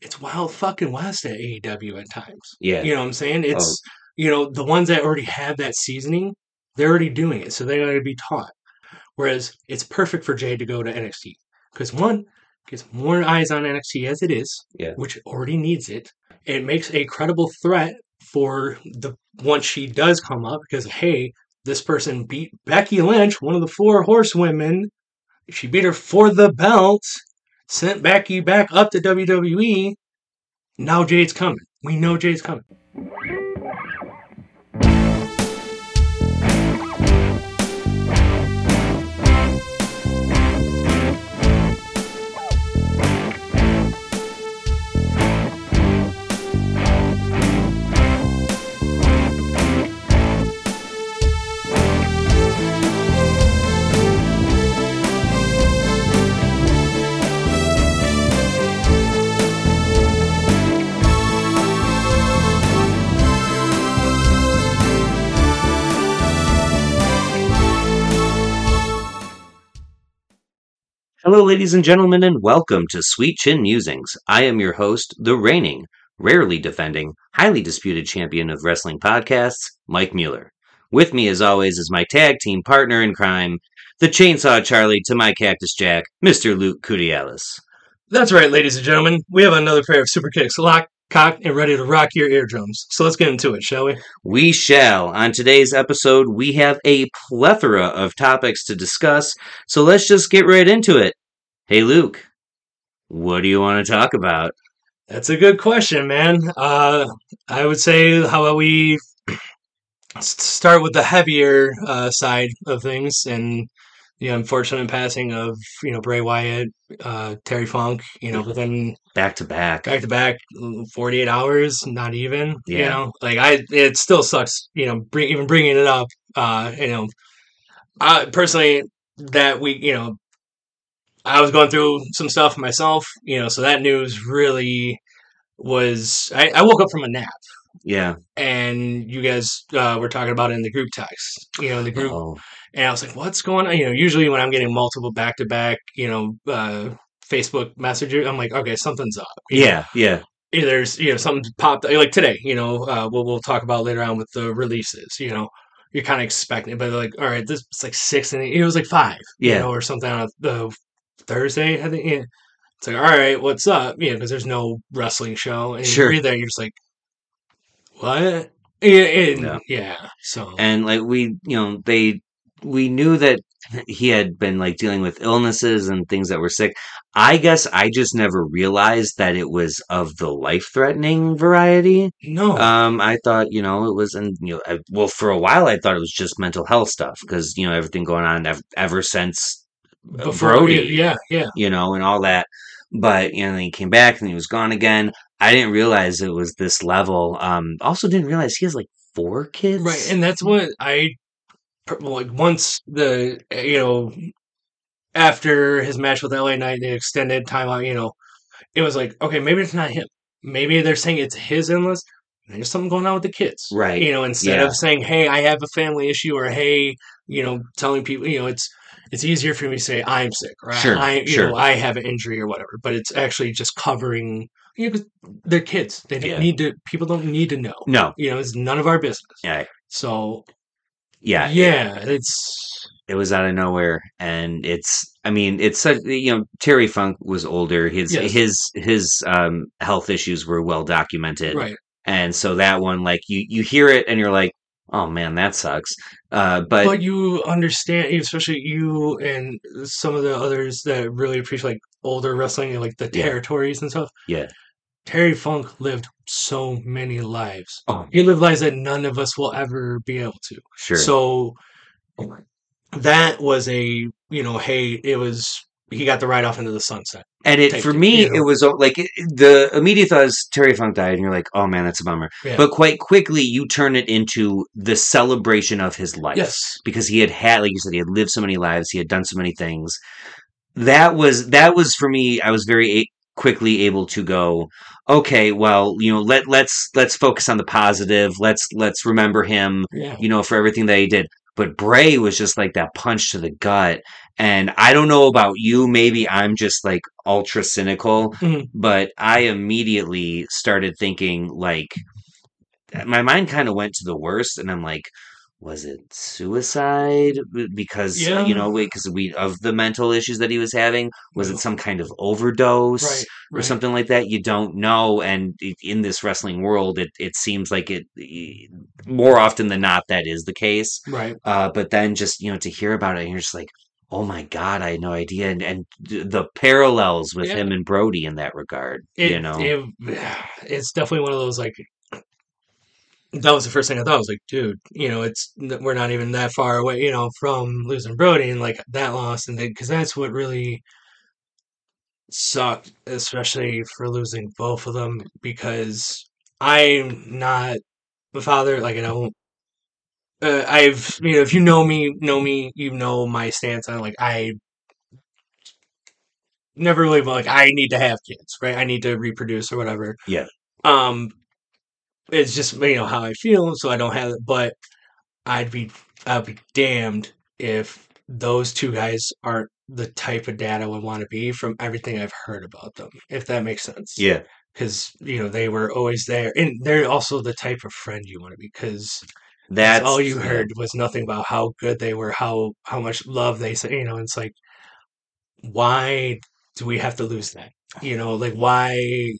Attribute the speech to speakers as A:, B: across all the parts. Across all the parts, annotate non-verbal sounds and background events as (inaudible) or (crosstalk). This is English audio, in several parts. A: it's wild fucking west at AEW at times.
B: Yeah. Oh.
A: You know what I'm saying? It's you know the ones that already have that seasoning, they're already doing it, so they're going to be taught. Whereas it's perfect for Jay to go to NXT because one gets more eyes on NXT as it is,
B: Yeah.
A: which already needs it. It makes a credible threat for the once she does come up because hey, this person beat Becky Lynch, one of the four horsewomen. She beat her for the belt, sent Becky back up to WWE. Now Jade's coming. We know Jade's coming.
B: Hello, ladies and gentlemen, and welcome to Sweet Chin Musings. I am your host, the reigning, rarely defending, highly disputed champion of wrestling podcasts, Mike Mueller. With me, as always, is my tag team partner in crime, the Chainsaw Charlie to my Cactus Jack, Mr. Luke Kudialis.
A: That's right, ladies and gentlemen. We have another pair of super kicks locked, cocked, and ready to rock your eardrums. So let's get into it, shall we?
B: We shall. On today's episode, we have a plethora of topics to discuss, so let's just get right into it. Hey, Luke, what do you want to talk about?
A: That's a good question, man. Uh, I would say how about we (clears throat) s- start with the heavier uh, side of things and the unfortunate passing of you know Bray Wyatt, uh, Terry Funk, you know within
B: Back to back.
A: back to back forty eight hours, not even. You
B: Yeah.
A: know, like I, it still sucks. You know, bring, even bringing it up. Uh, you know, I personally that we you know I was going through some stuff myself. You know, so that news really was I, I woke up from a nap
B: Yeah.
A: and you guys uh, were talking about it in the group text you know in the group
B: Oh,
A: and i was like what's going on you know usually when i'm getting multiple back-to-back you know uh, facebook messages i'm like okay something's up You
B: yeah, yeah,
A: know, there's you know something's popped like today you know uh, we'll, we'll talk about later on with the releases you know you're kind of expecting it, but like all right this it's like six and eight, it was like five you
B: yeah,
A: know or something on a, uh, thursday i think yeah. it's like all right what's up you know because there's no wrestling show and
B: Sure.
A: you read that you're just like what yeah, and-
B: No.
A: yeah so
B: And like we, you know, they, we knew that he had been like dealing with illnesses and things that were sick. I guess I just never realized that it was of the life threatening variety.
A: no
B: Um, I thought, you know, it was, and you know, I, well, for a while, I thought it was just mental health stuff because you know everything going on ever, ever since, Brody.
A: yeah yeah
B: you know, and all that. But you know, then he came back and he was gone again. I didn't realize it was this level. Um, also didn't realize he has like four kids.
A: right and that's what i per- like once the eh, you know after his match with la knight the extended timeline you know it was like okay maybe it's not him maybe they're saying it's his illness there's something going on with the kids
B: Right.
A: you know instead
B: Yeah.
A: of saying hey i have a family issue or hey you know telling people you know it's it's easier for me to say i'm sick or
B: Sure,
A: i you
B: sure.
A: know i have an injury or whatever but it's actually just covering you know 'cause they're kids they don't
B: Yeah. Mm.
A: need to people don't need to know
B: no,
A: you know, it's none of our business.
B: Yeah.
A: So yeah,
B: yeah,
A: it's
B: it was out of nowhere, and it's. I mean, it's such. You know, Terry Funk was older. His
A: Yes.
B: his his um health issues were well documented.
A: right.
B: and so that one like you you hear it and you're like oh man that sucks uh but
A: But you understand, especially you and some of the others that really appreciate like older wrestling and like the
B: Yeah.
A: territories and stuff.
B: Yeah.
A: Terry Funk lived so many lives.
B: oh
A: He lived lives that none of us will ever be able to.
B: sure
A: So
B: Oh
A: that was a you know, hey, it was he got the ride off into the sunset.
B: and it
A: take
B: for
A: it,
B: me
A: you know.
B: it was oh, like it- the immediate thought is terry funk died and you're like oh man that's a bummer
A: Yeah.
B: but quite quickly you turn it into the celebration of his life
A: Yes.
B: because he had had like you said he had lived so many lives he had done so many things that was that was for me i was very a- quickly able to go okay well you know let let's let's focus on the positive let's let's remember him
A: Yeah.
B: you know, for everything that he did. But Bray was just like that punch to the gut. And I don't know about you, maybe I'm just like ultra cynical,
A: Mhm.
B: but I immediately started thinking like my mind kind of went to the worst and I'm like was it suicide B- because
A: Yeah.
B: you know because we of the mental issues that he was having was
A: Yeah.
B: it some kind of overdose
A: Right.
B: or
A: Right.
B: something like that you don't know and i- in this wrestling world it, it seems like it e- more often than not that is the case
A: Right.
B: uh, but then just you know to hear about it and you're just like oh my god i had no idea and, and th- the parallels with
A: Yeah.
B: him and brody in that regard
A: It,
B: you know
A: it- (sighs) it's definitely one of those like that was the first thing I thought. I was like, dude, you know, it's we're not even that far away, you know, from losing Brody and like that loss, and because that's what really sucked, especially for losing both of them. Because I'm not the father, like I don't. Uh, I've you know, if you know me, know me, you know my stance on like I never really but, like I need to have kids, right? I need to reproduce or whatever.
B: Yeah.
A: Um, it's just you know how I feel, so I don't have it. But I'd be I'd be damned if those two guys aren't the type of dad I would want to be from everything I've heard about them. If that makes sense,
B: yeah
A: Because you know they were always there, and they're also the type of friend you want to be. Because
B: that's
A: all you
B: yeah.
A: heard was nothing about how good they were, how how much love they said. You know, it's like why do we have to lose that? You know, like why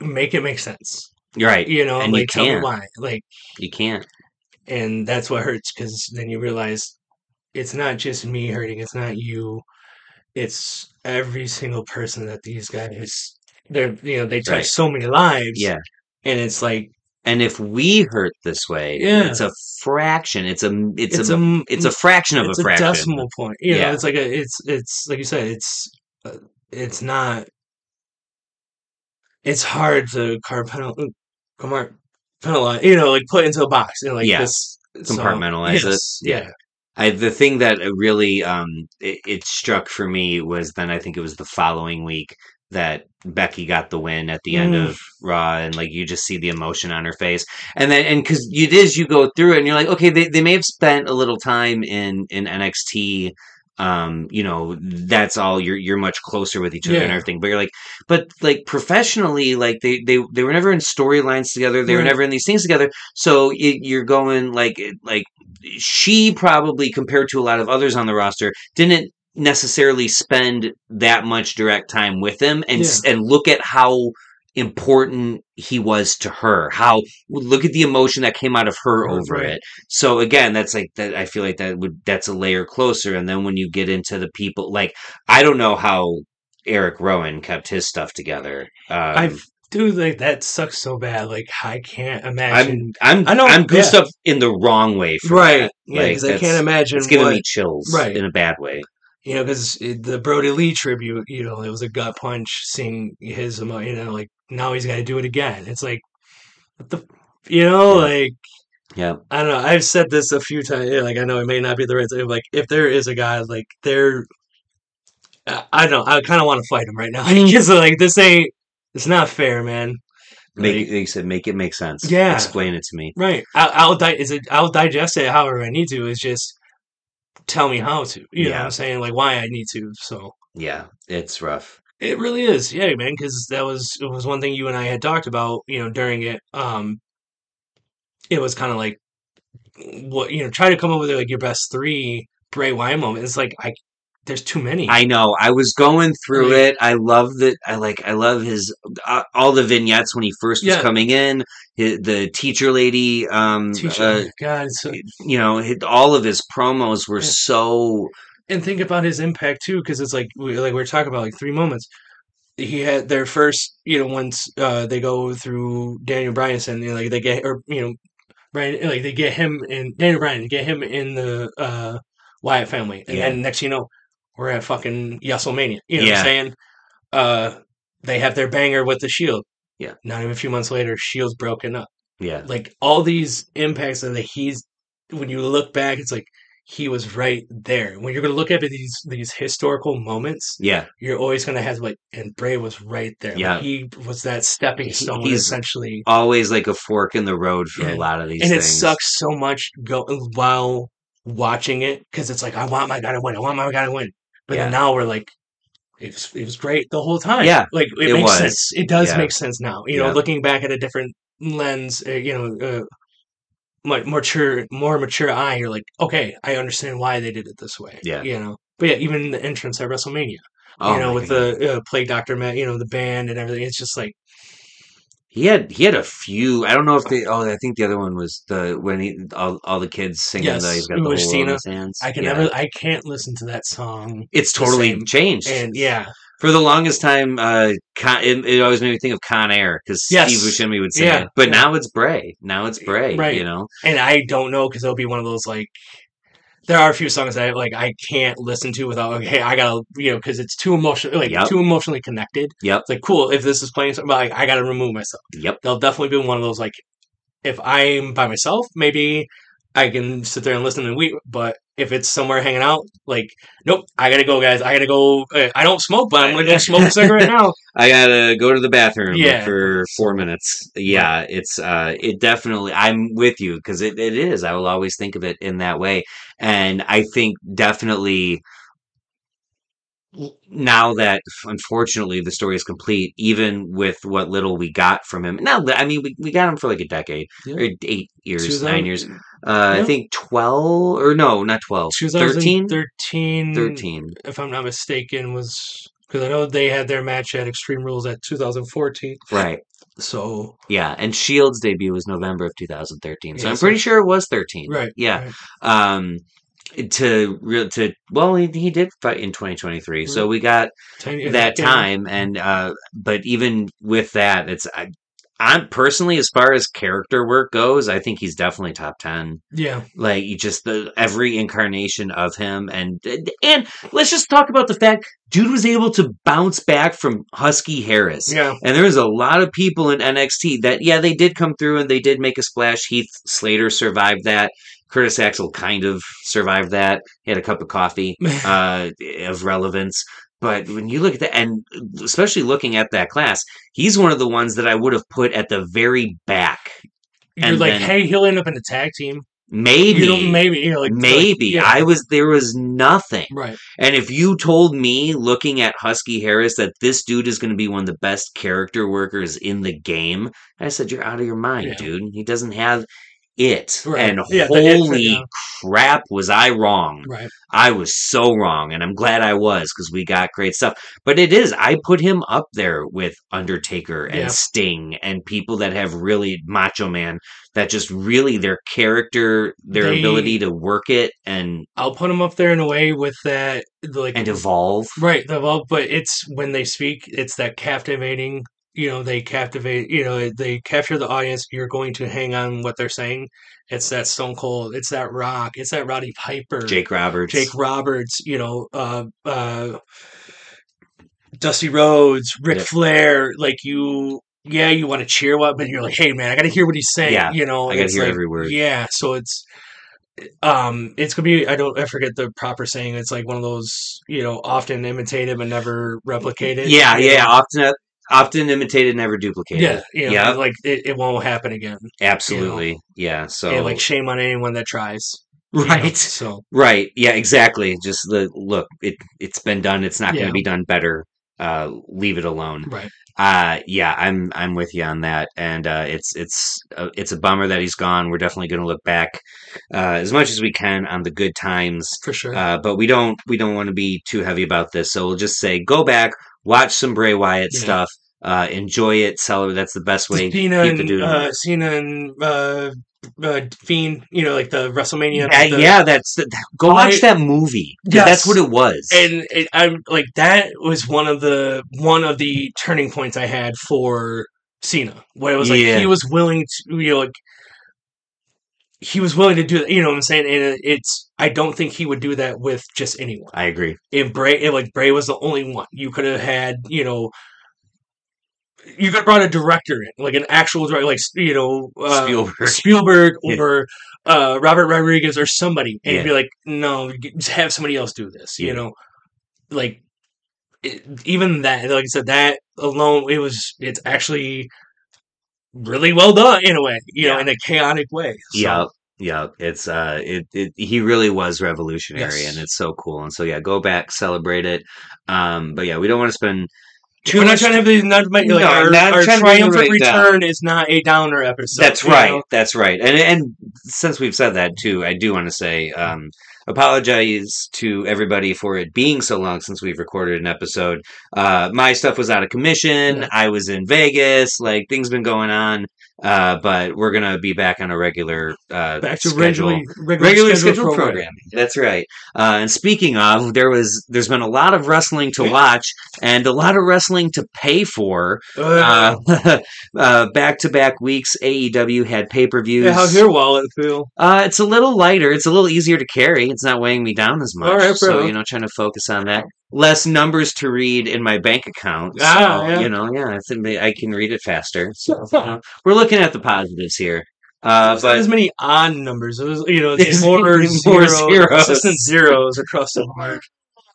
A: make it make sense?
B: you're right
A: You know,
B: And you
A: like tell me
B: can't.
A: why, like.
B: you can't
A: and that's what hurts because then you realize it's not just me hurting it's not you it's every single person that these guys they're you know they touch
B: Right.
A: so many lives
B: yeah
A: and it's like
B: and if we hurt this way
A: Yeah.
B: it's a fraction it's a it's,
A: it's,
B: a,
A: a, m-
B: it's a fraction of
A: it's a
B: a fraction
A: decimal point you
B: Yeah.
A: know it's like a it's it's like you said it's uh, it's not it's hard to car penal, comar- penalize you know like put into a box you know like
B: Yeah.
A: this so-
B: Compartmentalize it. um
A: yes, yeah
B: I, the thing that it really um, it, it struck for me was then I think it was the following week that Becky got the win at the end
A: Mm.
B: of Raw, and like you just see the emotion on her face, and then and because it is you go through it, and you're like, okay, they, they may have spent a little time in in NXT. Um, you know, that's all you're you're much closer with each other and
A: Yeah.
B: everything. But you're like, but like professionally, like they they they were never in storylines together. They were
A: Right.
B: never in these things together. So it, you're going like it- like she probably compared to a lot of others on the roster didn't necessarily spend that much direct time with him and s and look at how important he was to her how look at the emotion that came out of her
A: Right,
B: over
A: right.
B: it so again that's like that i feel like that would that's a layer closer and then when you get into the people like i don't know how eric rowan kept his stuff together um,
A: I've dude like that sucks so bad. Like I can't
B: i'm
A: imagine.
B: i'm
A: I
B: I
A: know-
B: am
A: yeah.
B: goosed up in the wrong way for that.
A: Yeah, because I
B: that's-
A: can't imagine.
B: it's giving
A: what,
B: me chills
A: Right.
B: in a bad way.
A: you know because the Brody Lee tribute. You know, it was a gut punch seeing his. emo- You know, like now he's got to do it again. It's like what the. You know,
B: Yeah.
A: like
B: Yeah,
A: I don't know. I've said this a few times. Like I know it may not be the right thing. Like if there is a guy, like there, I I don't. know. I kind of want to fight him right now. (laughs) Because like this ain't. It's not fair, man.
B: make
A: Like-
B: like you said, make it make sense.
A: Yeah.
B: explain it to me.
A: Right. I, I'll di- is it, I'll digest it however I need to. It's just tell me how to. You know what
B: Yeah.
A: I'm saying? Like why I need to. So
B: Yeah, it's rough.
A: it really is, yeah, man. Because that was it was one thing you and I had talked about. You know, during it, um, it was kind of like what you know, try to come up with like your best three Bray Wyatt moments. It's like I there's too many.
B: I know. I was going through
A: Like-
B: it. I love that. I like. I love his uh, all the vignettes when he first was
A: Yeah.
B: coming in. Hi the teacher lady. Um,
A: Teach, oh
B: uh,
A: my God, so,
B: you know, hi- all of his promos were
A: Yeah.
B: so
A: and think about his impact too, because it's like we like we're talking about like three moments. he had their first, you know, once uh, they go through Daniel Bryanson, you know, like they get or you know, Brian, like they get him and Daniel Bryan get him in the uh, Wyatt family, and then next thing you know, we're at fucking WrestleMania. You know what
B: Yeah.
A: I'm saying? Uh, they have their banger with the Shield.
B: Yeah.
A: Not even a few months later, Shield's broken up.
B: yeah.
A: Like all these impacts that he's, when you look back, it's like he was right there. When you're gonna look at these these historical moments,
B: Yeah,
A: you're always going to have like, and Bray was right there. Like,
B: Yeah.
A: he was that stepping
B: He-
A: stone
B: he's-
A: essentially,
B: always like a fork in the road for
A: Yeah.
B: a lot of these.
A: and it
B: things.
A: sucks so much. Go while watching it because it's like I want my guy to win. I want my guy to win. But
B: Yeah.
A: then now we're like, it was, it was great the whole time.
B: Yeah,
A: like it,
B: it
A: makes
B: was.
A: sense. It does
B: Yeah.
A: make sense now. You
B: Yeah.
A: know, looking back at a different lens, uh, you know, uh, mu- mature, more mature eye, you're like, okay, I understand why they did it this way.
B: Yeah.
A: you know. But yeah, even the entrance at WrestleMania,
B: Oh
A: you know,
B: my
A: with
B: goodness.
A: the uh, Plague Doctor, Matt, you know, the band and everything. It's just like,
B: He had he had a few. I don't know if they. Oh, I think the other one was the when he all, all the kids singing. the,
A: Yes,
B: he's got
A: it
B: the
A: was
B: whole world in
A: Cena.
B: his hands.
A: I can
B: Yeah.
A: never, I can't listen to that song.
B: It's
A: the
B: totally
A: same.
B: changed.
A: And yeah,
B: For the longest time, uh, Con, it, it always made me think of Con Air because
A: Yes.
B: Steve Buscemi would sing
A: Yeah,
B: it. But
A: yeah.
B: now it's Bray. Now it's Bray.
A: Right.
B: You know.
A: and I don't know because it'll be one of those like. There are a few songs that I, like I can't listen to without like, hey, I gotta you know because it's too emotional, like
B: Yep.
A: too emotionally connected.
B: Yep.
A: It's like cool if this is playing, something, but I, I gotta remove myself.
B: Yep.
A: There'll definitely be one of those like, if I'm by myself, maybe I can sit there and listen and weep. But if it's somewhere hanging out, like, nope, I gotta go, guys. I gotta go. Uh, I don't smoke, but I'm gonna go smoke a
B: (laughs)
A: cigarette now.
B: I gotta go to the bathroom
A: Yeah.
B: for four minutes. Yeah, it's uh, it definitely. I'm with you because it, it is. I will always think of it in that way, and I think definitely now that unfortunately the story is complete, even with what little we got from him. Now, I mean, we, we got him for like a decade
A: Yeah.
B: or eight years, nine years. Uh, I
A: yeah.
B: think twelve or no, not 12, 13?
A: 2013,
B: 13.
A: if I'm not mistaken, was because I know they had their match at Extreme Rules at 2014.
B: Right.
A: So
B: Yeah, and Shield's debut was November of 2013. So
A: Yeah,
B: I'm
A: so-
B: pretty sure it was 13.
A: right,
B: Yeah.
A: right.
B: Um to real to well he, he did fight in 2023. So
A: Right.
B: we got
A: Ten-
B: that
A: yeah.
B: time and uh but even with that it's I, I'm personally as far as character work goes, I think he's definitely top 10
A: Yeah,
B: like you just the every incarnation of him and and let's just talk about the fact dude was able to bounce back from husky harris
A: yeah,
B: and there was a lot of people in nxt that yeah they did come through and they did make a splash heath slater survived that curtis axel kind of survived that he had a cup of
A: (laughs)
B: coffee uh, of relevance but when you look at that and especially looking at that class he's one of the ones that i would have put at the very back
A: you're
B: and
A: like,
B: then-
A: hey, he'll end up in a tag team.
B: maybe
A: You don't, maybe you're like,
B: maybe
A: yeah.
B: i was there was nothing
A: right,
B: and if you told me looking at husky harris that this dude is going to be one of the best character workers in the game i said you're out of your mind
A: Yeah.
B: dude he doesn't have it
A: Right.
B: and
A: Yeah, the it,
B: holy
A: yeah.
B: crap was i wrong
A: right.
B: i was so wrong and i'm glad i was because we got great stuff but it is i put him up there with undertaker and
A: Yeah.
B: sting and people that have really macho man that just really their character their
A: They-
B: ability to work it and
A: I'll put him up there in a way with that, like,
B: and evolve
A: Right, the well, but it's when they speak, it's that captivating. You know, they captivate. You know, they capture the audience. You're going to hang on what they're saying. It's that Stone Cold. It's that Rock. It's that Roddy Piper.
B: Jake Roberts.
A: Jake Roberts. You know, uh, uh, Dusty Rhodes, Ric
B: Yep.
A: Flair. Like you, yeah, you want to cheer what, but you're like, hey man, I got to hear what he's saying.
B: Yeah,
A: you know,
B: I gotta
A: it's
B: hear
A: like,
B: every word.
A: Yeah, so it's um it's gonna be i don't i forget the proper saying it's like one of those you know often imitated but never replicated
B: yeah,
A: you
B: yeah.
A: know?
B: Often, uh, often imitated, never duplicated.
A: yeah
B: Yeah,
A: you know, like it, it won't happen again
B: absolutely. Yeah. So
A: and like shame on anyone that tries you know? (laughs)
B: right,
A: so
B: right. Yeah, exactly. Just the look. It it's been done. It's not going
A: Yeah.
B: to be done better. Uh, leave it alone.
A: right
B: Uh, yeah, I'm I'm with you on that, and uh, it's it's uh, it's a bummer that he's gone. We're definitely going to look back uh, as much as we can on the good times
A: for sure
B: Uh, but we don't we don't want to be too heavy about this. So we'll just say go back, watch some Bray Wyatt
A: Yeah.
B: stuff, uh, enjoy it, celebrate. That's the best way.
A: cena
B: keep the
A: and
B: dude on.
A: uh cena and uh uh, Fiend, you know, like the WrestleMania.
B: That-
A: the-
B: Uh, yeah, that's the, go watch
A: I-
B: that movie. 'cause
A: Yes.
B: That's what it was.
A: and it, I'm like that was one of the one of the turning points I had for Cena, where it was like
B: Yeah.
A: he was willing to, you know, like he was willing to do that. You know what I'm saying? And it- it's I don't think he would do that with just anyone.
B: I agree.
A: And Bray, and like Bray was the only one. You could have had, you know, you could have brought a director in, like an actual director, like you know, uh,
B: Spielberg.
A: (laughs)
B: (laughs)
A: Spielberg
B: Yeah.
A: or uh, Robert Rodriguez or somebody, and
B: Yeah.
A: be like, no, g- just have somebody else do this.
B: Yeah.
A: You know, like it, even that, like I said, that alone, it was it's actually really well done in a way, you
B: Yeah.
A: know, in a chaotic way. So,
B: yeah, Yeah, it's uh, it, it he really was revolutionary,
A: Yes.
B: and it's so cool. And so yeah, go back, celebrate it. Um, but yeah, we don't want to spend too
A: We're
B: much.
A: not trying to have these, not, like,
B: No,
A: our,
B: not
A: our
B: trying to
A: triumphant
B: bring it down.
A: return is not a downer episode.
B: that's
A: you
B: right.
A: know?
B: That's right. And and since we've said that too, I do want to say um, apologize to everybody for it being so long since we've recorded an episode. Uh, my stuff was out of commission.
A: Yeah.
B: I was in Vegas. Like things been going on. Uh, but we're gonna be back on a regular uh,
A: Back to
B: schedule.
A: regularly, regular
B: regular
A: scheduled
B: scheduled programming. That's right. Uh, and speaking of, there was there's been a lot of wrestling to watch and a lot of wrestling to pay for. Uh,
A: Ugh.
B: (laughs) Back to back uh, weeks, AEW had pay per views.
A: Yeah, how's your wallet feel?
B: Uh, it's a little lighter. It's a little easier to carry. It's not weighing me down as much.
A: All right,
B: so
A: bro.
B: you know, trying to focus on that. Less numbers to read in my bank account. So,
A: Ah, yeah.
B: You know, yeah, I think I can read it faster.
A: (laughs)
B: So you know, we're looking at the positives here. Uh,
A: There's not
B: but
A: as many odd numbers. It was, you
B: (laughs)
A: know,
B: There's
A: there's more,
B: more
A: zeros,
B: zeros.
A: consistent zeros across the
B: (laughs)
A: board.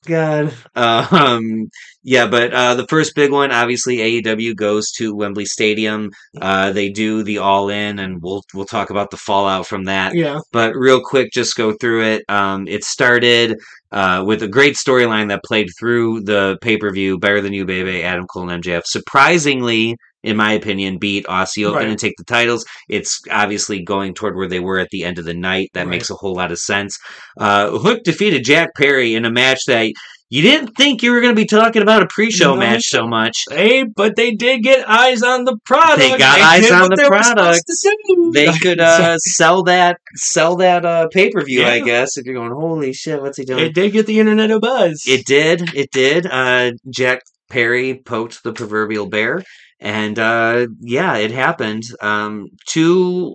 B: God. Um, yeah, but uh, the first big one, obviously, AEW goes to Wembley Stadium. Uh, they do the All In, and we'll we'll talk about the fallout from that.
A: Yeah,
B: But real quick, just go through it. Um, it started uh, with a great storyline that played through the pay per view. Better than you, baby. Adam Cole and MJF surprisingly, in my opinion, beat Aussie Open
A: Right.
B: and take the titles. It's obviously going toward where they were at the end of the night. That
A: Right.
B: makes a whole lot of sense. Uh, Hook defeated Jack Perry in a match that you didn't think you were going to be talking about a pre-show
A: No.
B: match
A: (laughs)
B: so much.
A: hey, but they did get eyes on the product.
B: They got eyes
A: did
B: on
A: what
B: the
A: they were supposed
B: product.
A: to do. (laughs)
B: They could uh, sell that sell that uh, pay-per-view, I
A: Yeah.
B: guess. If you're going, holy shit, what's he doing?
A: it did get the internet a buzz.
B: It did. It did. Uh, Jack Perry poked the proverbial bear, and uh, yeah, it happened. Um, to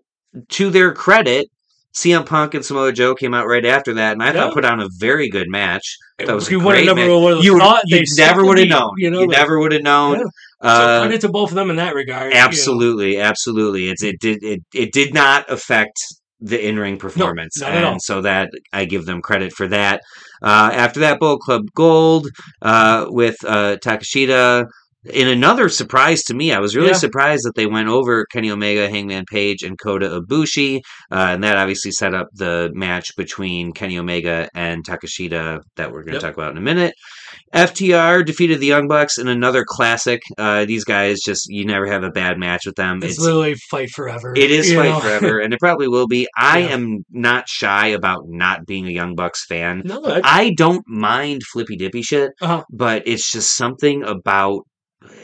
B: to their credit, CM Punk and Samoa Joe came out right after that, and I thought
A: Yeah.
B: put on a very good match. That was
A: you
B: a
A: would've
B: great
A: never
B: match.
A: would've
B: You,
A: thought
B: you
A: they sucked
B: never
A: at
B: would have
A: the-
B: known. You,
A: You know, like-
B: never would have known.
A: so
B: Uh,
A: credit to both of them in that regard. you know.
B: absolutely, absolutely. It's it did it it did not affect the in ring performance,
A: not at
B: and
A: all.
B: so that I give them credit for that. Uh, after that, Bull Club Gold uh, with uh, Takashita. In another surprise to me, I was really
A: Yeah.
B: surprised that they went over Kenny Omega, Hangman Page, and Kota Ibushi, uh, and that obviously set up the match between Kenny Omega and Takashita that we're going
A: Yep.
B: to talk about in a minute. FTR defeated the Young Bucks in another classic. Uh, these guys just you never have a bad match with them.
A: It's
B: It's
A: literally fight forever.
B: it is
A: you
B: fight
A: know?
B: forever, and it probably
A: (laughs)
B: will be. I
A: Yeah.
B: am not shy about not being a Young Bucks fan.
A: No, I,
B: I don't mind flippy dippy shit,
A: Uh-huh.
B: but it's just something about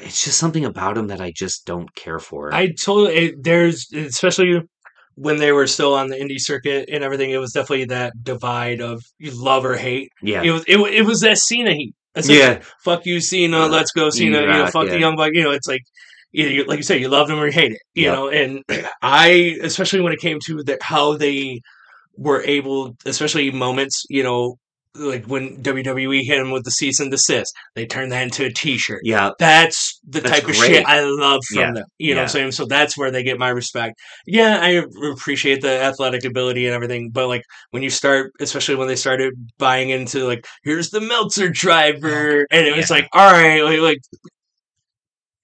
B: it's just something about them that I just don't care for.
A: I totally. It, there's especially when they were still on the indie circuit and everything. It was definitely that divide of you love or hate.
B: yeah,
A: It was it, wa- it was that Cena heat. Essentially,
B: yeah,
A: Fuck you, Cena.
B: Yeah.
A: Let's go, Cena. You, know,
B: rock,
A: fuck
B: yeah.
A: the young buck. You know, it's like either you, like you said, you loved him or you hate it. You
B: Yep.
A: know, and I especially when it came to the, how they were able, especially moments. You know, like when WWE hit him with the cease and desist, they turned that into a T-shirt
B: yeah.
A: that's the
B: That's
A: type of
B: great.
A: shit I love from
B: Yeah,
A: them. You know what
B: yeah.
A: I'm saying? So that's where they get my respect. Yeah, I appreciate the athletic ability and everything, but like when you start, especially when they started buying into like, here's the Meltzer driver, and it was
B: Yeah.
A: like, all right, like, like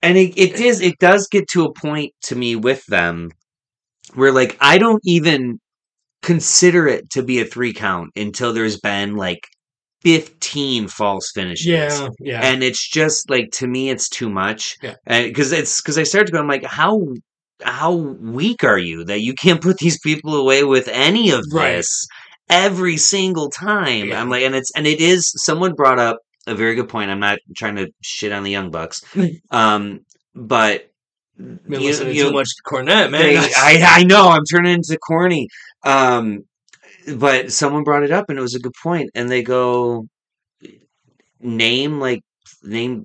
B: and it, it is it does get to a point to me with them where like i don't even consider it to be a three count until there's been like 15 false finishes
A: yeah, yeah,
B: and it's just like to me it's too much
A: Yeah.
B: because it's because i start to go i'm like how how weak are you that you can't put these people away with any of
A: Right.
B: this every single time
A: Yeah.
B: i'm like and it's and it is someone brought up a very good point i'm not trying to shit on the
A: (laughs)
B: young bucks um but
A: been
B: you-
A: listening
B: you
A: too
B: know,
A: much to Cornette, man. (laughs)
B: they- I, I know I'm turning into corny. Um, but someone brought it up and it was a good point. And they go, name like name,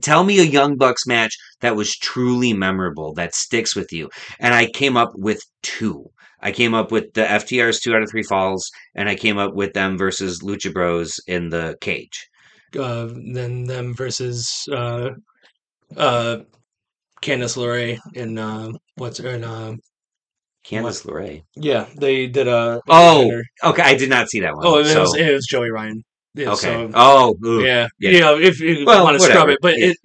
B: tell me a Young Bucks match that was truly memorable that sticks with you. And I came up with two. I came up with the FTR's two out of three falls, and I came up with them versus Lucha Bros in the cage.
A: uh, then them versus uh, uh, Candice LeRae and uh, what's her and uh,
B: Candice LeRae.
A: yeah, they did a
B: Oh, Okay, I did not see that one.
A: Oh, it
B: so-
A: was it was Joey Ryan. Yeah,
B: okay.
A: so-
B: oh, ooh.
A: yeah,
B: yeah.
A: you know, if you
B: Well,
A: want to scrub
B: whatever,
A: it, but
B: yeah.
A: it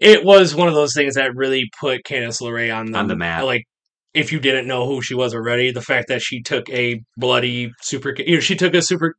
A: it was one of those things that really put Candice LeRae on the
B: On the map.
A: Like if you didn't know who she was already, the fact that she took a bloody super kick, you know, she took a super,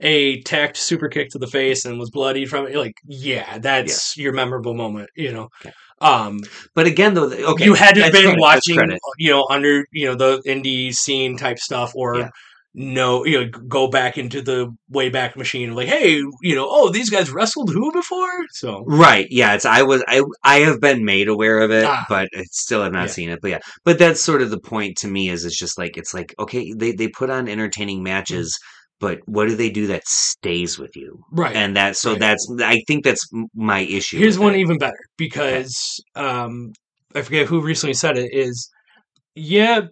A: a tacked super kick to the face and was bloody from it. Like, yeah, that's your memorable moment, you know.
B: Yeah.
A: Um,
B: But again, though, th- okay,
A: you had to
B: that's
A: have been
B: credit, that's
A: watching,
B: credit.
A: you know, under you know the indie scene type stuff, or
B: Yeah.
A: no, you know, go back into the way back machine. Like, hey, you know, oh, these guys wrestled who before? So
B: Right. Yeah. It's I was I I have been made aware of it,
A: Ah.
B: but I still have not
A: Yeah.
B: seen it. But yeah. But that's sort of the point to me is it's just like it's like, okay, they, they put on entertaining
A: Mm-hmm.
B: matches, but what do they do that stays with you?
A: right,
B: And that so
A: Right.
B: that's I think that's m- my issue.
A: Here's
B: with
A: one e-,
B: it.
A: even better because um, I forget who recently said it is. Yeah,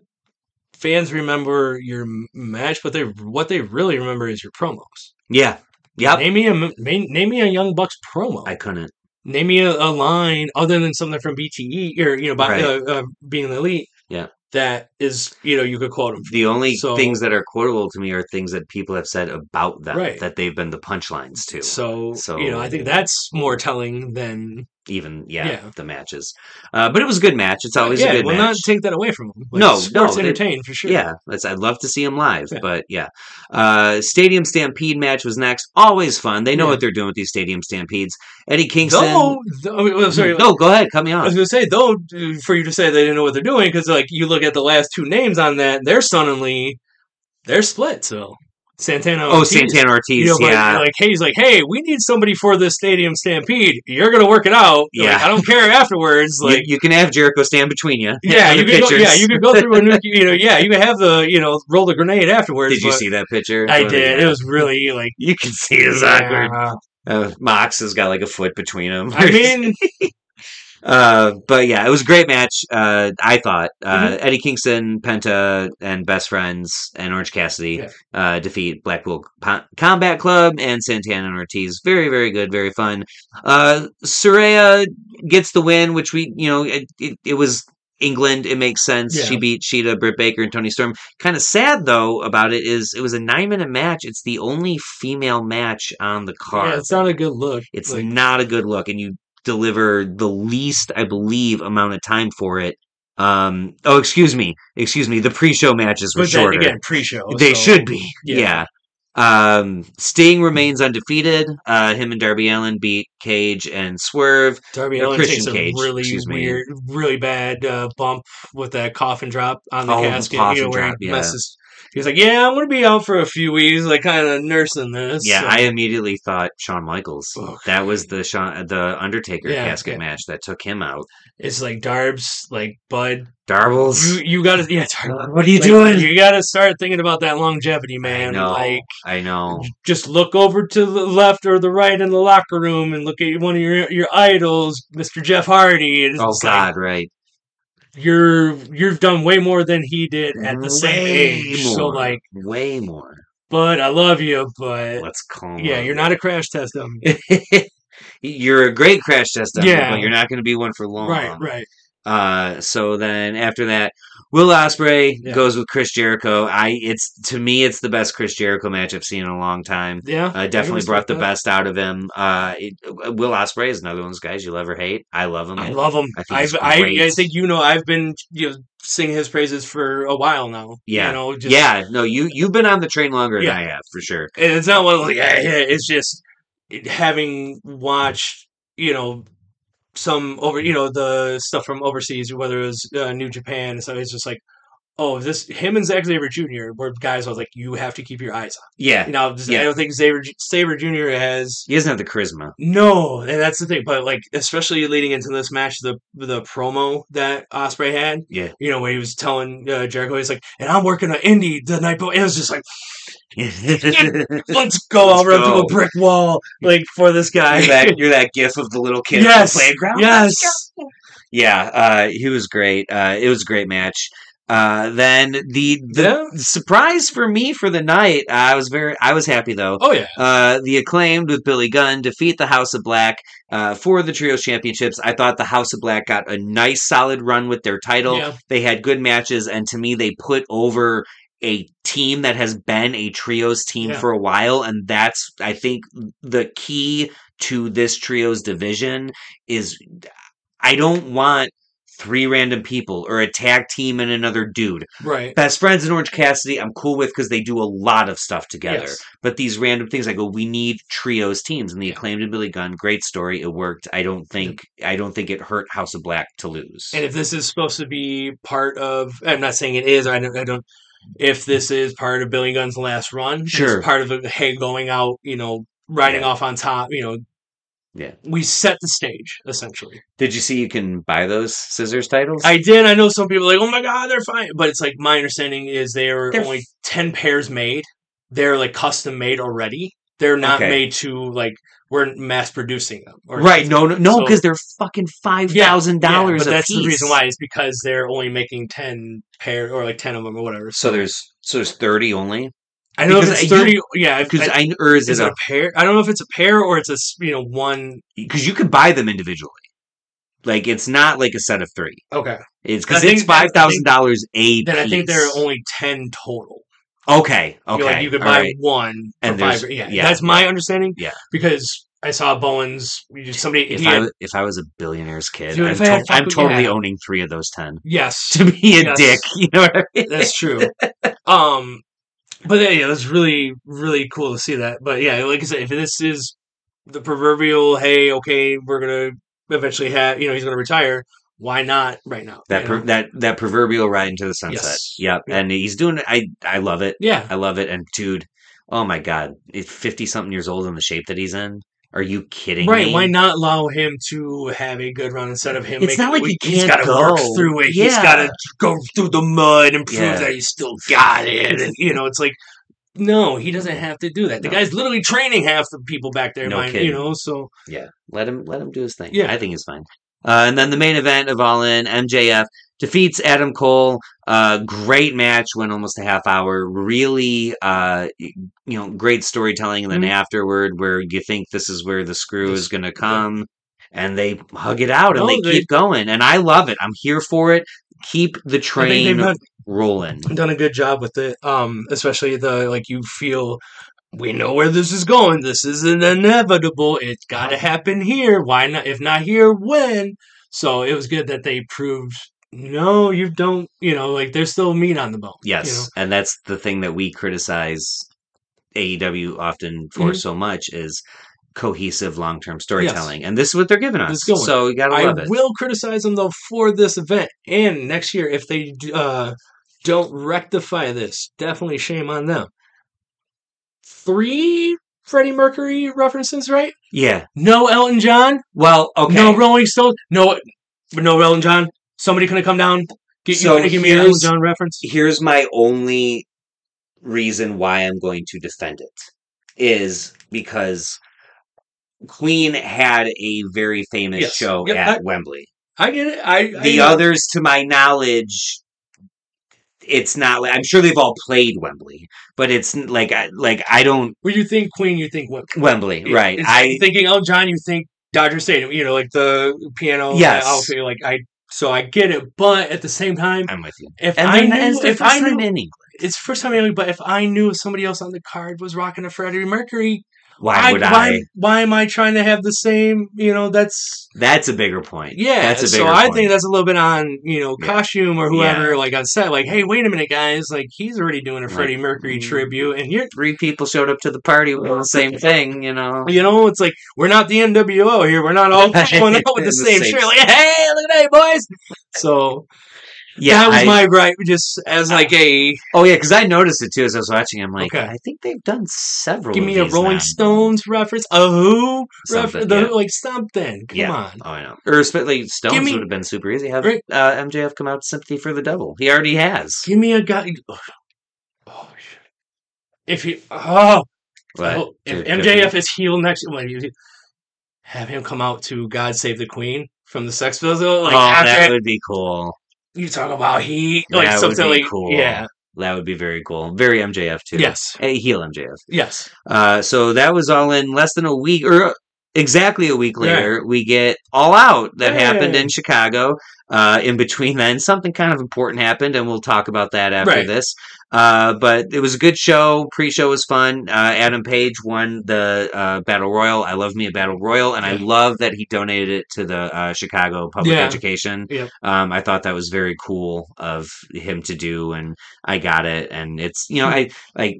A: fans remember your m- match, but they what they really remember is your promos.
B: Yeah. Yep.
A: Name me a m- name, name me a Young Bucks promo.
B: I couldn't.
A: name me a, a line other than something from BTE or you know by,
B: Right.
A: uh, uh, being the elite.
B: Yeah.
A: that is you know you could quote him.
B: The only
A: So-
B: things that are quotable to me are things that people have said about them
A: Right.
B: that they've been the punchlines to.
A: So,
B: So-
A: you know I think that's more telling than
B: Even yeah,
A: Yeah.
B: the matches. Uh, but it was a good match. It's always
A: yeah.
B: a good
A: we'll not
B: match.
A: take that away from him.
B: No, no,
A: sports
B: they-
A: entertained for sure.
B: Yeah, that's, I'd love to see him live,
A: Yeah.
B: but yeah. Uh, Stadium Stampede match was next. Always fun. They know
A: Yeah.
B: what they're doing with these Stadium Stampedes. Eddie Kingston. Hmm.
A: Though, though I mean, well, sorry,
B: Mm-hmm. no, go ahead. Cut me
A: I was
B: off.
A: gonna say though, uh, for you to say they didn't know what they're doing, because like you look at the last two names on that, they're suddenly they're split. So Santana,
B: Oh,
A: Ortiz,
B: Santana Ortiz.
A: you know, but,
B: yeah.
A: like uh, Hayes, like, hey, we need somebody for this stadium stampede. You're gonna work it out. You're like,
B: Yeah.
A: I don't care afterwards.
B: You-
A: Like,
B: you, can (laughs) have Jericho stand between you.
A: yeah,
B: on
A: you
B: the
A: can go, yeah,
B: pictures.
A: you could go through
B: (laughs)
A: a nuke. You know, yeah, you could have the you know roll the grenade afterwards.
B: Did you
A: but
B: see that picture?
A: I
B: Don't-
A: did.
B: yeah.
A: It was really like.
B: You can see it's awkward.
A: yeah.
B: Uh, Mox has got like a foot between them.
A: I
B: (laughs)
A: mean,
B: Uh, but yeah, it was a great match. Uh, I thought uh,
A: Mm-hmm.
B: Eddie Kingston, Penta, and Best Friends and Orange Cassidy
A: Yeah.
B: uh, defeat Blackpool Po- Combat Club and Santana and Ortiz. Very, very good, very fun. Uh, Soraya gets the win, which we you know it, it, it was. England, it makes sense.
A: Yeah.
B: She beat Sheeta, Britt Baker, and Tony Storm. Kind of sad though about it is it was a nine minute match. It's the only female match on the card.
A: yeah, it's not a good look.
B: It's
A: Like,
B: not a good look, and you deliver the least, I believe, amount of time for it. Um, oh, excuse me, excuse me. The pre-show matches were
A: but then
B: shorter.
A: again, pre-show
B: they
A: so-
B: should be,
A: (laughs) yeah.
B: yeah. Um, Sting remains undefeated. Uh, him and Darby Allen beat Cage and Swerve.
A: Darby
B: Or
A: Allin
B: Christian
A: takes a
B: Cage,
A: really
B: excuse me.
A: weird, really bad uh, bump with that coffin drop on the
B: Oh, the
A: casket.
B: coffin
A: You know, where
B: drop,
A: he
B: yeah.
A: messes. He's like, "Yeah, I'm gonna be out for a few weeks, like kind of nursing this."
B: Yeah,
A: So-
B: I immediately thought Shawn Michaels.
A: Ugh.
B: That was the Shawn, the Undertaker
A: Yeah,
B: casket
A: yeah.
B: match that took him out.
A: it's like Darb's, like Bud, you,
B: Darbles,
A: you gotta, yeah, Darb,
B: (laughs) what are you
A: like,
B: doing?
A: You gotta start thinking about that longevity, man.
B: I know,
A: Like,
B: I know.
A: just look over to the left or the right in the locker room and look at one of your your idols, Mr. Jeff Hardy. And it's
B: Oh
A: just like,
B: God, right.
A: you're you've done way more than he did at the same
B: Way
A: age. So
B: more.
A: like,
B: way more.
A: but I love you, but
B: Let's calm.
A: yeah,
B: up.
A: you're not a crash test dummy.
B: (laughs) you're a great crash test dummy,
A: Yeah.
B: but you're not going to be one for long.
A: right, right.
B: Uh, so then after that, Will Osprey
A: Yeah.
B: goes with Chris Jericho. I it's to me it's the best Chris Jericho match I've seen in a long time.
A: Yeah, I
B: Uh,
A: can
B: definitely brought
A: respect
B: the
A: that.
B: best out of him. Uh, it, Will Osprey is another one of those guys you love or hate. I love him.
A: I love him.
B: I think
A: I've,
B: he's
A: I,
B: great.
A: I think you know I've been you know, singing his praises for a while now.
B: Yeah.
A: you know, just,
B: yeah, no, you you've been on the train longer
A: Yeah.
B: than I have for sure.
A: and it's not one of those, like yeah, yeah. It's just it- having watched you know some over you know the stuff from overseas, whether it was uh, New Japan and stuff. It's just like. Oh, this him and Zack Saber Jr. were guys. I was like, you have to keep your eyes on.
B: Yeah,
A: You know, just-
B: Yeah.
A: I don't think Saber Saber Jr. has
B: He doesn't have the charisma.
A: No, and that's the thing. But like, especially leading into this match, the the promo that Osprey had,
B: Yeah.
A: you know, where he was telling uh, Jericho, he's like, "And I'm working on indie the night before." It was just
B: (laughs)
A: like,
B: you're,
A: "Let's go! I'll
B: Let's
A: run through
B: go.
A: a brick wall like for this guy." (laughs)
B: that, you're that gif of the little kid on the
A: yes,
B: playground.
A: yes,
B: Yeah, uh, he was great. Uh, it was a great match. Uh, then the the surprise for me for the night, I was very I was happy though.
A: oh yeah,
B: Uh, the acclaimed with Billy Gunn defeat the House of Black uh, for the Trios Championships. I thought the House of Black got a nice solid run with their title.
A: yeah,
B: They had good matches, and to me, they put over a team that has been a trios team
A: Yeah.
B: for a while, and that's I think the key to this trios division is I don't want three random people or a tag team and another dude.
A: Right.
B: Best Friends and Orange Cassidy, I'm cool with because they do a lot of stuff together.
A: Yes.
B: But these random things, I go, we need trios teams, and the acclaimed and Billy Gunn, great story, it worked. I don't think, I don't think it hurt House of Black to lose.
A: And if this is supposed to be part of, I'm not saying it is. I don't. I don't if this is part of Billy Gunn's last run, and it's
B: Sure.
A: part of the hey going out, you know, riding
B: Yeah.
A: off on top, you know.
B: Yeah.
A: We set the stage essentially.
B: Did you see you can buy those scissors titles?
A: I did. I know some people are like, oh my god, they're fine, but it's like my understanding is they are
B: They're
A: only ten pairs made. They're like custom made already. They're not
B: Okay.
A: made to like we're mass producing them. Or
B: right? No, no, no,
A: So-
B: because they're fucking five thousand
A: Yeah,
B: dollars.
A: But that's the reason why is because they're only making ten pair or like ten of them or whatever.
B: So there's so there's thirty only
A: I don't know if
B: because
A: it's
B: I- you-
A: thirty. yeah, if-
B: because
A: I-
B: I, or is
A: is
B: it
A: it
B: a
A: a pair? I don't know if it's a pair or it's a s- you know one.
B: because you could buy them individually. Like it's not like a set of three.
A: Okay,
B: It's because
A: I think-
B: it's five thousand dollars a
A: then I think there are
B: piece.
A: only ten total.
B: okay.
A: You
B: Okay,
A: know, like you could
B: all
A: buy
B: right.
A: one
B: And
A: for five.
B: there's-
A: Yeah,
B: yeah.
A: that's my understanding.
B: Yeah.
A: because I saw Bowen's somebody.
B: If
A: he
B: I
A: had-
B: wa- if I was a billionaire's kid,
A: Dude,
B: I'm,
A: if I had
B: to- I'm
A: fucking-
B: totally
A: yeah.
B: owning three of those ten (laughs)
A: yes,
B: to be a
A: Yes.
B: dick. You know what I mean?
A: that's true. um, but yeah, yeah, it was really really cool to see that. But yeah, like I said, if this is the proverbial hey, okay, we're gonna eventually have you know he's gonna retire. Why not right now?
B: That
A: you
B: per,
A: know?
B: that that proverbial ride into the sunset.
A: Yes.
B: Yep.
A: Yeah.
B: And he's doing. it. I I love it.
A: yeah,
B: I love it. And dude, oh my god, it's fifty something years old in the shape that he's in. Are you kidding
A: Right?
B: me?
A: Why not allow him to have a good run instead of him?
B: It's not like he
A: has
B: can't
A: got to
B: go.
A: work through it. He's
B: Yeah.
A: got to go through the mud and prove
B: Yeah.
A: that he still got it. And you know, it's like no, he doesn't have to do that. The
B: No.
A: guy's literally training half the people back there.
B: No
A: mind,
B: kidding.
A: you know, so
B: Let him let him do his thing.
A: Yeah.
B: I think he's fine. Uh, and then the main event of All In, MJF defeats Adam Cole. Uh, great match, went almost a half hour. Really, uh, y- you know, great storytelling. And then
A: Mhm.
B: afterward, where you think this is where the screw
A: The
B: is going to
A: yeah.
B: come, and they hug it out
A: No,
B: and they,
A: they-
B: keep going. And I love it. I'm here for it. Keep the
A: I think
B: train
A: they've done,
B: rolling.
A: done a good job with it. Um, especially the like you feel. We know where this is going. This is an inevitable. It's got to happen here. Why not? If not here, when? So it was good that they proved no, you don't. You know, like there's still meat on the bone. you
B: Yes,
A: know?
B: and that's the thing that we criticize AEW often for
A: Mhm.
B: so much is cohesive long-term storytelling, and this is what they're giving us.
A: It's going.
B: So you gotta love
A: I
B: it.
A: will criticize them though for this event and next year if they uh, don't rectify this. Definitely shame on them. Three Freddie Mercury references, right?
B: yeah.
A: No Elton John.
B: Well, okay.
A: No Rolling Stones. No, but no Elton John. Somebody gonna come down. Get,
B: So
A: you gonna give me an Elton
B: here's-
A: John reference?
B: Here's my only reason why I'm going to defend it is because Queen had a very famous
A: Yes.
B: show
A: Yep,
B: at
A: I-
B: Wembley.
A: I get it. I I
B: The
A: know.
B: others, to my knowledge, it's not. like I'm sure they've all played Wembley, but it's n- like I, like I don't
A: When you think Queen, you think what?
B: Wembley, (laughs) right?
A: It's
B: I
A: thinking Elton John, you think Dodger Stadium. You know, like the piano.
B: Yes.
A: Yes. Outfit, like I. So I get it, but at the same time,
B: I'm with you.
A: if
B: And
A: I
B: then
A: knew,
B: it's the
A: if
B: first
A: I
B: time
A: knew,
B: in England,
A: it's the first time I knew, but if I knew somebody else on the card was rocking a Freddie Mercury,
B: why would I?
A: Why, why am I trying to have the same? You know, that's
B: That's a bigger point.
A: Yeah,
B: that's a bigger
A: so I
B: point.
A: think that's a little bit on you know
B: Yeah.
A: costume or whoever like on set. Like, hey, wait a minute, guys! Like he's already doing a
B: Like,
A: Freddie Mercury
B: mm.
A: tribute, and you're
B: three people showed up to the party with the (laughs) same thing. You know,
A: you know it's like we're not the NWO here. We're
B: (laughs)
A: not all going out with
B: The
A: the same
B: same-
A: shirt. Like, hey, look at that, boys! So that was
B: I-
A: my gripe, just as like a
B: Oh yeah, because I noticed it too as I was watching. I'm like,
A: Okay.
B: I think they've done several.
A: give
B: of
A: me a
B: these
A: Rolling
B: now.
A: Stones reference, a Who
B: Something,
A: reference, the,
B: yeah.
A: like something. Come
B: Yeah.
A: on,
B: Oh, I know. Or sp- like Stones
A: me-
B: would have been super easy. Have
A: Right.
B: uh, MJF come out to "Sympathy for the Devil"? He already has.
A: give me a guy. (sighs) Oh, shit. if you oh
B: But,
A: Oh, if
B: dude,
A: MJF is heel next, when you have him come out to "God Save the Queen" from the Sex Pistols, like
B: oh, that
A: after
B: would be cool.
A: you talk about heat, like
B: That would
A: something
B: be
A: like
B: cool.
A: yeah,
B: That would be very cool. Very MJF too.
A: yes,
B: Hey, heel MJF.
A: yes,
B: Uh, so that was all in less than a week, or exactly a week
A: Yeah.
B: later, we get All Out that happened
A: Hey.
B: in Chicago. Uh, in between then, something kind of important happened, and we'll talk about that after
A: Right.
B: this. Uh, but it was a good show. Pre-show was fun. Uh, Adam Page won the uh, Battle Royal. I love me a Battle Royal, and I
A: Yeah.
B: love that he donated it to the uh, Chicago Public
A: Yeah.
B: Education.
A: Yep.
B: Um, I thought that was very cool of him to do, and I got it. And it's you know
A: Hmm.
B: I like.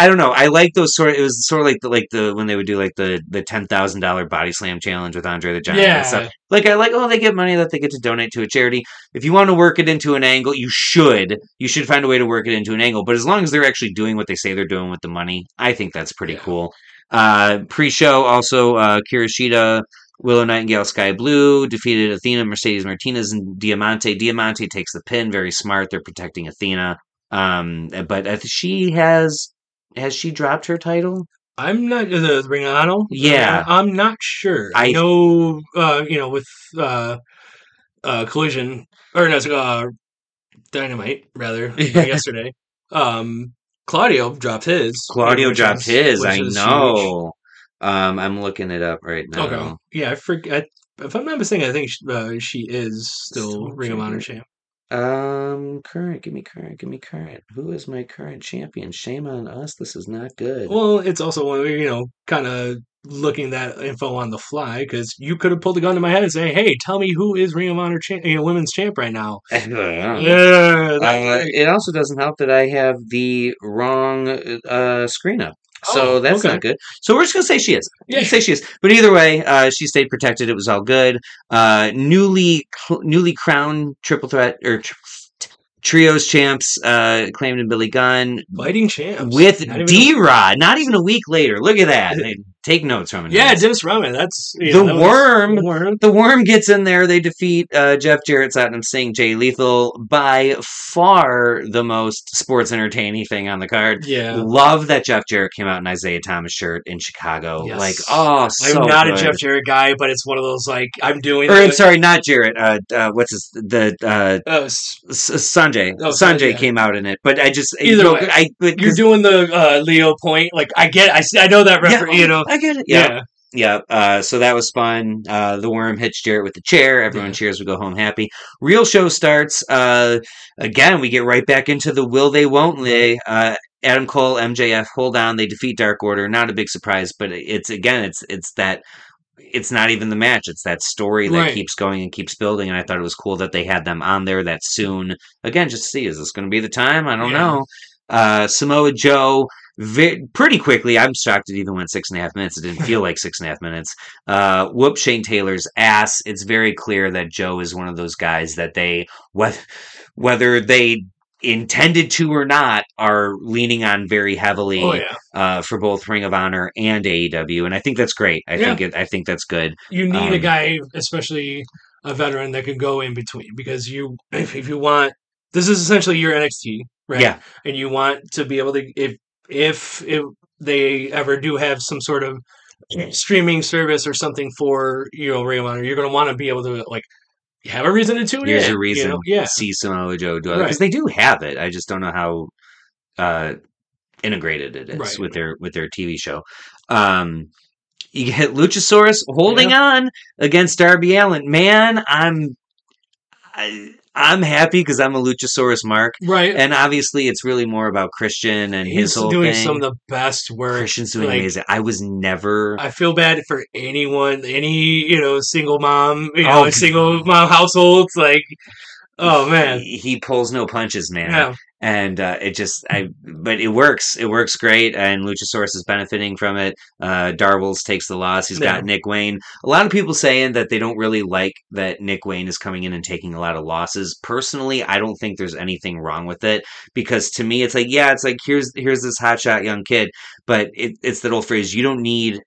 B: I don't know. I like those sort. It was sort of like the like the when they would do like the the ten thousand dollar body slam challenge with Andre the Giant and stuff.
A: yeah,
B: Like I like, oh, they get money that they get to donate to a charity. If you want to work it into an angle, you should. You should find a way to work it into an angle. But as long as they're actually doing what they say they're doing with the money, I think that's pretty
A: Yeah.
B: cool. Uh, pre-show also, uh, Kirishita, Willow Nightingale, Sky Blue defeated Athena, Mercedes Martinez, and Diamante. Diamante takes the pin. Very smart. They're protecting Athena. Um, but uh, she has has she dropped her title?
A: I'm not the ring honor.
B: Yeah.
A: I'm not sure. I
B: I-
A: know, uh, you know, with uh, uh, collision or no, it's, uh, dynamite
B: (laughs)
A: rather from yesterday. Um, Claudio dropped his.
B: Claudio
A: which
B: dropped
A: is-
B: his.
A: which
B: I
A: is huge.
B: know. Um, I'm looking it up right now.
A: Okay. Yeah, I forget. If I'm not mistaken, I think she, uh, she is still
B: Still
A: Ring of Honor
B: champion.
A: champ.
B: Um, current. Give me current. Give me current. Who is my current champion? Shame on us. This is not good.
A: Well, it's also one where, you know, kind of looking that info on the fly because you could have pulled a gun to my head and say, "Hey, tell me who is Ring of Honor champ, you know, women's champ right now."
B: (laughs) I don't know.
A: Yeah,
B: Uh,
A: that-
B: it also doesn't help that I have the wrong uh, screen up. So
A: Oh,
B: that's
A: okay.
B: not good. So we're just gonna say she is. Yeah.
A: Yeah.
B: Say she is. But either way, uh, she stayed protected. It was all good. Uh, newly cl- newly crowned triple threat or tr- trios champs, uh, claimed and Billy Gunn
A: fighting champs
B: with
A: Not even
B: D Rod. Not even a week later. Look at that.
A: Uh,
B: They take notes from
A: a-
B: it.
A: yeah, Dennis Rodman. That's you
B: The
A: that was-
B: worm.
A: Worm.
B: The worm gets in there. They defeat uh, Jeff Jarrett, Satnam Singh, Jay Lethal by far the most sports entertaining thing on the card.
A: Yeah,
B: Love that Jeff Jarrett came out in Isaiah Thomas shirt in Chicago.
A: Yes.
B: Like, oh, so
A: I'm not a
B: good.
A: Jeff Jarrett guy, but it's one of those like I'm doing.
B: Or I'm
A: it.
B: sorry, not Jarrett. Uh, uh, what's his the uh,
A: Uh, s-
B: S- Sanjay?
A: Oh,
B: Sanjay
A: Sanjay.
B: came out in it, but I just it
A: Either
B: broke-
A: way,
B: I, but
A: you're doing the uh, Leo point. Like I get, I see, I know that
B: yeah,
A: reference. you know,
B: I get it. yeah.
A: yeah,
B: Yeah, uh, so that was fun. Uh, the worm hits Jarrett with the chair. Everyone
A: Yeah.
B: cheers. We go home happy. Real show starts. Uh, again, we get right back into the will they, won't they. Uh, Adam Cole, MJF, hold on. They defeat Dark Order. Not a big surprise, but it's again, it's it's that it's not even the match. It's that story that
A: Right.
B: keeps going and keeps building. And I thought it was cool that they had them on there that soon. Again, just see is this going to be the time? I don't
A: Yeah.
B: know. Uh, Samoa Joe. Ve pretty quickly, I'm shocked it even went six and a half minutes. It didn't feel like six and a half minutes. Uh, whoop Shane Taylor's ass. It's very clear that Joe is one of those guys that they, whether, whether they intended to or not, are leaning on very heavily
A: oh yeah.
B: uh, for both Ring of Honor and AEW, and I think that's great. I
A: Yeah.
B: think it, I think that's good.
A: You need a
B: Um,
A: guy, especially a veteran, that can go in between because you, if, if you want, this is essentially your NXT, right?
B: Yeah,
A: and you want to be able to if if if they ever do have some sort of streaming service or something for you know Ring of Honor, you're going to want to be able to like have a reason to tune
B: here's
A: in.
B: a reason.
A: You know? Yeah,
B: See Samoa Joe do it
A: Right.
B: because they do have it. I just don't know how uh, integrated it is
A: Right.
B: with their with their TV show. Um, you get Luchasaurus holding on against Darby Allen. Man, I'm I, I'm happy because I'm a Luchasaurus mark,
A: right.
B: and obviously it's really more about Christian and
A: He's
B: his whole
A: doing
B: thing.
A: some of the best work.
B: Christian's doing
A: like,
B: amazing. I was never.
A: I feel bad for anyone, any you know single mom, you
B: Oh.
A: know single mom households. Like,
B: (laughs)
A: oh man,
B: he, he pulls no punches, man.
A: yeah,
B: and uh, it just I but it works. It works great, and Luchasaurus is benefiting from it. Uh, Darbles takes the loss. He's
A: Yeah.
B: got Nick Wayne. A lot of people saying that they don't really like that Nick Wayne is coming in and taking a lot of losses. Personally, I don't think there's anything wrong with it because to me, it's like yeah, it's like here's here's this hotshot young kid, but it, it's that old phrase: you don't need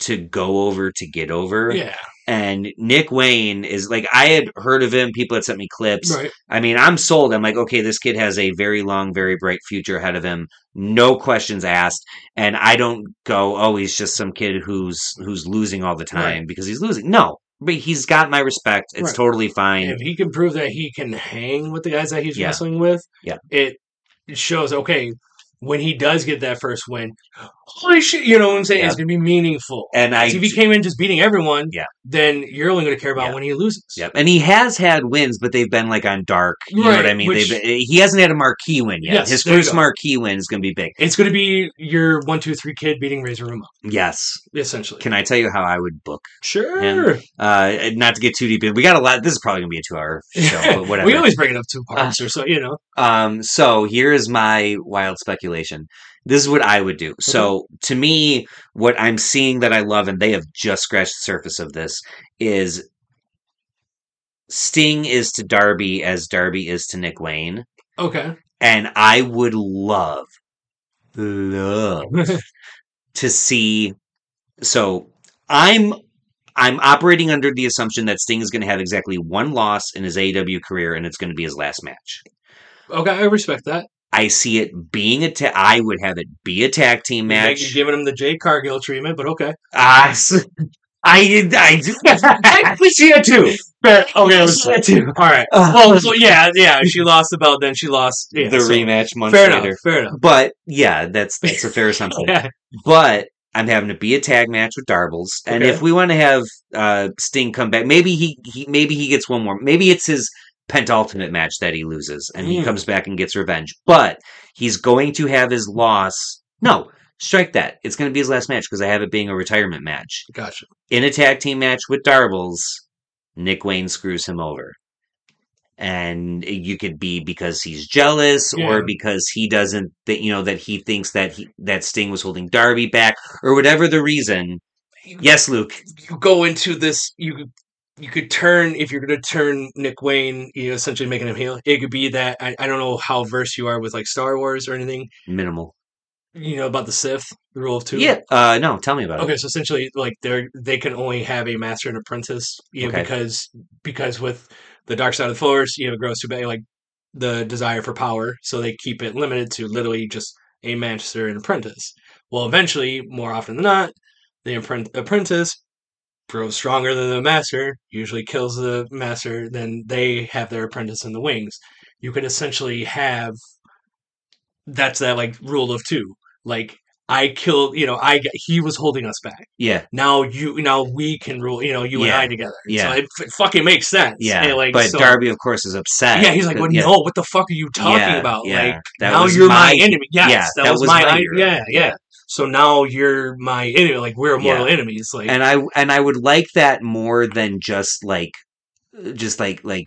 B: to go over to get over.
A: yeah,
B: And Nick Wayne is like I had heard of him. People had sent me clips.
A: right,
B: I mean, I'm sold. I'm like, okay, this kid has a very long, very bright future ahead of him. No questions asked. And I don't go, oh, he's just some kid who's who's losing all the time because he's losing. No, but he's got my respect. It's
A: Right.
B: totally fine.
A: if he can prove that he can hang with the guys that he's
B: Yeah.
A: wrestling with,
B: Yeah.
A: it it shows okay when he does get that first win. holy shit, you know what I'm saying?
B: Yeah.
A: It's going to be meaningful.
B: And I,
A: Because if he came in just beating everyone,
B: Yeah.
A: then you're only going to care about
B: Yeah.
A: when he loses.
B: Yep. And he has had wins, but they've been like on dark. You know
A: Right,
B: what I mean?
A: which-
B: they've been, he hasn't had a marquee win yet.
A: Yes,
B: His
A: there you
B: first
A: go.
B: marquee win is going to be big.
A: It's going to be your one, two, three kid beating Razor Room up,
B: Yes.
A: essentially.
B: Can I tell you how I would book?
A: sure.
B: Uh, and not to get too deep in, we got a lot. This is probably going to be a
A: (laughs)
B: two-hour show, but whatever. Ah.
A: we always bring it up two parts or so, you know.
B: Um, so here is my wild speculation. This is what I would do. So to me, what I'm seeing that I love, and they have just scratched the surface of this, is Sting is to Darby as Darby is to Nick Wayne.
A: Okay. (laughs)
B: And I would love, love to see. So I'm I'm operating under the assumption that Sting is going to have exactly one loss in his AEW career, and it's going to be his last match.
A: okay, I respect that.
B: I see it being a ta- I would have it be a tag team
A: Match.
B: (laughs) match.
A: giving him the Jay Cargill treatment, but okay.
B: Ah, s- I I I (laughs) I see it too.
A: okay,
B: let's-
A: that too. All right.
B: Uh,
A: Well, Oh, so yeah, yeah. (laughs) She lost the belt, then she lost yeah,
B: the
A: so-
B: rematch months
A: Fair
B: later.
A: enough. Fair enough.
B: (laughs) But yeah, that's that's a fair assumption.
A: (laughs) Yeah.
B: But I'm having to be a tag match with Darbles, and
A: Okay.
B: if we want to have uh, Sting come back, maybe he, he maybe he gets one more. Maybe it's his penultimate match that he loses, and he
A: Mm.
B: comes back and gets revenge. But he's going to have his loss. No, strike that. It's going to be his last match because I have it being a retirement match
A: Gotcha.
B: in a tag team match with Darbles. Nick Wayne screws him over. And you could be because he's jealous,
A: Yeah.
B: or because he doesn't, that you know, that he thinks that he, that Sting was holding Darby back, or whatever the reason. Yes, Luke.
A: you go into this you you could turn if you're going to turn Nick Wayne, you know, essentially making him heel. It could be that I, I don't know how versed you are with like Star Wars or anything,
B: Minimal.
A: you know, about the Sith, the rule of two.
B: Yeah. Uh, no. Tell me about
A: Okay, so essentially, like they're they can only have a master and apprentice, you know,
B: Okay.
A: because because with the dark side of the force, you know, it grows too bad, like the desire for power, so they keep it limited to literally just a master and apprentice. Well, eventually, more often than not, the appren- apprentice grows stronger than the master, usually kills the master, then they have their apprentice in the wings. You could essentially have that's that like rule of two, like. I killed, you know, I got- he was holding us back
B: it. Yeah.
A: now you now we can rule you know you and
B: Yeah.
A: i together
B: Yeah.
A: so it, f- fucking makes sense
B: Yeah.
A: And, like
B: but
A: so-
B: Darby, of course, is upset.
A: yeah he's like well,
B: yeah,
A: no what the fuck are you talking
B: yeah,
A: about
B: yeah.
A: like
B: That
A: now
B: was
A: you're my, enemy yes
B: yeah,
A: that,
B: that
A: was,
B: was
A: my,
B: my
A: I-
B: hero.
A: yeah yeah so now you're my enemy like we're mortal enemies like
B: and I and I would like that more than just like just like like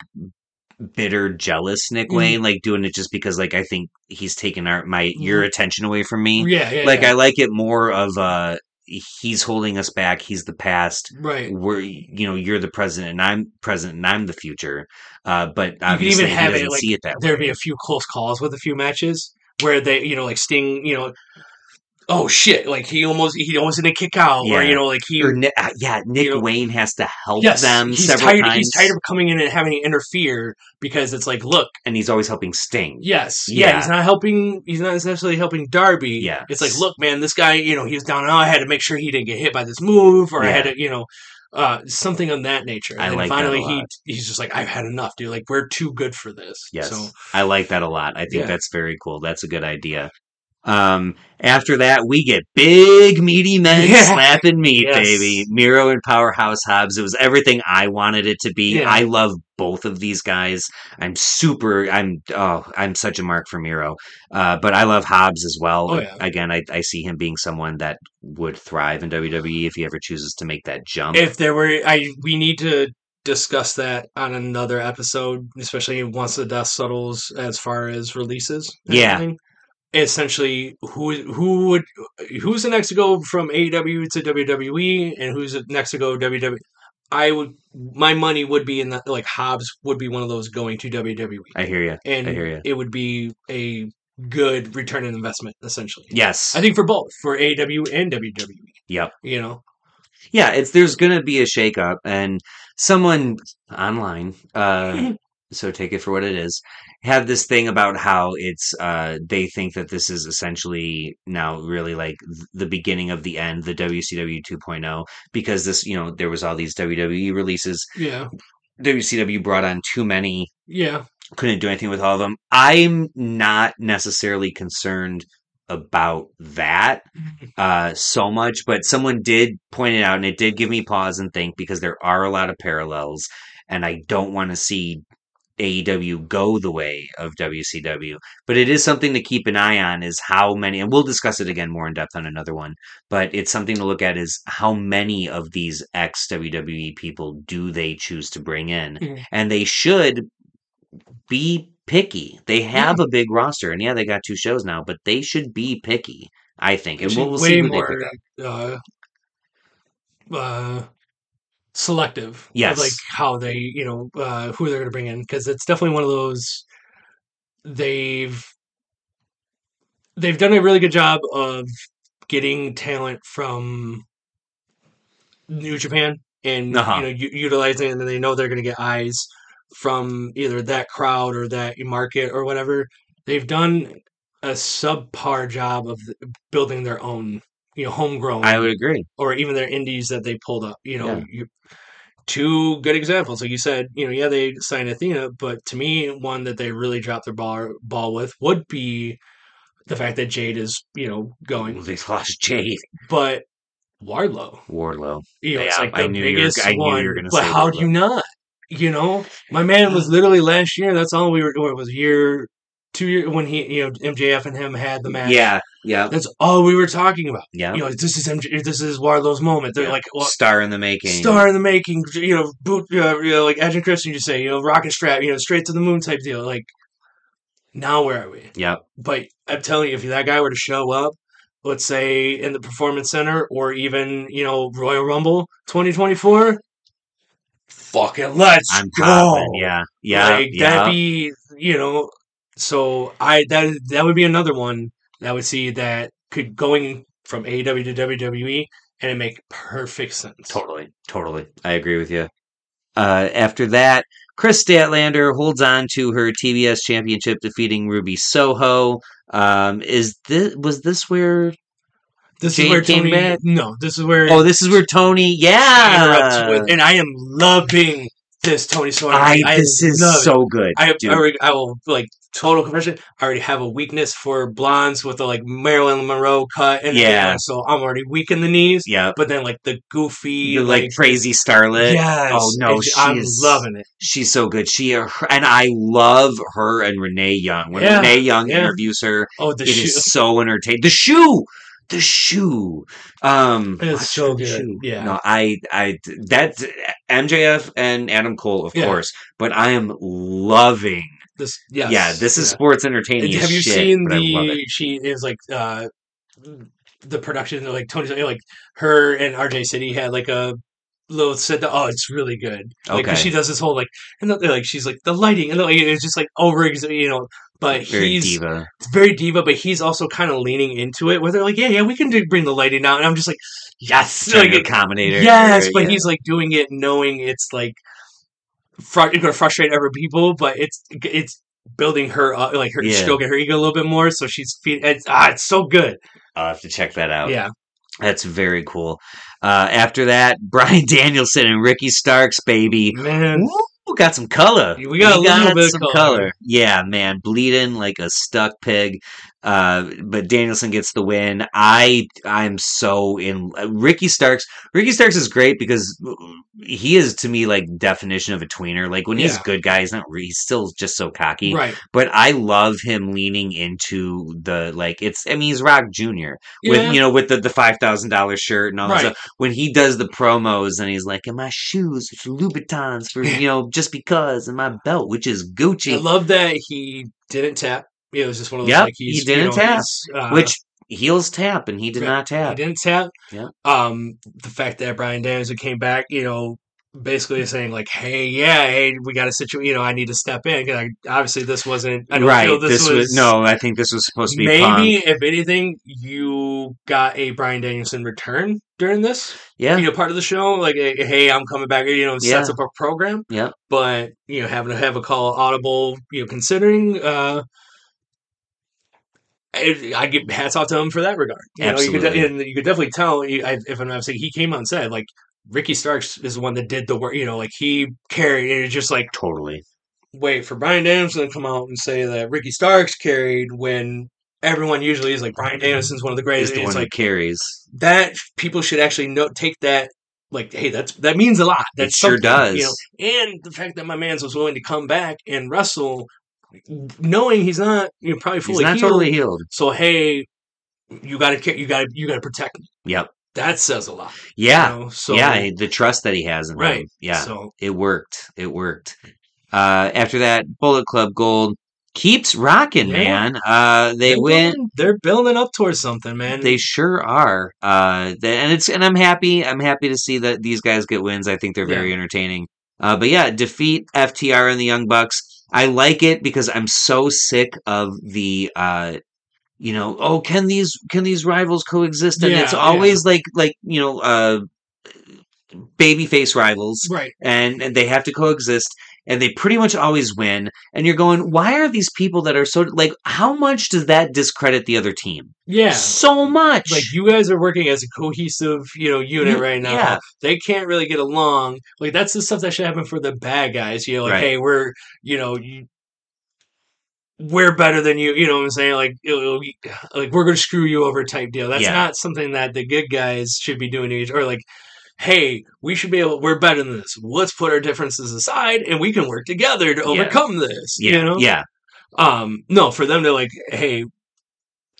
B: bitter jealous Nick
A: Mhm.
B: Wayne like doing it just because like I think he's taken our my your attention away from me.
A: yeah yeah
B: Like
A: yeah.
B: I like it more of uh he's holding us back, he's the past.
A: right
B: We're you know you're the present and I'm present and I'm the future, uh, but
A: even
B: obviously he
A: have it,
B: doesn't
A: like,
B: see it that
A: there'd
B: way.
A: be a few close calls with a few matches where they you know like sting you know oh shit like he almost he almost didn't kick out or
B: Yeah.
A: you know like he
B: or Ni- uh, yeah, Nick
A: know-
B: Wayne has to help
A: Yes,
B: them
A: he's
B: several
A: tired.
B: times,
A: He's tired of coming in and having to interfere because it's like, look,
B: and he's always helping Sting.
A: yes, yeah,
B: Yeah.
A: he's not helping. He's not necessarily helping Darby.
B: Yeah.
A: it's like, look, man, this guy, you know, he was down. and out. I had to make sure he didn't get hit by this move, or I had
B: Yeah.
A: to, you know, uh, something of that nature. And
B: I
A: then
B: like that a
A: finally,
B: lot.
A: he he's just like, I've had enough, dude. Like, we're too good for this.
B: Yes.
A: So
B: I like that a lot. I think
A: Yeah.
B: that's very cool. That's a good idea. Um, after that, we get big, meaty
A: (laughs)
B: men
A: Yeah.
B: slapping meat,
A: Yes.
B: baby. Miro and Powerhouse Hobbs. It was everything I wanted it to be.
A: Yeah.
B: I love both of these guys. I'm super, I'm, oh, I'm such a mark for Miro. Uh, but I love Hobbs as well.
A: Oh, yeah.
B: Again, I, I see him being someone that would thrive in WWE if he ever chooses to make that jump.
A: if there were, I we need to discuss that on another episode, especially once the dust settles as far as releases. and
B: Yeah.
A: everything. Essentially, who who would who's the next to go from AEW to WWE, and who's the next to go WWE? I would my money would be in the like Hobbs would be one of those going to WWE,
B: I hear you.
A: and
B: hear ya.
A: it would be a good return on investment. Essentially,
B: Yes.
A: I think for both for AEW and WWE.
B: Yep.
A: You know,
B: yeah, it's there's gonna be a shakeup, and someone online, uh, so take it for what it is, have this thing about how it's uh, they think that this is essentially now really like th- the beginning of the end, the WCW 2.0, oh, because this you know there was all these WWE releases,
A: yeah,
B: WCW brought on too many
A: yeah,
B: couldn't do anything with all of them. I'm not necessarily concerned about that uh, so much, but someone did point it out, and it did give me pause and think because there are a lot of parallels, and I don't want to see AEW go the way of WCW. But it is something to keep an eye on is how many, and we'll discuss it again more in depth on another one. But it's something to look at is how many of these ex WWE people do they choose to bring in,
A: Mm.
B: and they should be picky. They have a big roster, and yeah, they got two shows now, but they should be picky. I think, and
A: Actually,
B: we'll, we'll
A: way
B: see who they
A: more
B: pick up.
A: uh, uh, selective
B: Yes.
A: of like how they you know uh, who they're going to bring in because it's definitely one of those they've they've done a really good job of getting talent from New Japan and
B: Uh-huh.
A: you know u- utilizing it, and they know they're going to get eyes from either that crowd or that market or whatever. They've done a subpar job of building their own, you know, homegrown
B: I would agree.
A: or even their indies that they pulled up. You know,
B: Yeah.
A: you, two good examples. Like you said, you know, yeah, they signed Athena, but to me, one that they really dropped their ball ball with would be the fact that Jade is, you know, going.
B: (laughs) They lost Jade
A: But Warlow,
B: Warlow.
A: you know, it's
B: Mm-hmm. Yeah,
A: like the
B: I knew you were-
A: biggest
B: I knew you
A: one.
B: were gonna
A: but
B: say
A: how
B: Wardlow.
A: do you not? You know, my man was literally last year. That's all we were. What was year two year when he, you know, MJF and him had the match.
B: Yeah, yeah,
A: that's all we were talking about.
B: yeah.
A: You know, this is MJ, this is Warlow's moment. They're
B: Yeah.
A: like, well,
B: star in the making.
A: star in the making. You know, boot, uh, you know, like Edge and Christian, you say, you know, rocket strap, you know, straight to the moon type deal. Like, now where are we?
B: Yep.
A: But I'm telling you, if that guy were to show up, let's say in the Performance Center or even you know Royal Rumble 2024, fucking let's
B: I'm
A: go.
B: popping. Yeah. Yeah.
A: like
B: yeah.
A: that'd be you know. So I that that would be another one that I would see that could going from AEW to WWE and it make perfect sense.
B: Totally, totally. I agree with you. Uh, after that, Chris Statlander holds on to her TBS championship, defeating Ruby Soho. Um, is this was this where?
A: This
B: Jade
A: is where
B: came
A: Tony.
B: back?
A: No, this is where
B: Oh, this is where Tony.
A: he
B: Yeah,
A: interrupts with, and I am loving this Tony Storm.
B: I.
A: I
B: This is
A: love it.
B: so good.
A: I,
B: dude.
A: I, already- I will like total confession. I already have a weakness for blondes with the like Marilyn Monroe cut, and everything
B: Yeah.
A: else, so I'm already weak in the knees.
B: yeah,
A: But then like the goofy,
B: the like,
A: like,
B: crazy starlet.
A: yes,
B: Oh, no,
A: it's-
B: she
A: I'm
B: is-
A: loving it.
B: She's so good. She uh, her, and I love her and Renee Young. When
A: Yeah,
B: Renee Young
A: yeah.
B: interviews her,
A: Oh, the
B: It is
A: shoe
B: so entertaining. The shoe, the shoe. Um,
A: It's
B: watch
A: so
B: for the
A: good. Yeah.
B: No, I, I that MJF and Adam Cole, of
A: Yeah.
B: course. But I am loving.
A: This, yes,
B: Yeah, this is
A: yeah.
B: sports entertaining.
A: have
B: as
A: you
B: shit,
A: seen
B: but I love it.
A: the? She is like uh, the production, like Tony, like her and RJ City had like a little said that. Oh, it's really good. Like 'cause
B: Okay.
A: she does this whole like and the, like she's like the lighting and like, it's just like over you know. But
B: Very
A: uh, he's
B: diva.
A: very diva, but he's also kind of leaning into it. Where they're like, yeah, yeah, we can do, bring the lighting out, and I'm just like, yes,
B: Trying
A: like
B: to accommodate her.
A: yes,
B: Right,
A: but
B: yeah.
A: he's like doing it knowing it's like fr- going to frustrate other people, but it's it's building her up, like her
B: Yeah.
A: stroking her ego a little bit more, so she's feed It's, ah, it's so good.
B: I'll have to check that out.
A: Yeah,
B: That's very cool. Uh, after that, (laughs) Brian Danielson and Ricky Starks, baby.
A: man.
B: Ooh, got some color.
A: We got a little bit of color.
B: Yeah, man, bleeding like a stuck pig. Uh, but Danielson gets the win. I I'm so in Ricky Starks. Ricky Starks is great because he is to me like definition of a tweener. Like when he's
A: Yeah.
B: a good guy, he's not. re- He's still just so cocky.
A: Right.
B: But I love him leaning into the like. It's I mean he's Rock Junior with you know with the the five thousand dollar shirt and all that
A: right.
B: stuff when he does the promos and he's like, and my shoes, which are Louboutins for, you know, just because, and my belt, which is
A: I
B: Gucci,
A: love that he didn't tap. It was just one of those
B: Yep,
A: like he's
B: he didn't
A: you know,
B: tap,
A: he's, uh,
B: which heels tap, and he did
A: right,
B: not
A: he
B: tap.
A: didn't tap.
B: Yeah.
A: Um, the fact that Brian Danielson came back, you know, basically saying like, "Hey, yeah, hey, we got a situation. You know, I need to step in because obviously this wasn't. I don't
B: Right.
A: feel this,
B: This was, no, I think this was supposed to be
A: Maybe
B: Punk.
A: if anything, you got a Brian Danielson return during this.
B: Yeah.
A: You know, part of the show, like, eh, hey, I'm coming back. You know, sets
B: Yeah.
A: up a program.
B: Yeah.
A: But you know, having to have a call audible. You know, considering. uh I, I give hats off to him for that regard. You know, you
B: Absolutely.
A: could de- and you could definitely tell. you- I, if I'm not saying he came on set, like Ricky Starks is the one that did the work. You know, like he carried. It was just like
B: Totally.
A: wait for Brian Danielson to come out and say that Ricky Starks carried when everyone usually is like Brian Danielson's one of the
B: Is
A: greatest.
B: the
A: It's
B: one
A: like
B: who carries.
A: that people should actually know take that like hey that's that means a lot
B: It
A: that
B: sure does.
A: you know and the fact that my man's was willing to come back and wrestle knowing he's not you know, probably fully
B: He's not
A: healed,
B: totally healed.
A: so hey you gotta care you gotta you gotta protect me
B: Yep.
A: that says a lot
B: Yeah.
A: you know? so
B: yeah. The trust that he has in him.
A: right
B: Yeah.
A: so
B: it worked. It worked. Uh, after that, Bullet Club Gold keeps rocking,
A: Yeah.
B: man. Uh, they
A: they're
B: went.
A: building- they're building up towards something man
B: They sure are. Uh, th- and it's and I'm happy. I'm happy to see that these guys get wins. I think they're very entertaining. Uh, but yeah, defeat FTR and the Young Bucks. I like it because I'm so sick of the. Uh, you know, oh, can these can these rivals coexist? And
A: Yeah,
B: it's
A: yeah.
B: always like like you know, uh, babyface rivals
A: right
B: and, and they have to coexist and they pretty much always win and you're going why are these people that are so like how much does that discredit the other team
A: yeah
B: so much
A: like you guys are working as a cohesive you know unit
B: You-
A: right now
B: yeah.
A: they can't really get along like that's the stuff that should happen for the bad guys you know like
B: Right.
A: hey we're you know you, we're better than you you know what i'm saying like it'll- it'll- like we're gonna screw you over type deal that's
B: Yeah.
A: not something that the good guys should be doing to each or like hey we should be able we're better than this let's put our differences aside and we can work together to
B: Yeah.
A: overcome this
B: yeah
A: you know
B: yeah
A: um no for them to like hey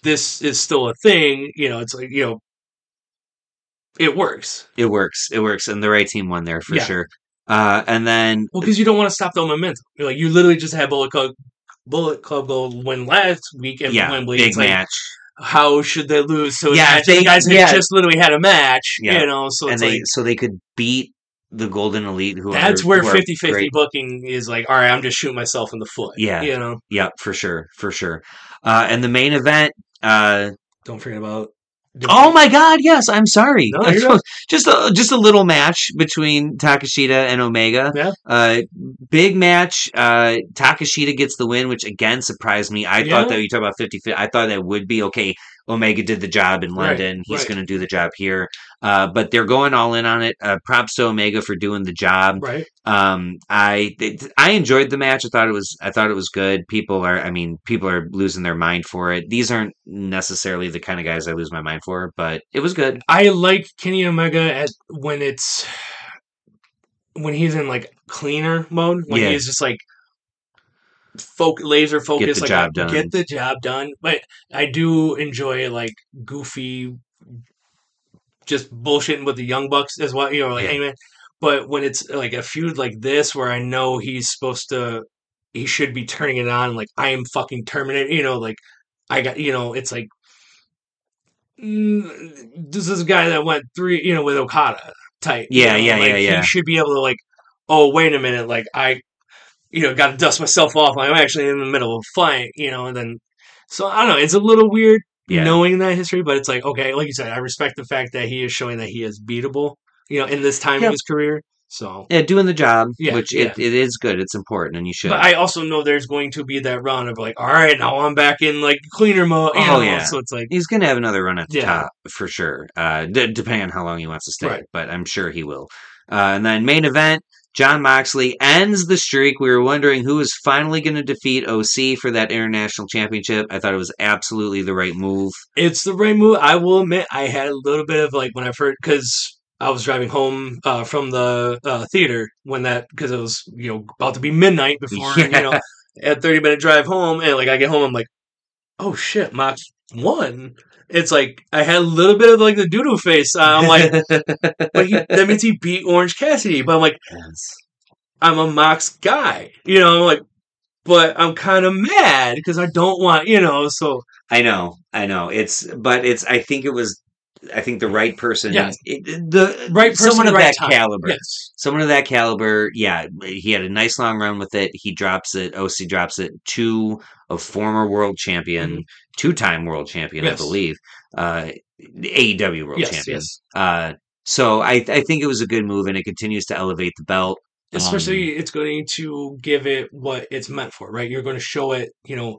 A: this is still a thing you know it's like you know it works
B: it works it works and the right team won there for
A: Yeah.
B: sure uh and then
A: well because you don't want to stop the momentum You're like you literally just had bullet club bullet club gold win last week at
B: yeah
A: wembley
B: big
A: it's like
B: match
A: how should they lose so
B: Yeah,
A: yeah
B: they-
A: the guys had
B: yeah.
A: just literally had a match
B: Yeah.
A: you know so
B: and
A: it's
B: they
A: like
B: so they could beat the golden elite who are-
A: that's where
B: who are
A: 50 50
B: great.
A: booking is like all right i'm just shooting myself in the foot
B: Yeah.
A: you know
B: yeah for sure for sure uh and the main event uh
A: don't forget about
B: Oh my God! Yes, I'm sorry.
A: No,
B: (laughs)
A: you're good.
B: just a just a little match between Takashita and Omega.
A: Yeah.
B: Uh, big match. Uh, Takashita gets the win, which again surprised me. I
A: Yeah.
B: thought that you talk about 50 I thought that would be okay. Omega did the job in
A: Right,
B: London. He's
A: right.
B: going to do the job here. Uh, but they're going all in on it. Uh, props to Omega for doing the job.
A: right
B: Um, I it, I enjoyed the match. I thought it was I thought it was good. People are I mean people are losing their mind for it. These aren't necessarily the kind of guys I lose my mind for, but it was good.
A: I like Kenny Omega at when it's when he's in like cleaner mode when
B: Yeah.
A: he's just like folk laser focused
B: the
A: like
B: job done.
A: get the job done but I do enjoy like goofy just bullshitting with the young bucks as well you know like
B: Yeah.
A: hey man but when it's like a feud like this where I know he's supposed to he should be turning it on like I am fucking terminated you know like I got you know it's like mm, this is a guy that went three, you know, with Okada type. you
B: Yeah,
A: know,
B: yeah,
A: like,
B: yeah, yeah.
A: He should be able to like, oh wait a minute, like I, you know, got to dust myself off. I'm actually in the middle of a fight, you know, and then so I don't know. It's a little weird
B: Yeah.
A: knowing that history, but it's like okay, like you said, I respect the fact that he is showing that he is beatable, you know, in this time
B: Yeah.
A: of his career. So.
B: Yeah, doing the job,
A: Yeah,
B: which It, it is good. It's important, and you should.
A: But I also know there's going to be that round of like, all right, now I'm back in like cleaner mode. You
B: Oh,
A: know?
B: yeah.
A: So it's like,
B: He's going to have another run at the
A: Yeah.
B: top for sure, uh, d- depending on how long he wants to stay.
A: Right.
B: But I'm sure he will. Uh, and then main event, John Moxley ends the streak. We were wondering who is finally going to defeat OC for that international championship. I thought it was absolutely the right move.
A: It's the right move. I will admit, I had a little bit of like when I first because I was driving home uh, from the uh, theater when that because it was you know about to be midnight before you know
B: (laughs)
A: a thirty minute drive home and like I get home I'm like, oh shit, Mox won. It's like I had a little bit of like the doodoo face. Uh, I'm
B: (laughs)
A: like, but he, that means he beat Orange Cassidy. But I'm like,
B: Yes.
A: I'm a Mox guy, you know. I'm like, but I'm kind of mad because I don't want you know. So
B: I know, I know. It's but it's. I think it was. I think the right person.
A: Yes.
B: it- the
A: right person,
B: someone of
A: right
B: that
A: time.
B: caliber.
A: Yes.
B: Someone of that caliber. Yeah, he had a nice long run with it. He drops it. OC drops it to a former world champion,
A: Mhm.
B: two-time world champion, I
A: Yes.
B: believe. Uh, AEW world
A: yes,
B: champion.
A: yes.
B: Uh, so I I think it was a good move, and it continues to elevate the belt. Um,
A: especially it's going to give it what it's meant for right you're going to show it you know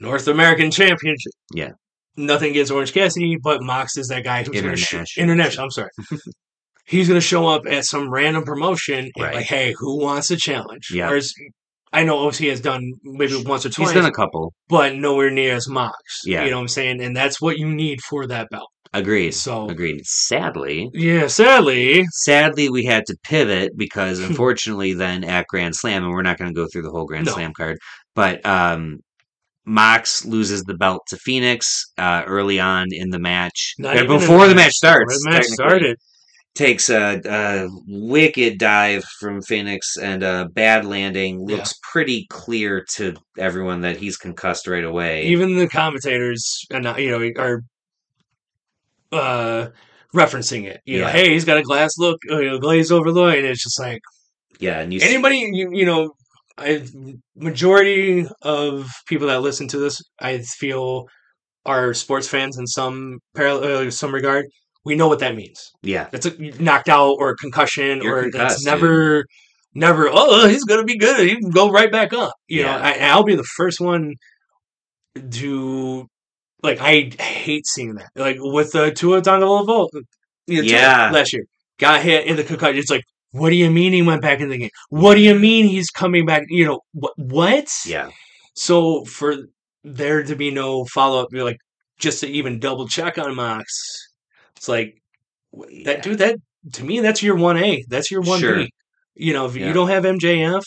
A: north american championship
B: Yeah.
A: nothing against orange cassidy but mox is that guy who's going to show
B: International.
A: international i'm sorry
B: (laughs)
A: he's going to show up at some random promotion and
B: Right.
A: like hey who wants a challenge
B: Yeah.
A: Whereas I know OC has done maybe once or twice,
B: He's done a couple.
A: but nowhere near as Mox.
B: Yeah.
A: You know what I'm saying? And that's what you need for that belt.
B: Agreed.
A: So,
B: Agreed. Sadly,
A: yeah, sadly,
B: sadly, we had to pivot
A: (laughs)
B: because unfortunately, then at Grand Slam, and we're not going to go through the whole Grand
A: No.
B: Slam card, but um, Mox loses the belt to Phoenix uh, early on in the match,
A: Not
B: Uh,
A: even in
B: before
A: the
B: the match
A: match.
B: starts.
A: the match
B: technically.
A: started.
B: takes a, a wicked dive from Phoenix and a bad landing.
A: Yeah.
B: Looks pretty clear to everyone that he's concussed right away.
A: Even the commentators, and uh, you know, are uh, referencing it. You know,
B: Yeah.
A: hey, he's got a glass look, uh, you know, glazed over look, and it's just like.
B: yeah, and you see-
A: anybody you, you know i majority of people that listen to this i feel are sports fans in some parallel uh, some regard we know what that means
B: yeah,
A: it's a knocked out or concussion
B: You're
A: or that's
B: concussed, dude.
A: never never oh he's gonna be good he can go right back up you
B: Yeah.
A: know I, i'll be the first one to like i hate seeing that like with the Tua Tagovailoa you know, Tua
B: Yeah.
A: last year got hit in the concussion it's like what do you mean he went back in the game what do you mean he's coming back you know wh- what
B: yeah,
A: so for there to be no follow up, you're like just to even double check on Mox. It's like w- that dude. That to me, that's your one A. That's your one
B: Sure.
A: B. You know, if
B: Yeah.
A: you don't have MJF,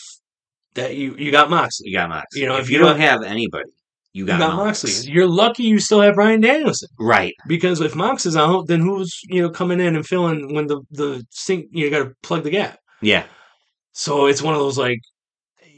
A: that you you got Moxley.
B: you got Mox.
A: You know,
B: if,
A: if
B: you
A: you
B: don't have anybody, you
A: You
B: got,
A: got,
B: Mox.
A: Moxley. You're lucky you still have Brian Danielson
B: Right.
A: because if Mox is out, then who's you know coming in and filling when the the sink you got to plug the gap.
B: Yeah.
A: So it's one of those like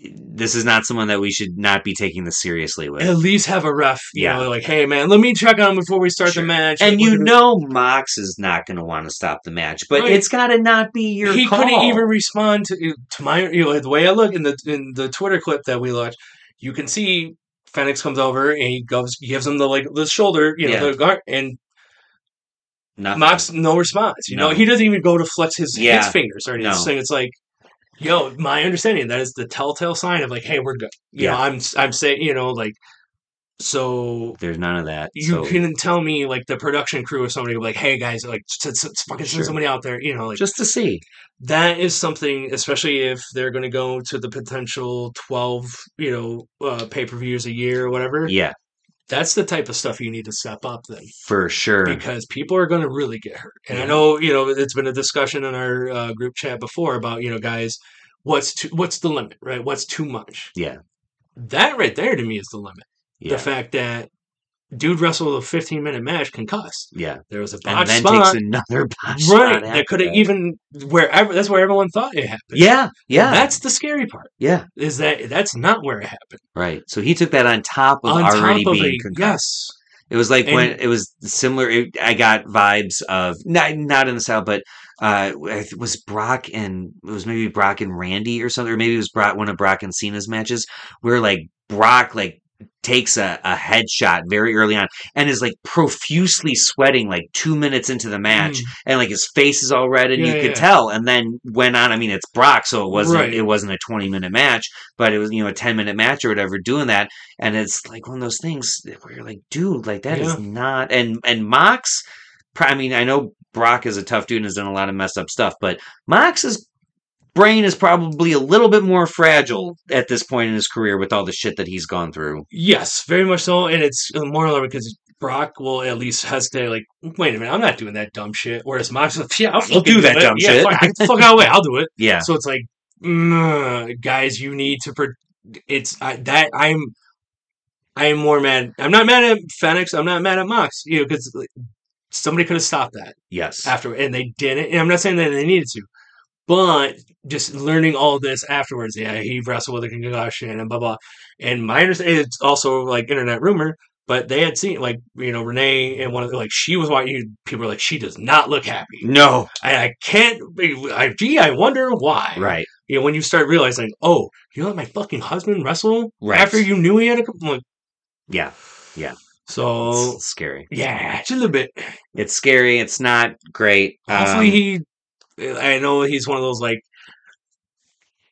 B: This is not someone that we should not be taking this seriously with.
A: at least have a ref. You
B: Yeah.
A: know, like hey man, let me check on him before we start
B: Sure.
A: the match.
B: and
A: Look
B: you
A: at-
B: know Mox is not going to want to stop the match, but
A: Right.
B: it's got to not be your
A: he
B: call.
A: couldn't even respond to to my you know, the way I look in the in the Twitter clip that we watched. You can see Fenix comes over and he goes gives him the like the shoulder, you know,
B: Yeah.
A: the guard, and
B: Nothing.
A: Mox no response. You
B: No.
A: know, he doesn't even go to flex his
B: Yeah.
A: his fingers or anything.
B: No.
A: So it's like, yo, my understanding that is the telltale sign of like, hey, we're good. You
B: Yeah.
A: know, I'm I'm saying you know like, so
B: There's none of that.
A: you
B: so
A: couldn't tell me like the production crew or somebody like, hey guys, like s- s- fucking
B: Sure.
A: send somebody out there, you know, like
B: just to see.
A: that is something, especially if they're going to go to the potential twelve, you know, uh, pay per views a year or whatever.
B: Yeah,
A: That's the type of stuff you need to step up then,
B: for sure.
A: because people are going to really get hurt. And
B: Yeah.
A: I know, you know, it's been a discussion in our uh, group chat before about, you know, guys, what's too, what's the limit, right? What's too much?
B: Yeah.
A: That right there to me is the limit.
B: yeah.
A: The fact that dude wrestled a 15 minute match concussed.
B: Yeah,
A: There was a
B: and
A: botch
B: then
A: spot.
B: takes another (laughs)
A: Right,
B: botch shot after
A: that could have
B: that.
A: even wherever. That's where everyone thought it happened.
B: Yeah, yeah,
A: that's the scary part.
B: yeah.
A: Is that that's not where it happened.
B: Right. So he took that on top of
A: On
B: already
A: top of
B: being
A: a
B: concussed.
A: yes,
B: It was like
A: And-
B: when it was similar. It, I got vibes of not not in the south, but uh, I th- was Brock and it was maybe Brock and Randy or something, or maybe it was Brock one of Brock and Cena's matches where like Brock like takes a, a headshot very early on and is like profusely sweating like two minutes into the match
A: Mm,
B: and like his face is all red and
A: Yeah,
B: you
A: yeah,
B: could
A: yeah.
B: tell and then went on i mean it's brock so it wasn't
A: Right.
B: it wasn't a 20 minute match but it was you know a 10 minute match or whatever doing that and it's like one of those things that where you're like dude like that is
A: Yeah.
B: not and and mox pr- i mean i know brock is a tough dude and has done a lot of messed up stuff but mox's brain is probably a little bit more fragile at this point in his career with all the shit that he's gone through
A: yes, very much so. And it's more of it because Brock will at least hesitate, like, wait a minute, I'm not doing that dumb shit. Whereas Mox,
B: (laughs)
A: is like, yeah, I'll
B: You'll
A: fucking
B: do that
A: it.
B: dumb
A: yeah,
B: shit."
A: Fuck, get the fuck out of the way, I'll do it.
B: (laughs) yeah
A: So it's like, mm, guys, you need to. Pro- it's I, that I'm. I am more mad. I'm not mad at Fenix. I'm not mad at Mox. You know, because somebody could have stopped that.
B: yes
A: after and they didn't and i'm not saying that they needed to but just learning all this afterwards yeah he wrestled with a concussion and blah blah and my understanding it's also like internet rumor but they had seen like you know renee and one of the, like she was watching people were like she does not look happy
B: no
A: and i can't be I, gee i wonder why
B: right
A: you know when you start realizing oh you let my fucking husband wrestle
B: Right.
A: after you knew he had a couple like,
B: yeah
A: so
B: it's scary
A: yeah it's a little bit
B: It's scary. It's not great.
A: Hopefully,
B: Um,
A: he. I know he's one of those like.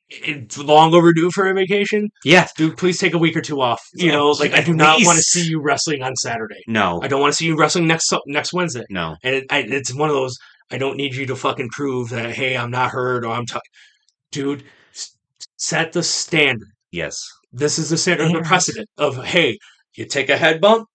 A: It's long overdue for a vacation,
B: yeah.
A: dude. Please take a week or two off. You know, like I do
B: Oh, At
A: not want to
B: least.
A: see you wrestling on Saturday.
B: No.
A: I don't want to see you wrestling next Su- next Wednesday.
B: No.
A: And it, I, it's one of those. I don't need you to fucking prove that hey, I'm not hurt or I'm. T-. Dude, s- set the standard.
B: Yes.
A: This is the standard the precedent of hey, you take a head bump,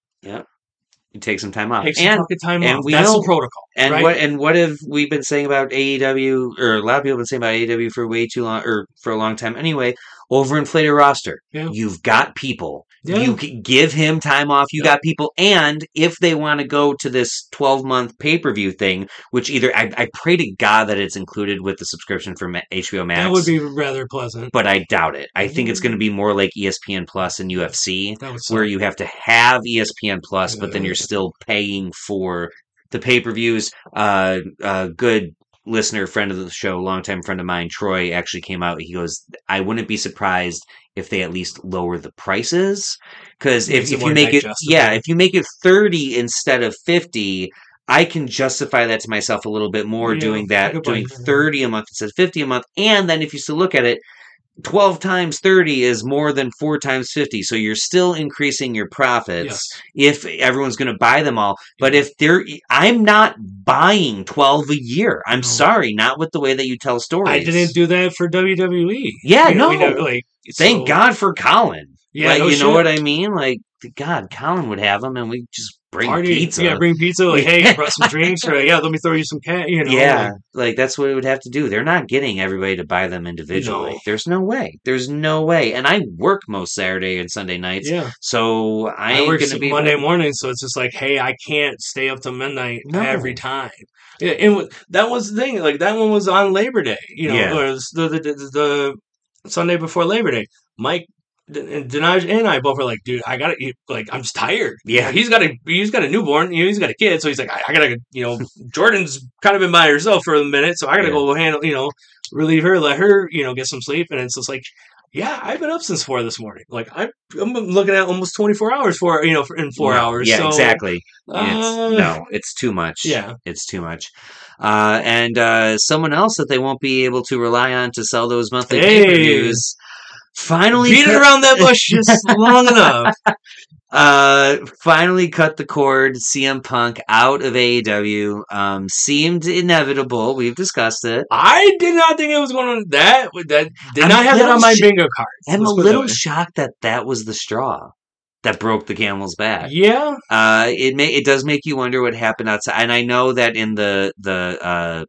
B: You take some time off.
A: take some
B: and
A: fucking time
B: and
A: off.
B: we
A: That's
B: know-
A: the protocol.
B: and
A: right?
B: what and what have we been saying about AEW or a lot of people have been saying about AEW for way too long or for a long time anyway, overinflated roster.
A: Yeah.
B: You've got people.
A: Yeah.
B: You c- give him time off. You
A: Yeah.
B: got people. And if they want to go to this 12 month pay per view thing, which either I, I pray to God that it's included with the subscription for Ma- HBO Max,
A: that would be rather pleasant.
B: but I doubt it. I think it's
A: Mm.
B: going to be more like E ESPN Plus and UFC,
A: That would suck.
B: where you have to have E ESPN Plus, but then
A: Yeah.
B: you're still paying for the pay per views. Uh, uh, good listener, friend of the show, longtime friend of mine, Troy, actually came out. He goes, I wouldn't be surprised if they at least lower the prices. Because if,
A: Makes it
B: if
A: more
B: you make it,
A: digestible.
B: yeah, if you make it 30 instead of 50, I can justify that to myself a little bit more
A: Yeah,
B: doing
A: I
B: that,
A: could buy
B: doing
A: that.
B: 30 a month instead of 50 a month. And then if you still look at it, 12 times 30 is more than 4 times 50 so you're still increasing your profits
A: yes.
B: if everyone's going to buy them all but
A: Yeah.
B: if they're i'm not buying 12 a year i'm
A: No.
B: sorry not with the way that you tell stories
A: I didn't do that for WWE.
B: Yeah,
A: You know, we
B: no.
A: never, like,
B: thank
A: so-
B: god for colin
A: Yeah,
B: like
A: no
B: you
A: shit.
B: know what i mean like god colin would have them and we just bring
A: Party,
B: pizza
A: Yeah, bring pizza.
B: (laughs)
A: Like, hey, I brought some drinks. Or, yeah, let me throw you some cat. You know,
B: yeah,
A: like,
B: like that's what it would have to do. They're not getting everybody to buy them individually.
A: No.
B: There's no way. There's no way. And I work most Saturday and Sunday nights,
A: yeah.
B: so I,
A: I,
B: ain't
A: work
B: gonna be
A: Monday morning, so it's just like, hey, I can't stay up till midnight
B: No.
A: every time. Yeah, and wa- that was the thing. Like that one was on Labor Day, you know,
B: Yeah.
A: or it was the, the the the Sunday before Labor Day. Mike D- and Dinaj and I both were like, dude, I gotta eat. Like I'm just tired.
B: Yeah.
A: he's got a he's got a newborn. You know, he's got a kid, so he's like, I, I gotta, you
B: (laughs)
A: know, Jordan's kind of been by herself for a minute, so I gotta
B: Yeah.
A: go handle, you know, relieve her, let her, you know, get some sleep, and it's just like. Yeah, I've been up since four this morning. Like I'm, I'm looking at almost twenty four hours for you know for, in four
B: No.
A: hours.
B: Yeah,
A: so,
B: exactly.
A: uh,
B: it's, no, it's too much.
A: Yeah.
B: it's too much. Uh, and uh, someone else that they won't be able to rely on to sell those monthly
A: Hey.
B: pay-per-views. Finally,
A: beat it
B: cut-
A: around that
B: (laughs)
A: bush just long enough.
B: uh finally cut the cord CM Punk out of AEW um seemed inevitable we've discussed it
A: I did not think it was going on that. That did
B: I'm
A: not have that
B: little
A: on my
B: sh-
A: bingo card.
B: I'm a
A: Let's put it
B: little
A: that way.
B: shocked that that was the straw that broke the camel's back
A: yeah,
B: uh it may it does make you wonder what happened outside and I know that in the the uh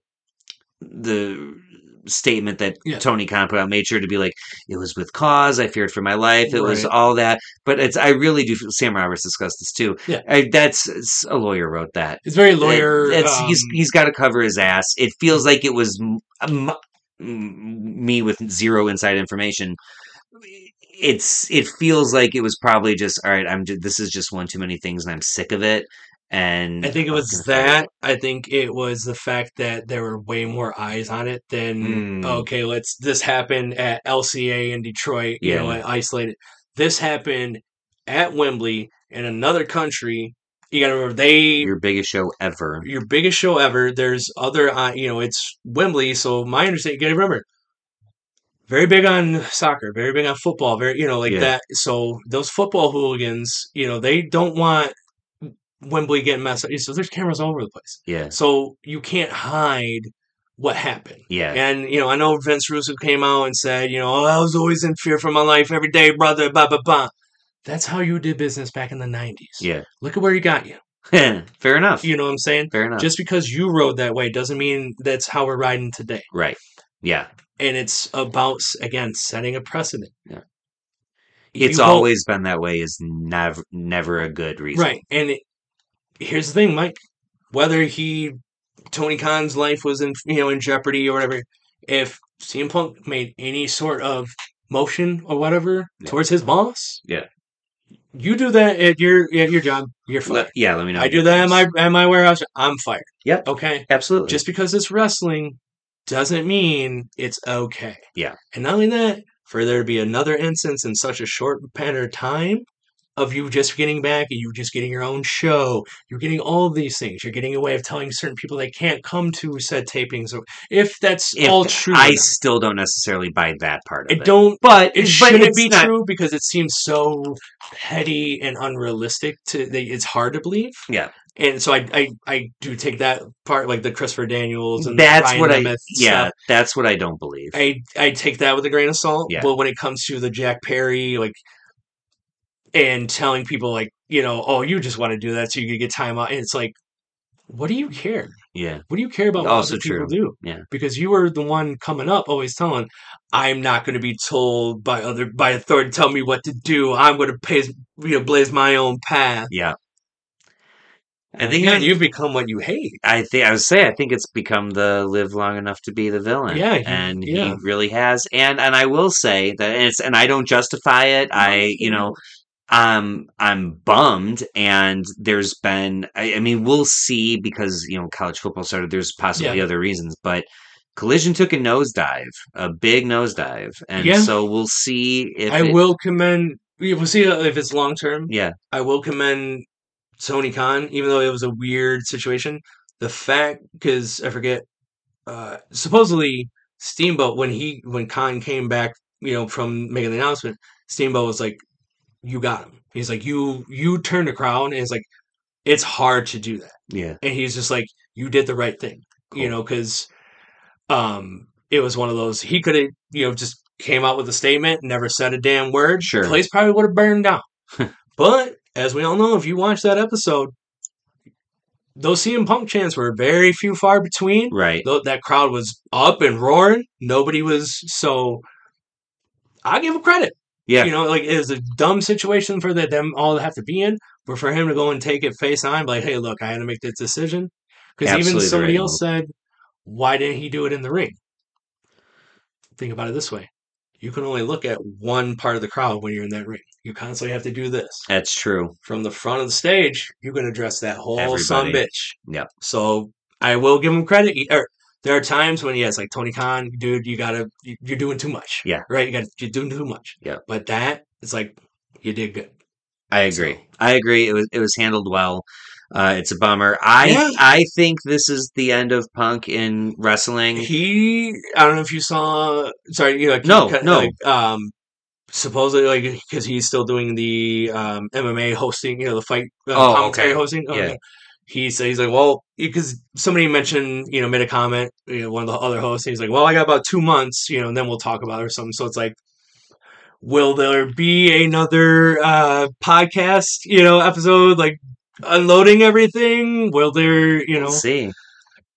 B: the statement that
A: Yeah.
B: Tony Khan put out made sure to be like it was with cause I feared for my life it was
A: Right.
B: all that but it's I really do feel Sam Roberts discussed this too
A: Yeah.
B: I, that's it's- a lawyer wrote that
A: it's very lawyer.
B: It- it's- he's
A: um,
B: he's got to cover his ass. It feels like it was m- m- m- me with zero inside information. It's it feels like it was probably just all right. I'm ju- this is just one too many things, and I'm sick of it. And
A: I think it
B: I'm
A: was
B: gonna fight.
A: that. I think it was the fact that there were way more eyes on it than
B: Mm.
A: okay, let's this happened at LCA in Detroit, you know,
B: Yeah.
A: and isolated. This happened at Wembley in another country. You got to remember they
B: your biggest show ever.
A: your biggest show ever. There's other, uh, you know, it's Wembley. So my understanding, you got to remember, very big on soccer, very big on football, very, you know, like
B: Yeah.
A: that. So those football hooligans, you know, they don't want Wembley getting messed up. So there's cameras all over the place.
B: Yeah,
A: So you can't hide what happened.
B: yeah,
A: And you know, I know Vince Russo came out and said, you know, oh, I was always in fear for my life every day, brother. Blah blah blah. That's how you did business back in the '90s.
B: yeah.
A: Look at where you got you.
B: (laughs) Fair enough.
A: You know what I'm saying?
B: Fair enough.
A: just because you rode that way doesn't mean that's how we're riding today
B: right. Yeah.
A: and it's about s- again setting a precedent
B: Yeah.
A: You
B: It's
A: won't-
B: always been that way. Is never never a good reason.
A: right and it, here's the thing mike whether he tony khan's life was in you know in jeopardy or whatever if CM Punk made any sort of motion or whatever
B: Yeah.
A: towards his boss
B: Yeah.
A: you do that at your at your job you're
B: Let-
A: fired
B: yeah. Let me know.
A: i do that at my at my warehouse i'm fired
B: Yep.
A: okay
B: Absolutely.
A: just because it's wrestling doesn't mean it's okay.
B: Yeah.
A: And not only that, for there to be another instance in such a short span of time, of you just getting back and you just getting your own show. You're getting all of these things. You're getting a way of telling certain people they can't come to said tapings or if that's
B: If
A: all true. or
B: I
A: not.
B: still don't necessarily buy that part of
A: I
B: it.
A: don't
B: but
A: it
B: but
A: shouldn't
B: it's
A: be
B: not-
A: true because it seems so petty and unrealistic to that it's hard to believe.
B: Yeah.
A: And so I I, I do take that part like the Christopher Daniels and
B: That's
A: Ryan
B: what I
A: Nemeth
B: yeah.
A: stuff.
B: That's what I don't believe.
A: I I take that with a grain of salt.
B: Yeah.
A: But when it comes to the Jack Perry, like, and telling people like, you know, oh, you just want to do that so you can get time out, and it's like, what do you care?
B: yeah,
A: What do you care about what
B: Also
A: other people
B: true.
A: do?
B: Yeah.
A: Because you were the one coming up, always telling, I'm not going to be told by other by authority tell me what to do. I'm going to pace, you know, blaze my own path.
B: yeah. I
A: And
B: think
A: then
B: I-
A: you've become what you hate.
B: I think I would say I think it's become the live long enough to be the villain.
A: Yeah, he-
B: and
A: yeah.
B: he really has. And and I will say that it's and I don't justify it. I you know um I'm bummed and there's been I, I mean we'll see because you know college football started. There's possibly other reasons, but. Collision took a nosedive, a big nosedive, and
A: Yeah.
B: so we'll see if
A: I
B: it-
A: will commend. We'll see if it's long term.
B: Yeah,
A: I will commend Tony Khan, even though it was a weird situation. The fact, because I forget, uh, supposedly Steamboat when he when Khan came back, you know, from making the announcement, Steamboat was like, "You got him." He's like, "You you turned the crown," and it's like, it's hard to do that.
B: yeah,
A: And he's just like, "You did the right thing," you
B: Cool.
A: know, because um, it was one of those he could have, you know, just came out with a statement, never said a damn word.
B: Sure.
A: place probably would have burned
B: (laughs)
A: down. but as we all know, if you watch that episode, those CM Punk chants were very few far between.
B: right.
A: Tho- that crowd was up and roaring. Nobody was so. I give him credit.
B: Yeah.
A: You know, like it was a dumb situation for that them all to have to be in, but for him to go and take it face on, like, hey, look, I had to make this decision. Because even
B: Absolutely the
A: somebody
B: right
A: else said, why didn't he do it in the ring? Think about it this way: you can only look at one part of the crowd when you're in that ring. You constantly have to do this
B: That's true.
A: from the front of the stage, you can address that whole son
B: Everybody.
A: bitch.
B: Yep.
A: So I will give him credit. He- er, there are times when yes, like Tony Khan, dude, you gotta, you- you're doing too much.
B: Yeah.
A: Right. You got, you're doing too much.
B: Yeah.
A: But that, it's like you did good.
B: I agree.
A: So-
B: I agree. It was it was handled well. Uh, it's a bummer. I
A: Yeah.
B: I think this is the end of Punk in wrestling.
A: He, I don't know if you saw. Sorry, you know, like,
B: No,
A: he cut-
B: no.
A: like, um, supposedly like because he's still doing the um MMA hosting, you know, the fight uh,
B: Oh,
A: commentary
B: okay.
A: hosting. Oh,
B: Yeah.
A: yeah. He said he's like, well, because somebody mentioned, you know, made a comment, you know, one of the other hosts. and He's like, well, I got about two months, you know, and then we'll talk about it or something. So it's like, will there be another uh podcast, you know, episode like unloading everything? Will there, you know,
B: Let's see.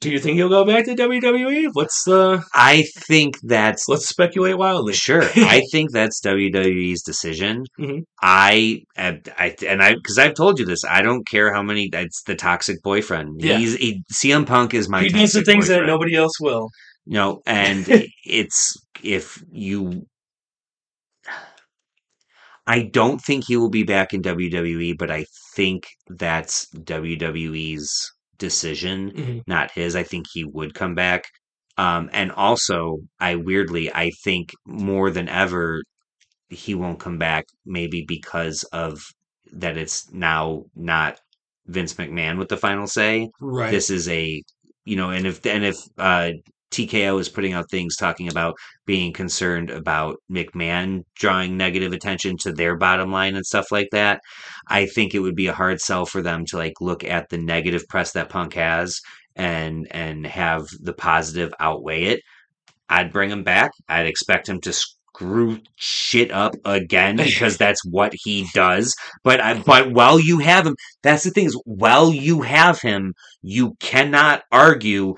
A: do you think he'll go back to WWE? What's the
B: I think that's
A: let's speculate wildly. (laughs)
B: sure. I think that's WWE's decision.
A: Mhm.
B: I, I I and I because I've told you this. I don't care how many. That's the toxic boyfriend.
A: Yeah.
B: He's he, CM Punk is my.
A: He does the
B: toxic
A: things that
B: boyfriend.
A: nobody else will.
B: No, and i- it's if you. I don't think he will be back in WWE, but I think that's WWE's decision, not his. I think he would come back. Um, and also, I weirdly, I think more than ever, he won't come back, maybe because of that it's now not Vince McMahon with the final say
A: Right.
B: this is a you know and if and if uh TKO is putting out things talking about being concerned about McMahon drawing negative attention to their bottom line and stuff like that. I think it would be a hard sell for them to like look at the negative press that Punk has and and have the positive outweigh it. I'd bring him back. I'd expect him to screw shit up again because that's what he does. But I, but while you have him, that's the thing is while you have him, you cannot argue.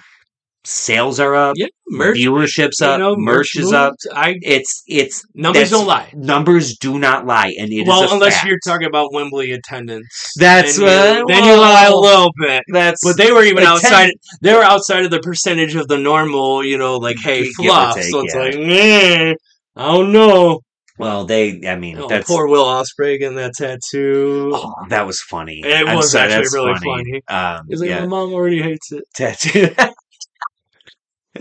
B: Sales are up,
A: yeah, merch.
B: viewership's
A: you
B: up,
A: know,
B: merch, is up.
A: moved. I
B: It's it's
A: numbers
B: that's-
A: don't lie.
B: numbers do not lie, and it is
A: Well,
B: a
A: unless
B: fact.
A: you're talking about Wembley attendance.
B: That's
A: then you,
B: what-
A: then you lie a
B: well,
A: little bit.
B: That's
A: But they were even
B: attend-
A: outside. They were outside of the percentage of the normal. You know, like hey,
B: Give or
A: fluff.
B: take,
A: so it's
B: yeah.
A: like, eh, I don't know.
B: well, they. I mean,
A: Oh,
B: that's
A: poor Will Osprey and that tattoo.
B: oh, that was funny.
A: It
B: I'm
A: was
B: sorry,
A: actually
B: that's
A: really
B: funny. Um,
A: He's like,
B: yeah.
A: my mom already hates it.
B: tattoo. (laughs)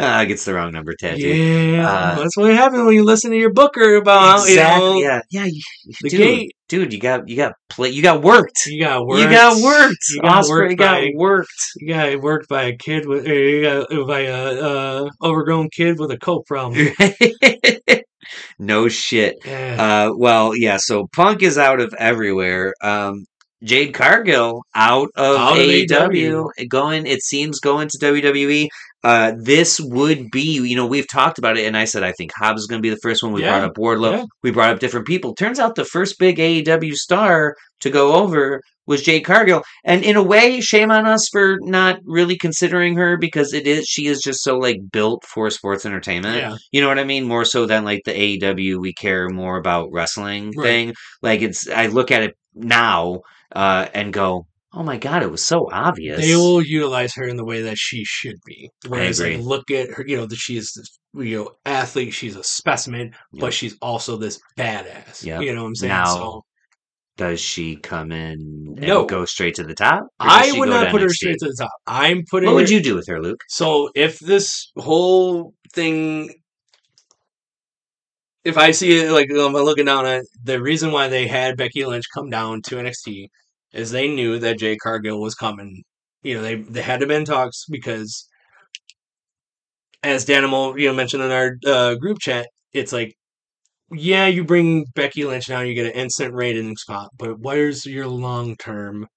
B: Ah, gets the wrong number tattooed.
A: Yeah,
B: Uh,
A: that's what happens when you listen to your booker about
B: Exactly.
A: you know
B: yeah, yeah. You,
A: the
B: dude,
A: gate.
B: dude, you got you got play. You got worked.
A: You got worked.
B: You got worked.
A: You got
B: Osprey
A: worked.
B: got
A: by,
B: worked.
A: you got worked by a kid with or you got by a uh, overgrown kid with a coke
B: (laughs)
A: problem.
B: no shit.
A: Yeah.
B: Uh, well, yeah. So Punk is out of everywhere. Um, Jade Cargill out of
A: Out of
B: AEW, going. It seems going to WWE. Uh, this would be, you know, we've talked about it, and I said I think Hobbs is going to be the first one. We
A: Yeah,
B: brought up Wardlow.
A: yeah.
B: We brought up different people. Turns out the first big AEW star to go over was Jade Cargill, and in a way, shame on us for not really considering her because it is she is just so like built for sports entertainment.
A: yeah.
B: You know what I mean? More so than like the AEW, we care more about wrestling
A: Right.
B: thing. Like it's, I look at it now uh, and go, "Oh my god, it was so obvious."
A: They will utilize her in the way that she should be. Whereas, like,
B: agree.
A: look at her. You know that she is this you know athlete. She's a specimen,
B: Yep.
A: but she's also this badass.
B: Yep.
A: You know what I'm saying?
B: Now,
A: so
B: Does she come in and
A: No.
B: go straight to the top? Or does
A: I
B: she
A: would
B: go
A: not
B: to
A: put her
B: NXT?
A: straight to the top. I'm putting.
B: What would
A: her-
B: you do with her, Luke?
A: So if this whole thing, if I see it like I'm looking down at the reason why they had Becky Lynch come down to NXT is they knew that Jay Cargill was coming. You know, they they had to been talks because, as Danimal you know mentioned in our uh, group chat, it's like. Yeah, you bring Becky Lynch now, you get an instant rating spot, but where's your long term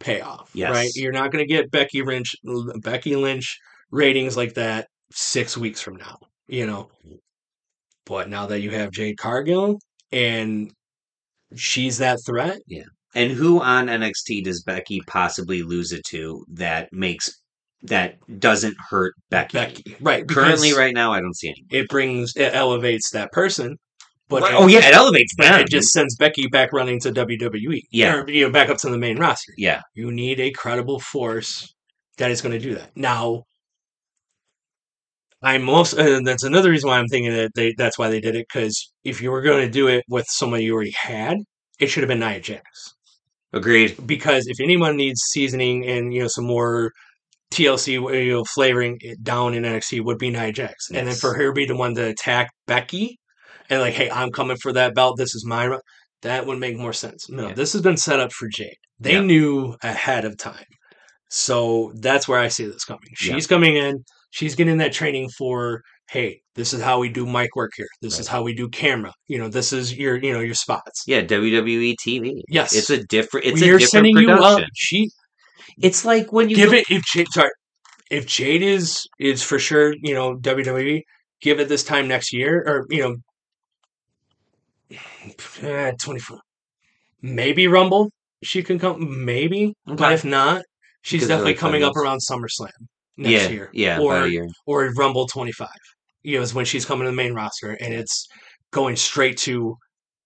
A: payoff?
B: Yes.
A: Right, you're not going to get Becky Lynch Becky Lynch ratings like that six weeks from now, you know. But now that you have Jade Cargill and she's that threat,
B: And who on NXT does Becky possibly lose it to that makes that doesn't hurt Becky?
A: Becky, right?
B: Currently,
A: because
B: right now, I don't see any.
A: It brings it elevates that person, but
B: Right.
A: it,
B: oh yeah, it elevates
A: but
B: them.
A: it just sends Becky back running to WWE.
B: Yeah.
A: or, you know, back up to the main roster.
B: yeah,
A: You need a credible force that is going to do that. Now, I'm also, and that's another reason why I'm thinking that they, that's why they did it, because if you were going to do it with somebody you already had, it should have been Nia Jax.
B: agreed.
A: Because if anyone needs seasoning and, you know, some more TLC you know, flavoring it down in NXT would be Nia Jax. And then
B: Yes.
A: for her to be the one to attack Becky and, like, hey, I'm coming for that belt. This is my. ro-" That would make more sense. No,
B: Yeah.
A: this has been set up for Jade. They
B: Yeah.
A: knew ahead of time. So that's where I see this coming.
B: Yeah.
A: She's coming in. She's getting that training for, hey, this is how we do mic work here. This is how we do camera. You know, this is your, you know, your spots.
B: Yeah, WWE TV.
A: Yes.
B: It's a different. It's
A: When
B: a different production.
A: She
B: It's like when you
A: give
B: look-
A: it if Jade, sorry, if Jade is is for sure, you know, WWE. Give it this time next year, or you know, eh, twenty four, maybe Rumble. She can come, maybe, but
B: Okay.
A: if not, she's
B: Because they're
A: definitely
B: like five
A: coming up
B: months.
A: around SummerSlam next
B: yeah,
A: year,
B: yeah,
A: or
B: about a year.
A: or Rumble 25. You know, is when she's coming to the main roster and it's going straight to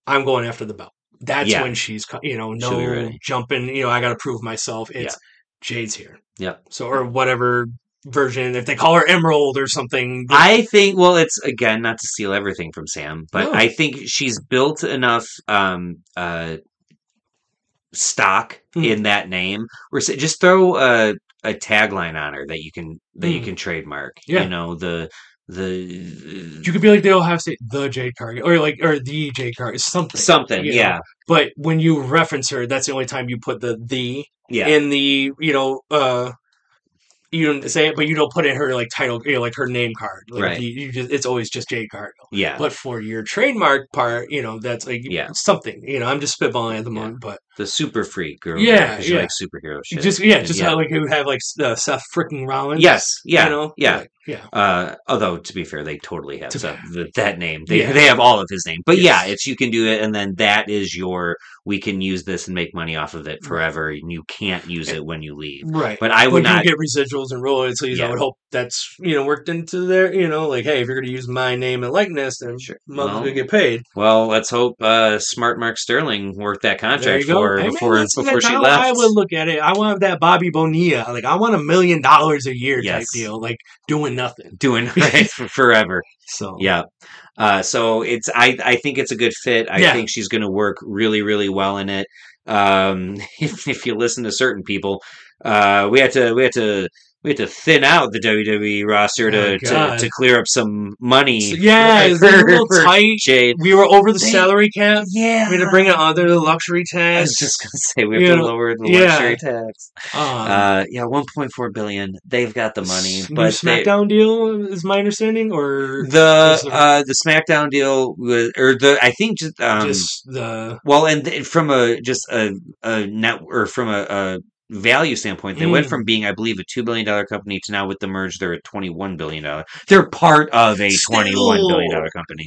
A: I'm going after the belt. That's
B: Yeah.
A: when she's co- you know,
B: She'll be
A: no
B: ready.
A: jumping, you know, I got to prove myself. It's
B: Yeah.
A: Jade's here.
B: Yep.
A: So or whatever version if they call her Emerald or something. but-
B: I think. Well, it's again not to steal everything from Sam, but
A: No.
B: I think she's built enough um uh stock
A: Hmm.
B: in that name. Or s- just throw a a tagline on her that you can that you
A: Hmm.
B: can trademark.
A: Yeah.
B: You know the the
A: you could be like the Ohio State the Jade Cargill or like or the Jade Cargill something.
B: something.
A: you know.
B: Yeah.
A: But when you reference her, that's the only time you put the the
B: Yeah.
A: in the you know uh you don't say it but you don't put in her like title you know, like her name card like
B: Right.
A: you, you just it's always just jade cargill
B: yeah.
A: but for your trademark part you know that's like
B: Yeah.
A: something you know i'm just spitballing at the
B: Yeah.
A: moment but
B: the super freak or
A: Yeah,
B: yeah,
A: yeah.
B: like superhero shit.
A: just yeah
B: And
A: just
B: yeah.
A: how like it would have like uh, seth freaking rollins
B: yes, yeah,
A: you know
B: yeah.
A: Like, yeah
B: Uh, although to be fair, they totally have
A: To- (laughs)
B: some, th- that name. They
A: Yeah.
B: they have all of his name. But
A: Yes.
B: yeah, it's you can do it, and then that is your. We can use this and make money off of it forever, and you can't use it when you leave.
A: right
B: But I would
A: But Eh, you
B: not.
A: get residuals and royalties
B: Yeah.
A: i would hope that's you know worked into there you know like hey if you're going to use my name and likeness then
B: Sure.
A: mother's
B: Well,
A: going to get paid
B: Well, let's hope uh, Smart Mark Sterling worked that
A: There
B: contract
A: you go.
B: for her
A: Hey, man,
B: before
A: listen,
B: before
A: that's
B: she
A: how
B: left.
A: I would look at it. I want that Bobby Bonilla. Like I want a million dollars a year type
B: Yes.
A: deal, like doing nothing. (laughs)
B: Doing (laughs) right for forever.
A: So
B: Yeah. Uh, so it's I I think it's a good fit. I
A: Yeah.
B: think she's going to work really really well in (laughs) it. Um, if, if you listen to certain people, uh, we had to we had to we had to thin out the WWE roster to,
A: Oh,
B: to,
A: God.
B: to clear up some money.
A: So, yeah, it was a little
B: for
A: tight.
B: Jade.
A: We were over the
B: They-
A: salary cap.
B: Yeah,
A: We had to bring it under the luxury
B: I
A: tax.
B: was (laughs) just gonna say we have
A: Yeah.
B: to lower the
A: Yeah.
B: luxury tax.
A: uh,
B: (laughs) Uh, yeah, one point four billion. They've got the money,
A: s- new
B: but they,
A: SmackDown deal is my understanding, or
B: the
A: Is there-
B: uh, the SmackDown deal was, or the I think just, um,
A: just the
B: well, and th- from a just a a net or from a, a value standpoint, they went
A: Mm.
B: from being I believe a two billion dollar company to now with the merge they're a twenty one billion dollar. They're part of a twenty one billion dollar company,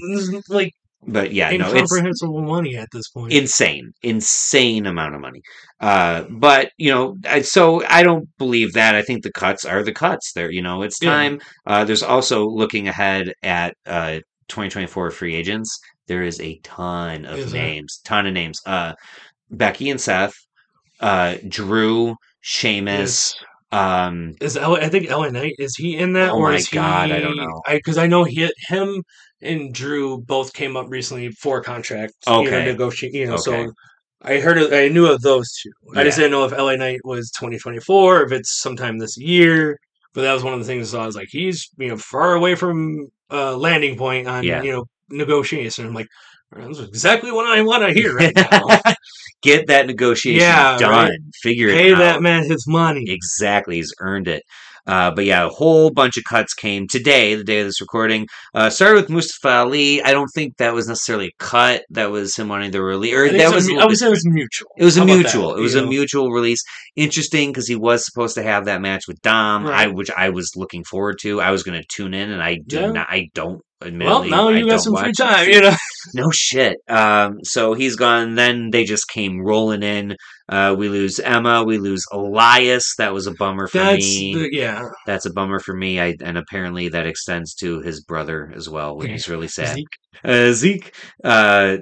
A: like
B: but yeah, no, it's
A: incomprehensible money at this point?
B: insane, insane amount of money. Uh, but you know, I, so I don't believe that. I think the cuts are the cuts. There, you know, it's
A: Yeah.
B: time. Uh, there's also looking ahead at uh, 2024 free agents. There is a ton of
A: Is there?
B: names, ton of names. Uh, Becky and Seth, uh, Drew, Sheamus.
A: is
B: Um,
A: is L, I think LA Knight is he in that?
B: Oh
A: or
B: my
A: is
B: God,
A: he,
B: I don't know.
A: Because I, know he, him and Drew both came up recently for contracts. you know,
B: Okay.
A: negotiate. You know,
B: Okay.
A: so I heard of, I knew of those two. I just
B: Yeah.
A: didn't know if LA Knight was 2024, if it's sometime this year. But that was one of the things I was like, he's you know far away from uh, landing point on
B: Yeah.
A: you know negotiation. I'm like, that's exactly what I want to hear
B: (laughs)
A: right now.
B: get that negotiation
A: Yeah,
B: done.
A: right.
B: Figure it
A: Pay
B: out.
A: that man his money.
B: Exactly, he's earned it. Uh, but yeah, a whole bunch of cuts came today, the day of this recording. Uh, started with Mustafa Ali. I don't think that was necessarily a cut. That was him wanting to release. Or
A: I think
B: that
A: it's a
B: was.
A: mu-
B: a
A: I
B: little
A: would
B: bit-
A: say it was mutual.
B: it was a
A: How about
B: mutual.
A: that,
B: it was
A: you
B: a
A: know?
B: mutual release. Interesting because he was supposed to have that match with Dom, I
A: Right.
B: which I was looking forward to. I was going to tune in, and I do
A: Yeah.
B: not. I don't.
A: Well,
B: Admittedly,
A: now
B: I
A: you got
B: don't
A: some free
B: watch.
A: time, you know.
B: No shit. Um, so he's gone. Then they just came rolling in. Uh, we lose Emma. We lose Elias. That was a bummer for
A: That's
B: me.
A: the, yeah.
B: That's a bummer for me. I, and apparently that extends to his brother as well, which is really sad.
A: Zeke.
B: Uh, Zeke. Uh,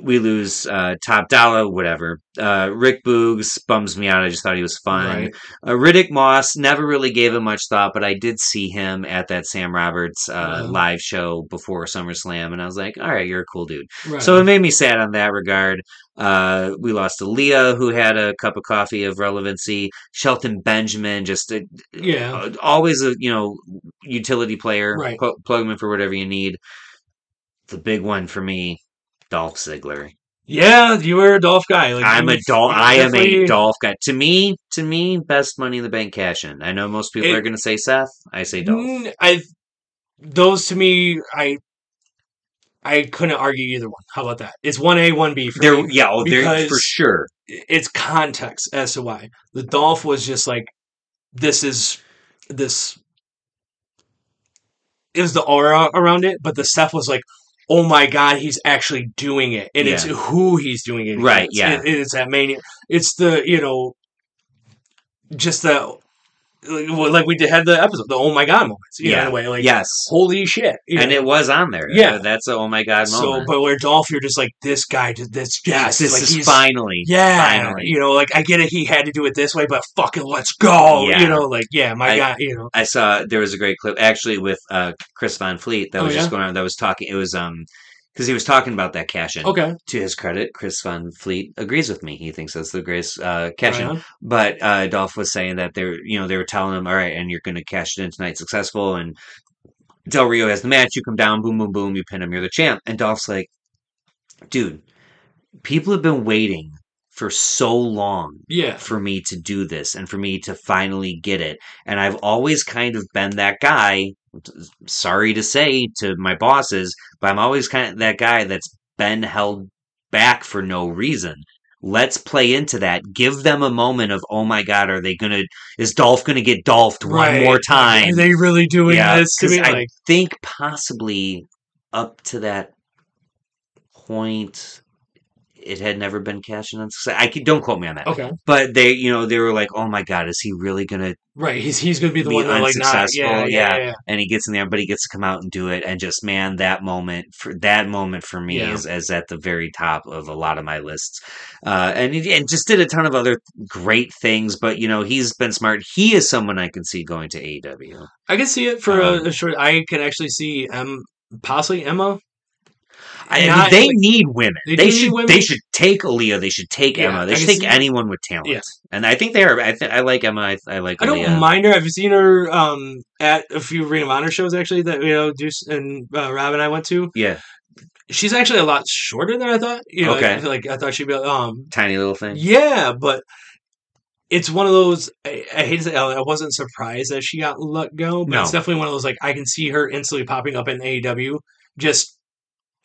B: we lose uh, Top Dollar, whatever. Uh, Rick Boogs bums me out. I just thought he was fun.
A: Right.
B: Uh, Riddick Moss never really gave him much thought, but I did see him at that Sam Roberts uh,
A: Uh-huh.
B: live show before SummerSlam, and I was like, all right, you're a cool dude.
A: Right.
B: So it made me sad on that regard. Uh, we lost Aaliyah, who had a cup of coffee of relevancy. Shelton Benjamin, just a,
A: Yeah.
B: uh, always a you know utility player.
A: Right.
B: Pl- plug him in for whatever you need. The big one for me, Dolph Ziggler.
A: yeah, you were a Dolph guy. Like
B: I'm
A: you-
B: a Dolph.
A: you
B: I am a
A: definitely-
B: Dolph guy. To me, to me, best Money in the Bank cash in. I know most people
A: It-
B: are going to say Seth. I say Dolph.
A: Mm, I those to me, I I couldn't argue either one. How about that? It's one A, one B for
B: There,
A: me.
B: yeah, oh, there for
A: because-
B: sure.
A: It's context as to why the Dolph was just like this is this. It was the aura around it, but the stuff was like, oh my god, he's actually doing it, and it's
B: Yeah.
A: who he's doing it.
B: Right,
A: against.
B: yeah.
A: It- it's that mania. It's the you know, just the like like we did had the episode, the oh my god moments. You know, in a way, like
B: yes,
A: holy shit, you
B: and
A: know?
B: it was on there.
A: Yeah.
B: Uh, that's a oh my god
A: So,
B: moment.
A: but where Dolph, you're just like this guy did this. Yes,
B: this
A: like,
B: is
A: he's-
B: finally.
A: Yeah,
B: finally.
A: you know, like I get it. He had to do it this way, but fucking let's go.
B: Yeah.
A: You know, like yeah, my
B: I-
A: guy. You know,
B: I saw there was a great clip actually with uh, Chris Von Fleet that
A: Oh,
B: was just
A: yeah?
B: going on. That was talking. It was um because he was talking about that cash in.
A: okay,
B: To his credit, Chris Von Fleet agrees with me. He thinks that's the greatest uh, cash
A: right
B: in.
A: on.
B: But uh, Dolph was saying that they're you know they were telling him all right, and you're going to cash it in tonight, successful. And Del Rio has the match. You come down, boom, boom, boom. You pin him. You're the champ. And Dolph's like, dude, people have been waiting for so long
A: Yeah,
B: for me to do this and for me to finally get it. And I've always kind of been that guy, sorry to say to my bosses, but I'm always kind of that guy that's been held back for no reason. Let's play into that. Give them a moment of, oh my God, are they going to, is Dolph going to get Dolphed one
A: Right.
B: more time?
A: Are they really doing
B: Yeah,
A: this to
B: 'cause
A: me?
B: I-
A: like,
B: think possibly up to that point, it had never been cashed in on success. I can, don't quote me on that.
A: okay,
B: But they, you know, they were like, "Oh my God, is he really gonna?"
A: right? He's he's gonna be the
B: Be
A: one that like not.
B: unsuccessful,
A: Yeah, yeah,
B: yeah.
A: yeah.
B: And he gets in there, but he gets to come out and do it. And just man, that moment for that moment for me
A: Yeah.
B: is, is at the very top of a lot of my lists. Uh, and he- and just did a ton of other great things. But you know, he's been smart. He is someone I can see going to E AEW.
A: I can see it for
B: Um,
A: a, a short. I can actually see um possibly Emma.
B: I
A: Not-
B: mean, they
A: like-
B: need women.
A: They
B: They,
A: do need
B: should.
A: women.
B: They should take Aaliyah. They should take
A: Yeah,
B: Emma. They
A: I
B: should
A: can
B: take
A: see-
B: anyone with talent.
A: Yeah.
B: And I think they are. I think I like Emma. I, I like.
A: I don't
B: Aaliyah.
A: mind her. I've seen her um, at a few Ring of Honor shows actually that you know Deuce and uh, Rob and I went to.
B: Yeah,
A: She's actually a lot shorter than I thought. You know,
B: Okay.
A: like, I thought she'd be um,
B: tiny little thing.
A: yeah, but it's one of those. I, I hate to say, I wasn't surprised that she got let go, but
B: No.
A: it's definitely one of those like I can see her instantly popping up in AEW, just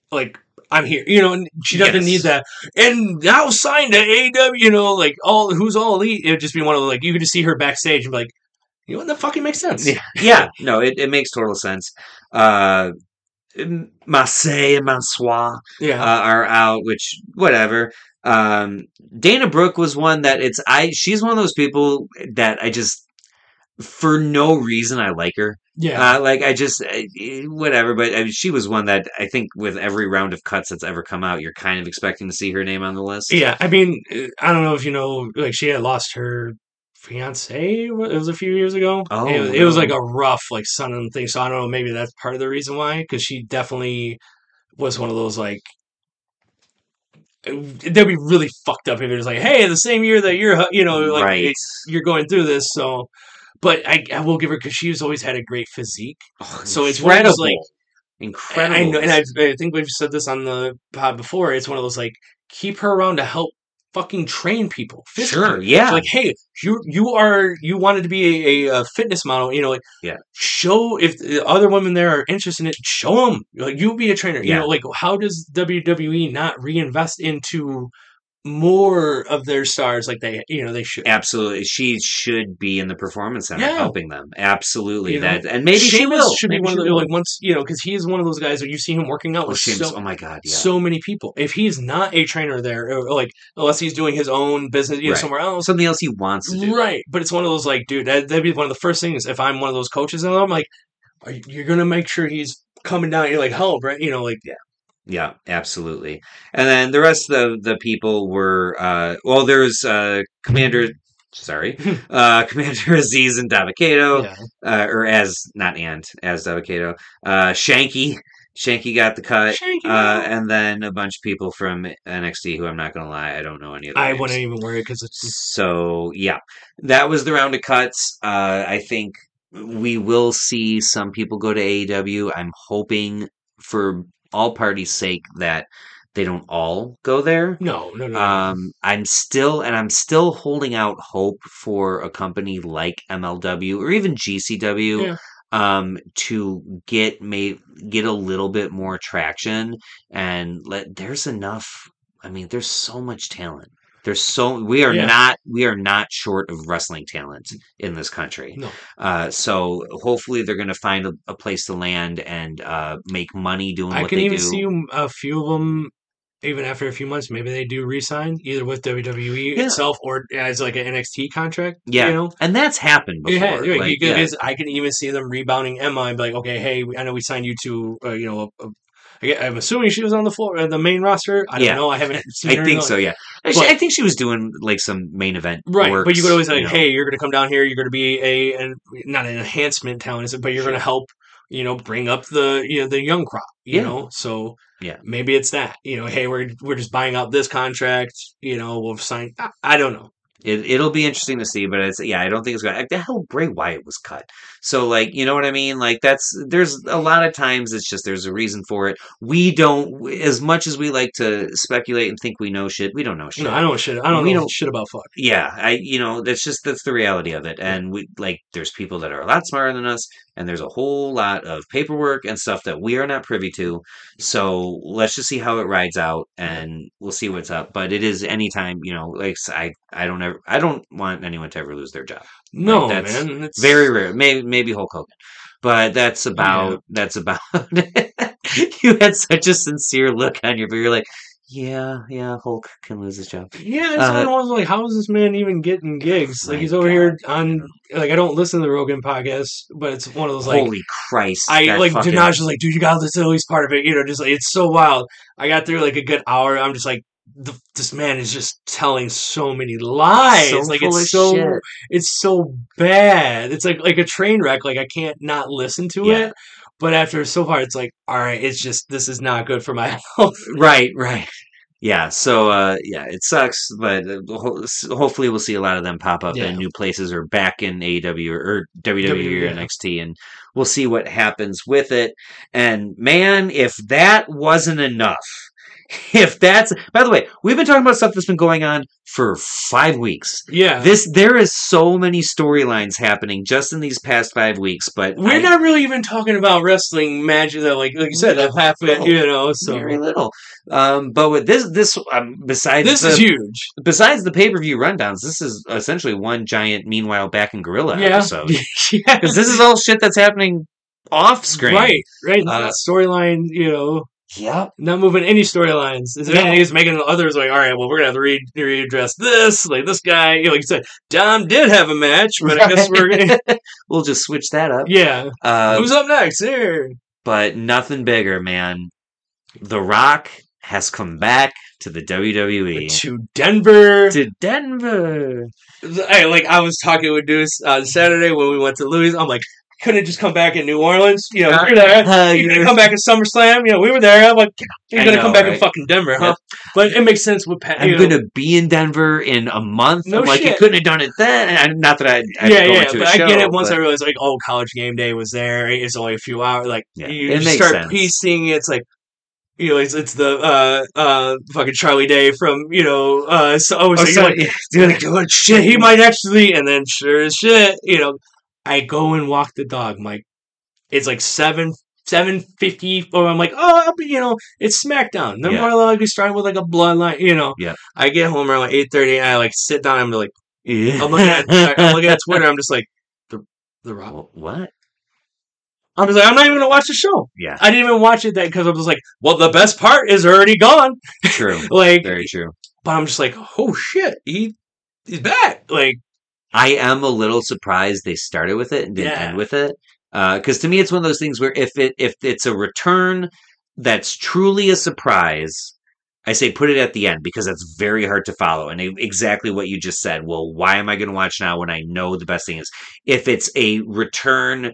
A: like I'm here, you know. And she doesn't
B: Yes.
A: need that. And now signed to AEW, you know, like all who's all elite. It would just be one of those, like you could just see her backstage and be like, you know, what that fucking makes sense.
B: Yeah,
A: (laughs)
B: yeah. No, it, it makes total sense. Uh, M- Marseille and Mansois uh,
A: Yeah.
B: are out, which whatever. Um, Dana Brooke was one that it's I. She's one of those people that I just for no reason I like her.
A: yeah.
B: Uh, like I just I, eh, whatever, but I mean, she was one that I think with every round of cuts that's ever come out, you're kind of expecting to see her name on the list.
A: yeah. I mean, uh, I don't know if you know, like she had lost her fiance. It was a few years ago.
B: Oh,
A: it, was- it was
B: no.
A: like a rough, like sun and thing. So I don't know. Maybe that's part of the reason why, because she definitely was one of those like. It, that'd be really fucked up if it was like, hey, the same year that you're, hu- you know, like
B: right.
A: it's- you're going through this. So, but I, I will give her because she's always had a great physique.
B: Oh,
A: so it's one of those, like-
B: incredible.
A: I know, and I've, I think we've said this on the pod before. It's one of those like keep her around to help fucking train people. physically.
B: sure, yeah,
A: It's like, hey, you you are you wanted to be a, a, uh fitness model, you know? Like,
B: Yeah.
A: Show if the other women there are interested in it, show them. Like, you be a trainer. You
B: Yeah.
A: know, like how does WWE not reinvest into more of their stars like they you know they should?
B: absolutely. She should be in the performance center
A: Yeah.
B: helping them. Absolutely,
A: You know?
B: that and maybe she
A: Sheamus
B: will.
A: should
B: Maybe
A: be one
B: she
A: of the
B: will.
A: like once you know because he is one of those guys that you see him working out
B: oh,
A: with
B: Sheamus,
A: so
B: oh my god, yeah.
A: so many people. If he's not a trainer there, or like unless he's doing his own business, you know,
B: Right.
A: somewhere else,
B: Something else he wants to do.
A: right? But it's one of those like, dude, that, that'd be one of the first things. If I'm one of those coaches, and I'm like, are you, you're gonna make sure he's coming down. You're like, help, right? You know, like, yeah,
B: Yeah, absolutely. And then the rest of the people were uh well there's uh Commander
A: (laughs)
B: sorry. uh Commander Aziz and Davocado,
A: yeah.
B: uh or as not and as Davocado. Uh Shanky. Shanky got the cut.
A: Shank it
B: Uh
A: out.
B: and then a bunch of people from NXT who I'm not gonna lie, I don't know any of them.
A: I wouldn't even worry because it's
B: So yeah, that was the round of cuts. Uh, I think we will see some people go to AEW. I'm hoping for all parties' sake that they don't all go there.
A: no, no, no, no.
B: Um, I'm still and I'm still holding out hope for a company like MLW or even GCW
A: Yeah.
B: um to get may get a little bit more traction and let there's enough I mean there's so much talent. There's so we are
A: Yeah.
B: not we are not short of wrestling talent in this country.
A: No.
B: Uh so hopefully they're going to find a, a place to land and uh make money doing
A: I
B: what
A: can
B: they
A: even
B: do.
A: see a few of them. Even after a few months, maybe they do resign either with WWE
B: Yeah.
A: itself or as like an NXT contract.
B: Yeah.
A: you know,
B: and that's happened before.
A: Yeah, yeah,
B: like,
A: you-
B: yeah.
A: because I can even see them rebounding Emma and be like, okay, hey, we- I know we signed you to, uh, you know, a, a, I gue- I'm assuming she was on the floor, uh, the main roster. I don't
B: Yeah.
A: know. I haven't seen her.
B: (laughs) I
A: in
B: think
A: a-
B: so. Yeah, She-
A: But-
B: I think she was doing like some main event,
A: Right, but you could always
B: works,
A: like,
B: know.
A: hey, you're going to come down here. You're going to be a, an not an enhancement talent, is it, but you're going
B: Sure.
A: to help, you know, bring up the you know the young crop. You
B: Yeah.
A: know, so
B: Yeah.
A: maybe it's that. You know, hey, we're we're just buying out this contract. You know, we'll sign. I, I don't know.
B: It, it'll be interesting to see, but it's yeah, I don't think it's going. to The hell, Bray Wyatt was cut, so like you know what I mean. Like that's there's a lot of times it's just there's a reason for it. We don't as much as we like to speculate and think we know shit. We don't know shit.
A: No, I don't shit. I don't
B: We
A: know
B: don't-
A: shit about fuck.
B: yeah, I you know that's just that's the reality of it. And we like there's people that are a lot smarter than us, and there's a whole lot of paperwork and stuff that we are not privy to. So let's just see how it rides out, and we'll see what's up. But it is anytime you know, like s- I I don't ever I don't want anyone to ever lose their job.
A: No,
B: that's
A: man, it's
B: Very rare, maybe maybe Hulk Hogan, but that's about that's about. (laughs) you had such a sincere look on your, but you're like, yeah, yeah, Hulk can lose his job.
A: Yeah, it's
B: Uh, Oh
A: one of those like, how is this man even getting gigs? Like
B: My
A: he's over
B: God.
A: here on like I don't listen to the Rogan podcast, but it's one of those like
B: Holy Christ!
A: I
B: that
A: like
B: fucking-
A: Dinaj is like, dude, you gotta listen to at least part of it. You know, just like it's so wild. I got through like a good hour. I'm just like, th- this man is just telling so many lies.
B: So
A: like
B: full of
A: it's so
B: shit.
A: it's so bad. It's like like a train wreck. Like I can't not listen to
B: Yeah.
A: it. But after so far, it's like, all right, it's just this is not good for my (laughs) health.
B: Right, right. Yeah, so uh, yeah, it sucks, but uh, ho- s- hopefully we'll see a lot of them pop up
A: Yeah.
B: in new places or back in AEW or WWE
A: WWE,
B: or
A: yeah.
B: NXT, and we'll see what happens with it. And man, if that wasn't enough, (laughs) if that's by the way, we've been talking about stuff that's been going on for five weeks.
A: Yeah,
B: This there is so many storylines happening just in these past five weeks, but
A: we're
B: I-
A: not really even talking about wrestling matches that, like, like you said, have happened. You know,
B: very
A: so
B: little. Um, but with this, this um, besides
A: this
B: the-
A: is huge. (laughs)
B: besides the pay per view rundowns, this is essentially one giant meanwhile back in gorilla
A: Yeah,
B: episode (laughs)
A: yeah,
B: because this is all shit that's happening off screen.
A: right, right.
B: Uh,
A: storyline, you know,
B: Yep.
A: not moving any storylines. Is there
B: No.
A: anything that's making the others like, all right, well, we're gonna have to re- readdress this. Like this guy, you know, like you said, Dom did have a match, but I guess we're gonna,
B: We'll just switch that
A: (laughs)
B: up.
A: yeah.
B: Uh,
A: Who's up next here?
B: but nothing bigger, man. The Rock has come back to the WWE
A: To Denver.
B: to Denver.
A: Hey, like I was talking with Deuce on Saturday when we went to Louis. I'm like, couldn't it just come back in New Orleans? You know,
B: Uh,
A: you're there.
B: uh,
A: (laughs) You
B: you're-
A: could come back at SummerSlam. You know, we were there. I'm like, you're
B: I
A: gonna
B: know,
A: come back in
B: right?
A: fucking Denver, huh? But it makes sense with Pat.
B: I'm
A: you know,
B: gonna be in Denver in a month.
A: No
B: I'm like you
A: shit.
B: couldn't have done it then. And I- Not that I, I
A: yeah,
B: go
A: yeah,
B: into
A: but
B: a show,
A: I get it once
B: but-
A: I realized like, oh, college game day was there. It's only a few hours. Like
B: Yeah,
A: you
B: it
A: just
B: makes
A: start
B: sense.
A: piecing. It's like you know, it's, it's the uh uh fucking Charlie Day from you know uh so, oh, so
B: Oh,
A: you're
B: sorry.
A: like (laughs) you're like oh, shit he might actually and then sure as shit you know I go and walk the dog Mike. It's like seven. 750 or I'm like, oh, I'll be, you know, it's SmackDown. They're
B: Yeah.
A: more likely starting with like a bloodline, you know.
B: Yeah.
A: I get home around like 8:30 and I like sit down and I'm like,
B: Yeah.
A: I'm looking at I'm looking at Twitter. I'm just like the the Rock.
B: Wh- what?
A: I'm just like I'm not even gonna watch the show.
B: Yeah,
A: I didn't even watch it that because I was like, well, the best part is already gone.
B: (laughs) true.
A: Like,
B: Very true.
A: but I'm just like, oh shit, he he's back. Like,
B: I am a little surprised they started with it and didn't
A: Yeah.
B: end with it. Because to me, it's one of those things where if it if it's a return that's truly a surprise, I say put it at the end because that's very hard to follow. And e- exactly what you just said. Well, why am I going to watch now when I know the best thing is if it's a return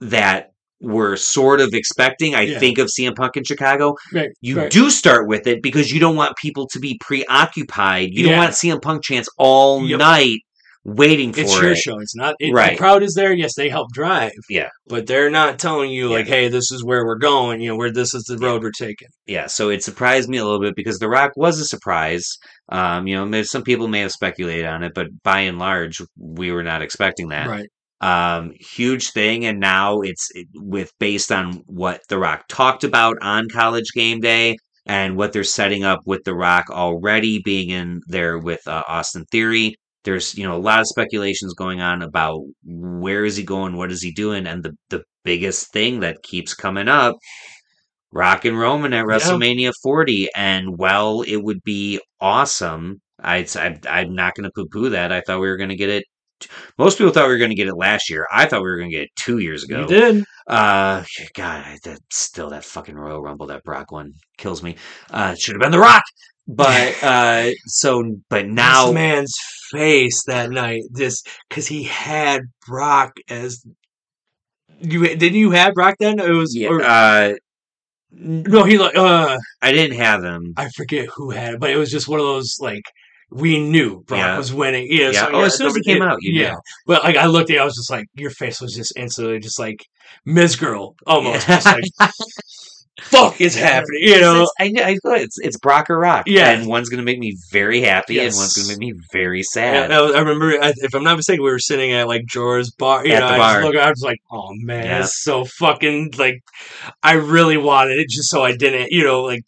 B: that we're sort of expecting. I
A: Yeah.
B: think of CM Punk in Chicago.
A: right,
B: You do start with it because you don't want people to be preoccupied. You
A: Yeah.
B: don't want CM Punk chants all
A: Yep.
B: night waiting for
A: It's
B: it.
A: your show. It's not it,
B: Right.
A: the crowd is there. Yes, they help drive.
B: Yeah.
A: but they're not telling you like,
B: Yeah.
A: hey, this is where we're going. You know, where this is the road we're taking.
B: Yeah, so it surprised me a little bit because The Rock was a surprise. Um, you know, may- some people may have speculated on it, but by and large, we were not expecting that.
A: Right.
B: um huge thing and now it's it- with based on what the rock talked about on college game day and what they're setting up with the rock already being in there with uh, austin theory there's you know a lot of speculations going on about where is he going what is he doing and the the biggest thing that keeps coming up rock and roman at wrestlemania 40 and well it would be awesome I'd, i i'm not going to poo-poo that i thought we were going to get it most people thought we were going to get it last year. I thought we were going to get it two years ago.
A: You did.
B: Uh, God, I, that still that fucking Royal Rumble that Brock one kills me. Uh, it should have been The Rock,
A: (laughs)
B: but uh, so but
A: this
B: now
A: man's face that night just because he had Brock as you didn't you have Brock then it was
B: yeah,
A: or-
B: uh,
A: no he like uh
B: I didn't have him.
A: I forget who had it but it was just one of those like we knew Brock
B: Yeah.
A: was winning yeah,
B: yeah.
A: so,
B: oh, as soon as
A: so
B: he came
A: it-
B: out, you
A: yeah but like I looked at it, I was just like your face was just instantly just like Miz girl
B: knew.
A: almost just like (laughs) fuck is happening you
B: It's-
A: know
B: it's- I know. I thought it's it's Brock or Rock.
A: Yeah.
B: and one's gonna make me very happy,
A: Yes.
B: and one's gonna make me very
A: And
B: sad.
A: I, was- I remember, I, if I'm not mistaken, we were sitting at like Jor's bar. You
B: At
A: know,
B: the
A: I
B: bar.
A: just look, I was like, "Oh man,
B: Yeah.
A: that's so fucking like." I really wanted it just so I didn't, you know, like.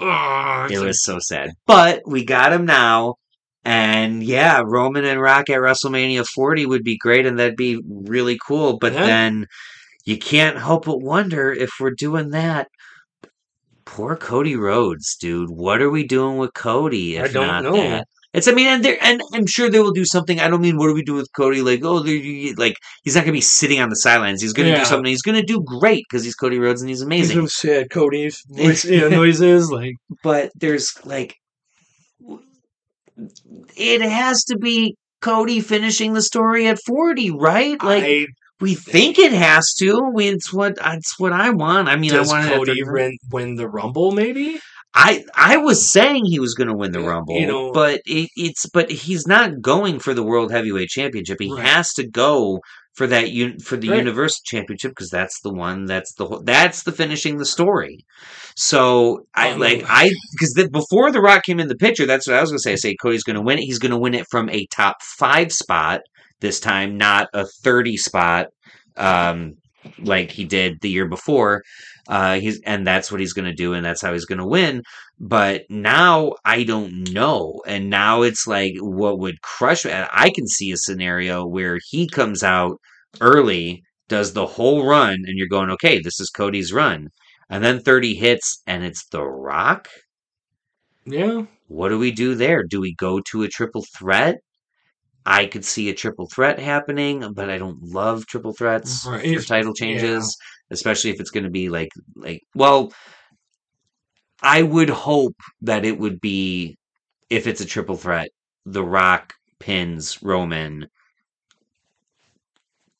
A: ugh,
B: It
A: it's
B: was so sad. But we got him now. And yeah, Roman and Rock at WrestleMania 40 would be great and that'd be really cool. But
A: Yeah.
B: then you can't help but wonder if we're doing that. Poor Cody Rhodes, dude. What are we doing with Cody
A: I
B: if
A: don't
B: not
A: know.
B: that? It's I mean, and, they're- and I'm sure they will do something. I don't mean what do we do with Cody? Like, oh, they're- you- like he's not going to be sitting on the sidelines. He's going to
A: Yeah.
B: do something. He's going to do great because he's Cody Rhodes and he's
A: like,
B: amazing.
A: some sad
B: (laughs)
A: Cody's voice, you know, noises like
B: but there's like w- it has to be Cody finishing the story at 40, right? Like
A: I
B: We think it has to. We, it's what it's what I want. I mean,
A: Does
B: I wanted it
A: Cody
B: to-
A: win, win the Rumble? Maybe
B: I I was saying he was going to win the
A: You
B: Rumble,
A: know-
B: but it, it's but he's not going for the World Heavyweight Championship. He
A: Right.
B: has to go for that un, for the
A: Right.
B: Universal Championship because that's the one that's the whole, that's the finishing the story. So I
A: Um,
B: like I because the, before the Rock came in the picture, that's what I was going to say. I say Cody's going to win it. He's going to win it from a top five spot this time, not a thirty spot. Um, like he did the year before, uh, he's and that's what he's going to do, and that's how he's going to win. But now I don't know, and now it's like what would crush. And I can see a scenario where he comes out early, does the whole run, and you're going, okay, this is Cody's run, and then 30 hits, and it's The Rock.
A: yeah,
B: What do we do there? Do we go to a triple threat? I could see a triple threat happening, but I don't love triple threats
A: Right.
B: for title changes, especially if it's going to be like like well, I would hope that it would be if it's a triple threat, The Rock pins Roman,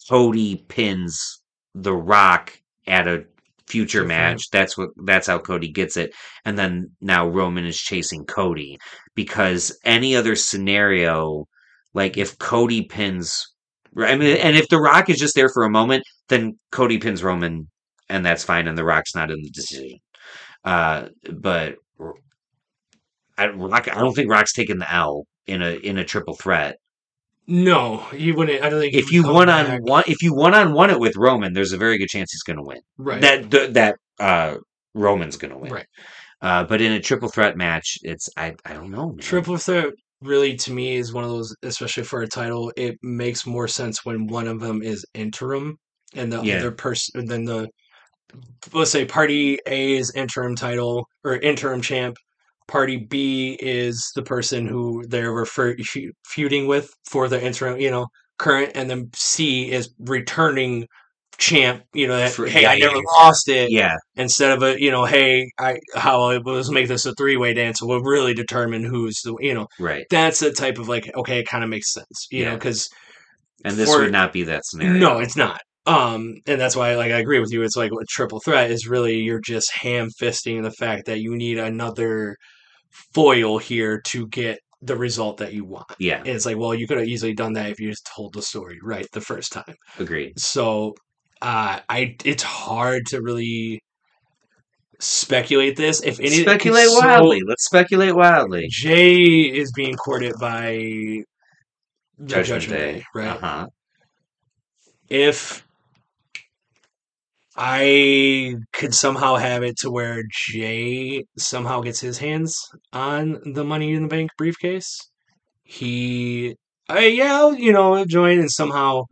B: Cody pins The Rock at a future
A: Different.
B: match. That's what that's how Cody gets it. And then now Roman is chasing Cody because any other scenario like if Cody pins I mean and if The Rock is just there for a moment, then Cody pins Roman and that's fine and The Rock's not in the decision. Uh but R- I, Rock, I don't think Rock's taking the L in a in a triple threat
A: no, he wouldn't. I don't think he
B: if
A: would
B: you
A: come
B: one
A: back.
B: on one if you one on one it with Roman, there's a very good chance he's going to win.
A: right?
B: That th- that uh, Roman's going to win.
A: Right.
B: Uh, but in a triple threat match, it's I I don't know. man.
A: Triple threat really to me is one of those, especially for a title, it makes more sense when one of them is interim and the
B: Yeah.
A: other person than the let's say party A is interim title or interim champ. Party B is the person who they're refer- fe- feuding with for the interim, you know, current, and then C is returning champ. You know, that,
B: For-
A: hey,
B: yeah,
A: I
B: yeah,
A: never
B: yeah.
A: lost it
B: Yeah,
A: instead of a you know hey i how it was make this a three way dance will really determine who's the you know
B: right.
A: that's a type of like okay it kind of makes sense you know
B: Yeah.
A: because
B: And this
A: For-
B: would not be that scenario.
A: no it's not um and that's why like i agree with you it's like a triple threat is really you're just ham fisting the fact that you need another foil here to get the result that you want
B: Yeah,
A: and it's like well you could have easily done that if you just told the story right the first time
B: agreed.
A: so uh i it's hard to really speculate this if any
B: speculate
A: so
B: wildly. Let's speculate wildly.
A: jay is being courted by the judgment, day, Uh-huh. right
B: Uh huh.
A: if i could somehow have it to where jay somehow gets his hands on the money in the bank briefcase he I, yeah I'll, you know join and somehow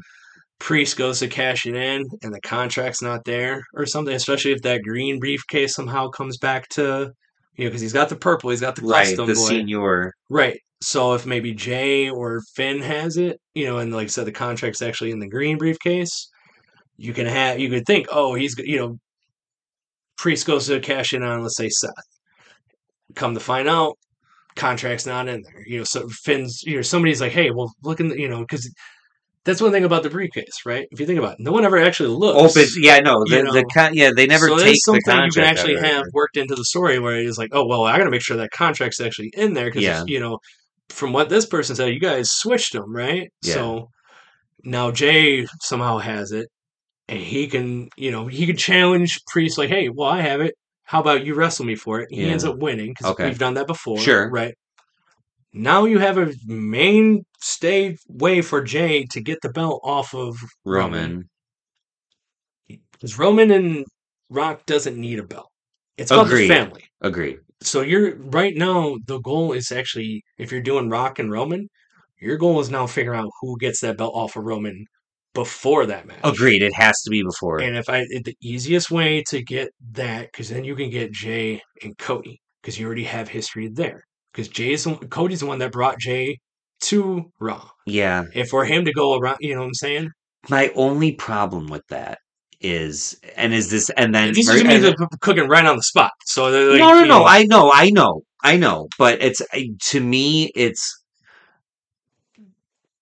A: priest goes to cash it in and the contract's not there or something especially if that green briefcase somehow comes back to you know because he's got the purple he's got the
B: Right.
A: custom
B: The
A: boy.
B: senior.
A: right so if maybe jay or finn has it you know and like i said the contract's actually in the green briefcase you can have you could think oh he's g- you know priest goes to cash in on let's say seth come to find out contract's not in there you know so finn's you know somebody's like hey well look in the, you know because that's one thing about the briefcase right if you think about it no one ever actually looks
B: Open. Yeah. No.
A: you
B: The, the
A: know.
B: con- yeah. They never
A: so
B: take
A: it's something
B: the contract.
A: you can actually
B: out, right,
A: have
B: right.
A: worked into the story where it's like, oh well, I got to make sure that contract's actually in there because
B: Yeah.
A: you know, from what this person said, you guys switched them, right?
B: Yeah.
A: So now Jay somehow has it, and he can, you know, he could challenge Priest like, hey, well, I have it. How about you wrestle me for it? He ends
B: Yeah.
A: up winning because
B: Okay.
A: we've done that before,
B: Sure.
A: right? Now you have a mainstay way for Jay to get the belt off of Roman.
B: Roman.
A: because Roman and Rock doesn't need a belt. It's about
B: Agreed.
A: the family.
B: Agreed.
A: So you're right now. The goal is actually if you're doing Rock and Roman, your goal is now figuring out who gets that belt off of Roman before that match.
B: Agreed. It has to be before.
A: And if I it- the easiest way to get that because then you can get Jay and Cody because you already have history there because Jay is the one- Cody's the one that brought Jay to Raw.
B: yeah.
A: And for him to go around, you know what I'm saying?
B: My only problem with that is, and is this, and then
A: These are
B: very-
A: to me
B: and-
A: the p- cooking right on the spot. So they're like,
B: no, no,
A: you
B: no.
A: know,
B: I know, I know, I know. But it's I- to me, it's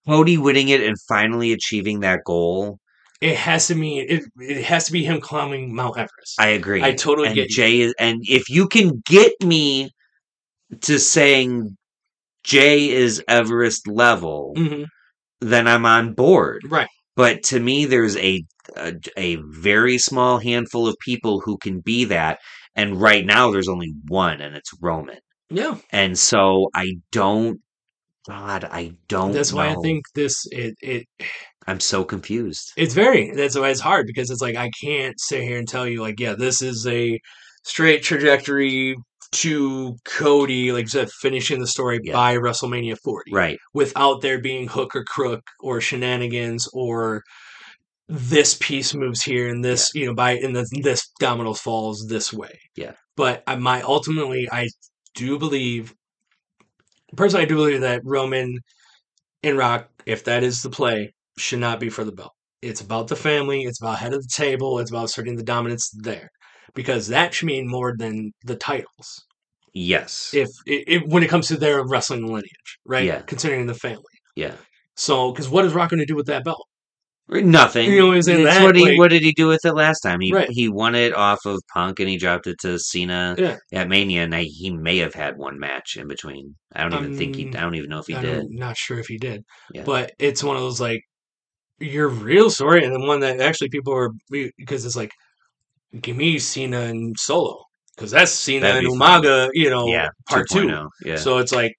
B: Cody winning it and finally achieving that goal
A: It has to mean it. It has to be him climbing Mount Everest. I,
B: I agree.
A: totally
B: and
A: get you.
B: Jay is, and if you can get me to saying Jay is Everest level,
A: Mhm.
B: then I'm on board.
A: Right.
B: But to me, there's a, a a very small handful of people who can be that, and right now there's only one, and it's Roman.
A: Yeah.
B: And so I don't. God, I don't.
A: That's why I
B: know.
A: think this. It. It.
B: I'm so confused.
A: (laughs) It's very. That's why it's hard because it's like I can't sit here and tell you like, yeah, this is a straight trajectory to Cody, like you said, finishing the story
B: Yeah.
A: by WrestleMania 40.
B: Right.
A: without there being hook or crook or shenanigans or this piece moves here and this you know by and then this dominoes falls this way
B: Yeah.
A: but I, my ultimately i do believe personally i do believe that roman and rock if that is the play should not be for the belt it's about the family it's about head of the table it's about asserting the dominance there because that should mean more than the titles
B: Yes.
A: if it, it, when it comes to their wrestling lineage right
B: Yeah.
A: considering the family
B: yeah.
A: so, because what is Rock going to do with that belt?
B: Nothing.
A: You know what I'm saying?
B: It's
A: That,
B: what, he,
A: like-
B: what did he do with it last time? He
A: Right.
B: he won it off of Punk and he dropped it to Cena
A: Yeah.
B: at Mania, and I, he may have had one match in between. I don't even think he.
A: Um,
B: I don't even know if he
A: I
B: did.
A: don't- not sure if he did,
B: Yeah.
A: but it's one of those like your real story, and the one that actually people are because it's like, give me Cena and Solo because that's Cena
B: That'd
A: and
B: be fun.
A: Umaga, you know,
B: yeah.
A: part two.
B: 2.0, Yeah.
A: So it's like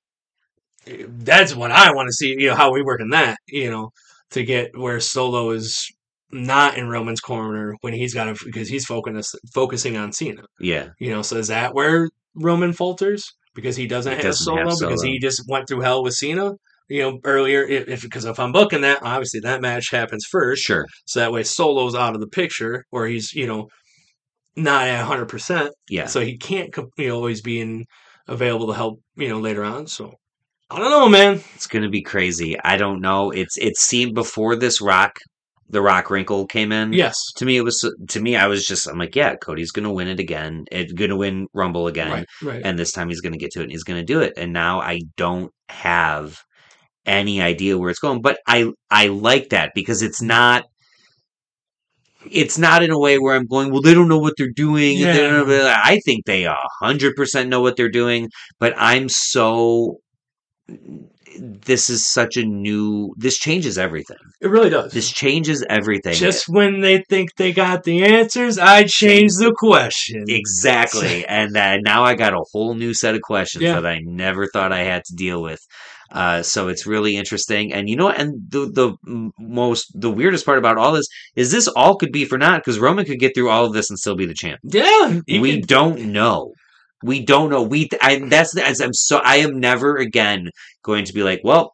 A: eh, that's what I want to see. You know how we work in that. You know to get where Solo is not in Roman's corner when he's got to because he's focus, focusing on Cena.
B: yeah.
A: You know, so is that where Roman falters because he doesn't,
B: He
A: have,
B: doesn't
A: solo,
B: have
A: because
B: Solo.
A: he just went through hell with Cena? You know, earlier i- if because if, I'm booking that, obviously that match happens first,
B: Sure.
A: so that way Solo's out of the picture or he's you know not at 100, percent
B: Yeah.
A: so he can't co- you know always be in, available to help you know later on. So I don't know, man.
B: It's gonna be crazy. I don't know. It's it seemed before this rock, the rock wrinkle came in.
A: Yes,
B: To me, it was to me. I was just. I'm like, yeah, Cody's gonna win it again. It's gonna win Rumble again.
A: right, right.
B: and this time he's going to get to it and he's going to do it and now i don't have any idea where it's going but i i like that because it's not it's not in a way where i'm going well they don't know what they're doing They don't know- i think they 100% know what they're doing but i'm so this is such a new this changes everything
A: it really does.
B: this changes everything
A: just when they think they got the answers, I change the question.
B: Exactly. and uh, now I got a whole new set of questions
A: Yeah.
B: that I never thought I had to deal with. Uh, so it's really interesting. And you know, and the, the m- most, the weirdest part about all this is this all could be for naught because Roman could get through all of this and still be the champ.
A: Yeah, he
B: we
A: could-
B: don't know. We don't know. We, I, that's, that's, I'm so, I am never again going to be like, well,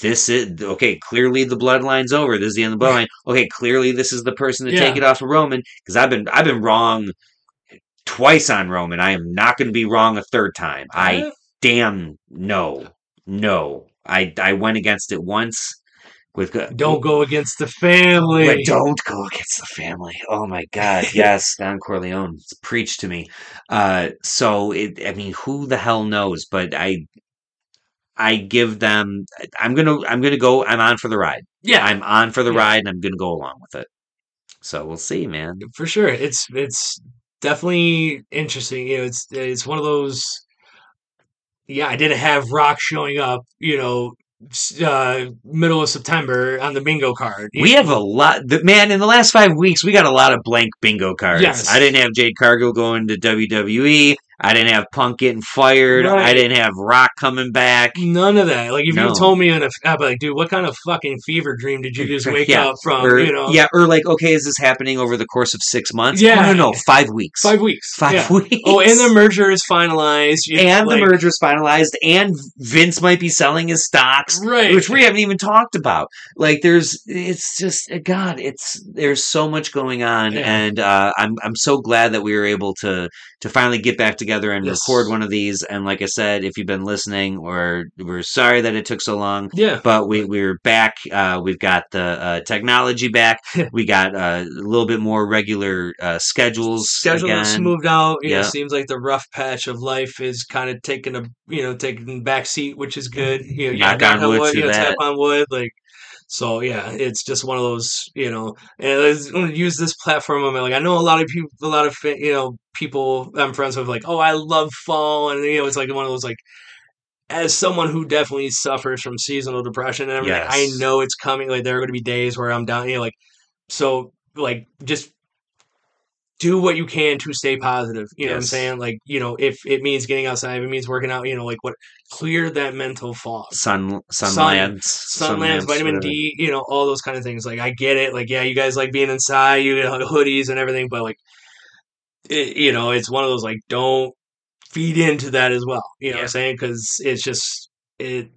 B: this is okay. Clearly, the bloodline's over. This is the end of the bloodline. Okay, clearly, this is the person to take
A: Yeah.
B: it off of Roman because I've been, I've been wrong twice on Roman. I am not going to be wrong a third time. I damn no, no. I I went against it once with
A: Don't go against the family.
B: But don't go against the family. Oh my
A: (laughs)
B: God! Yes, Don Corleone preached to me. Uh, so it, I mean, who the hell knows? But I, I give them. I'm gonna. I'm gonna go. I'm on for the ride.
A: yeah,
B: I'm on for the
A: Yeah.
B: ride, and I'm gonna go along with it. So we'll see, man.
A: for sure. It's it's definitely interesting. You know, it's it's one of those. Yeah, I didn't have Rock showing up. You know, s- uh, middle of September on the bingo card.
B: We have a lot, the, man. In the last five weeks, we got a lot of blank bingo cards.
A: Yes.
B: I didn't have Jade Cargill going to WWE. I didn't have Punk getting fired. I
A: Right.
B: didn't have Rock coming back.
A: None of that. Like if
B: No.
A: you told me on a, I'd be like, dude, what kind of fucking fever dream did you
B: (laughs)
A: just wake
B: Yeah.
A: up from?
B: or,
A: you know,
B: Yeah, or like, okay, is this happening over the course of six months?
A: Yeah.
B: no, no, no five weeks.
A: five weeks.
B: Five
A: yeah.
B: weeks.
A: Oh, and the merger is finalized. You-
B: (laughs) and
A: like-
B: the merger's finalized, and Vince might be selling his stocks.
A: Right.
B: which we haven't even talked about. Like there's it's just god, it's there's so much going on
A: Yeah.
B: and uh I'm I'm so glad that we were able to to finally get back together and
A: Yes.
B: record one of these and like I said, if you've been listening or we're sorry that it took so long.
A: yeah.
B: But we, we're back. Uh, we've got the uh, technology back. we got uh, a little bit more regular uh, schedules.
A: schedule
B: again.
A: that's smoothed out. You know,
B: Yeah.
A: seems like the rough patch of life is kind of taking a you know taking back seat, which is good. You know,
B: Knock
A: knock
B: on wood
A: wood,
B: to
A: you know,
B: that.
A: tap on wood, like So yeah, it's just one of those, you know. And let's use this platform. I'm like, I know a lot of people, a lot of fa- you know people I'm friends with, like, oh, I love fall, and you know, it's like one of those like. As someone who definitely suffers from seasonal depression and everything,
B: Yes.
A: I know it's coming. Like there are going to be days where I'm down. You know, like so, like just do what you can to stay positive. You know what I'm
B: Yes.
A: saying? Like you know, if it means getting outside, if it means working out. You know, like what clear that mental fog.
B: Sun,
A: Sun-
B: sunlands,
A: Sunlands, vitamin
B: whatever.
A: D, you know, all those kind of things. Like, I get it. Like, yeah, you guys like being inside, you know, hoodies and everything, but like, it, you know, it's one of those like, don't feed into that as well. You know what
B: Yeah.
A: I'm saying? Because it's just it.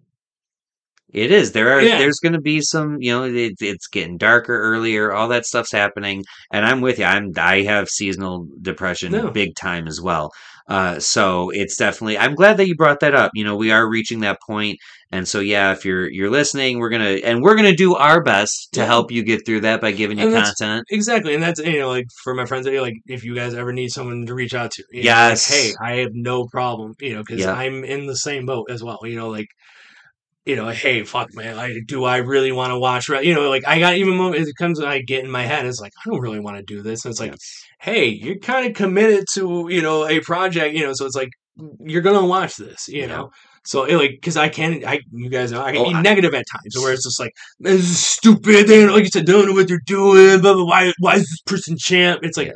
B: It is. There are.
A: Yeah.
B: There's going to be some. You know, it, it's getting darker earlier. All that stuff's happening, and I'm with you. I'm. I have seasonal depression
A: No.
B: big time as well. Uh, so it's definitely. I'm glad that you brought that up. You know, we are reaching that point, and so yeah, if you're you're listening, we're gonna and we're gonna do our best to
A: Yeah.
B: help you get through that by giving you
A: And that's-
B: content.
A: Exactly, and that's you know like for my friends, like if you guys ever need someone to reach out to, you know, like,
B: Yes.
A: hey, I have no problem, you know, because
B: Yeah.
A: I'm in the same boat as well. You know, like, you know, hey, fuck, man, I, do I really want to watch? Re-? You know, like I got even moments it comes, I get in my head, it's like I don't really want to do this. And it's like,
B: Yes.
A: hey, you're kind of committed to you know a project, you know, so it's like you're gonna watch this, you
B: Yeah.
A: know. So it, like, because I can, I you guys know I can
B: Oh,
A: be
B: I-
A: negative at times, where it's just like this is stupid. They don't like you said, don't know what they're doing. Blah, blah, why why is this person champ? It's like
B: Yeah.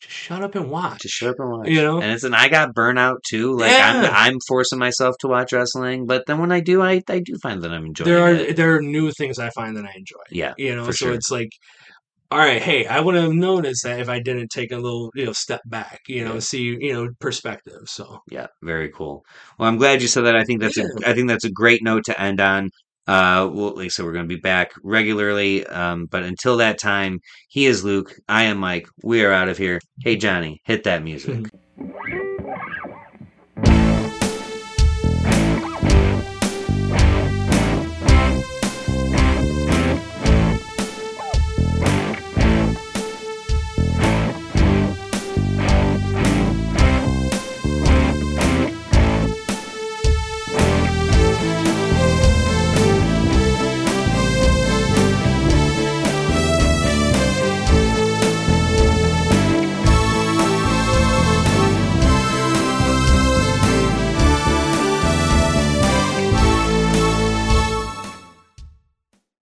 A: just shut up and watch.
B: to shut up and watch.
A: You know?
B: and it's an I got burnout too. Like
A: Yeah.
B: I'm I'm forcing myself to watch wrestling, but then when I do, I I do find that I'm enjoying.
A: there are
B: it.
A: there are new things I find that I enjoy.
B: yeah,
A: You know,
B: for
A: so
B: sure.
A: it's like, all right, hey, I would have noticed that if I didn't take a little you know step back, you know,
B: Yeah.
A: see you know perspective. So
B: yeah, very cool. Well, I'm glad you said that. I think that's a I think that's a great note to end on. Uh, well, like I said, we're going to be back regularly. Um, but until that time, he is Luke. I am Mike. We are out of here. Hey, Johnny, hit that music.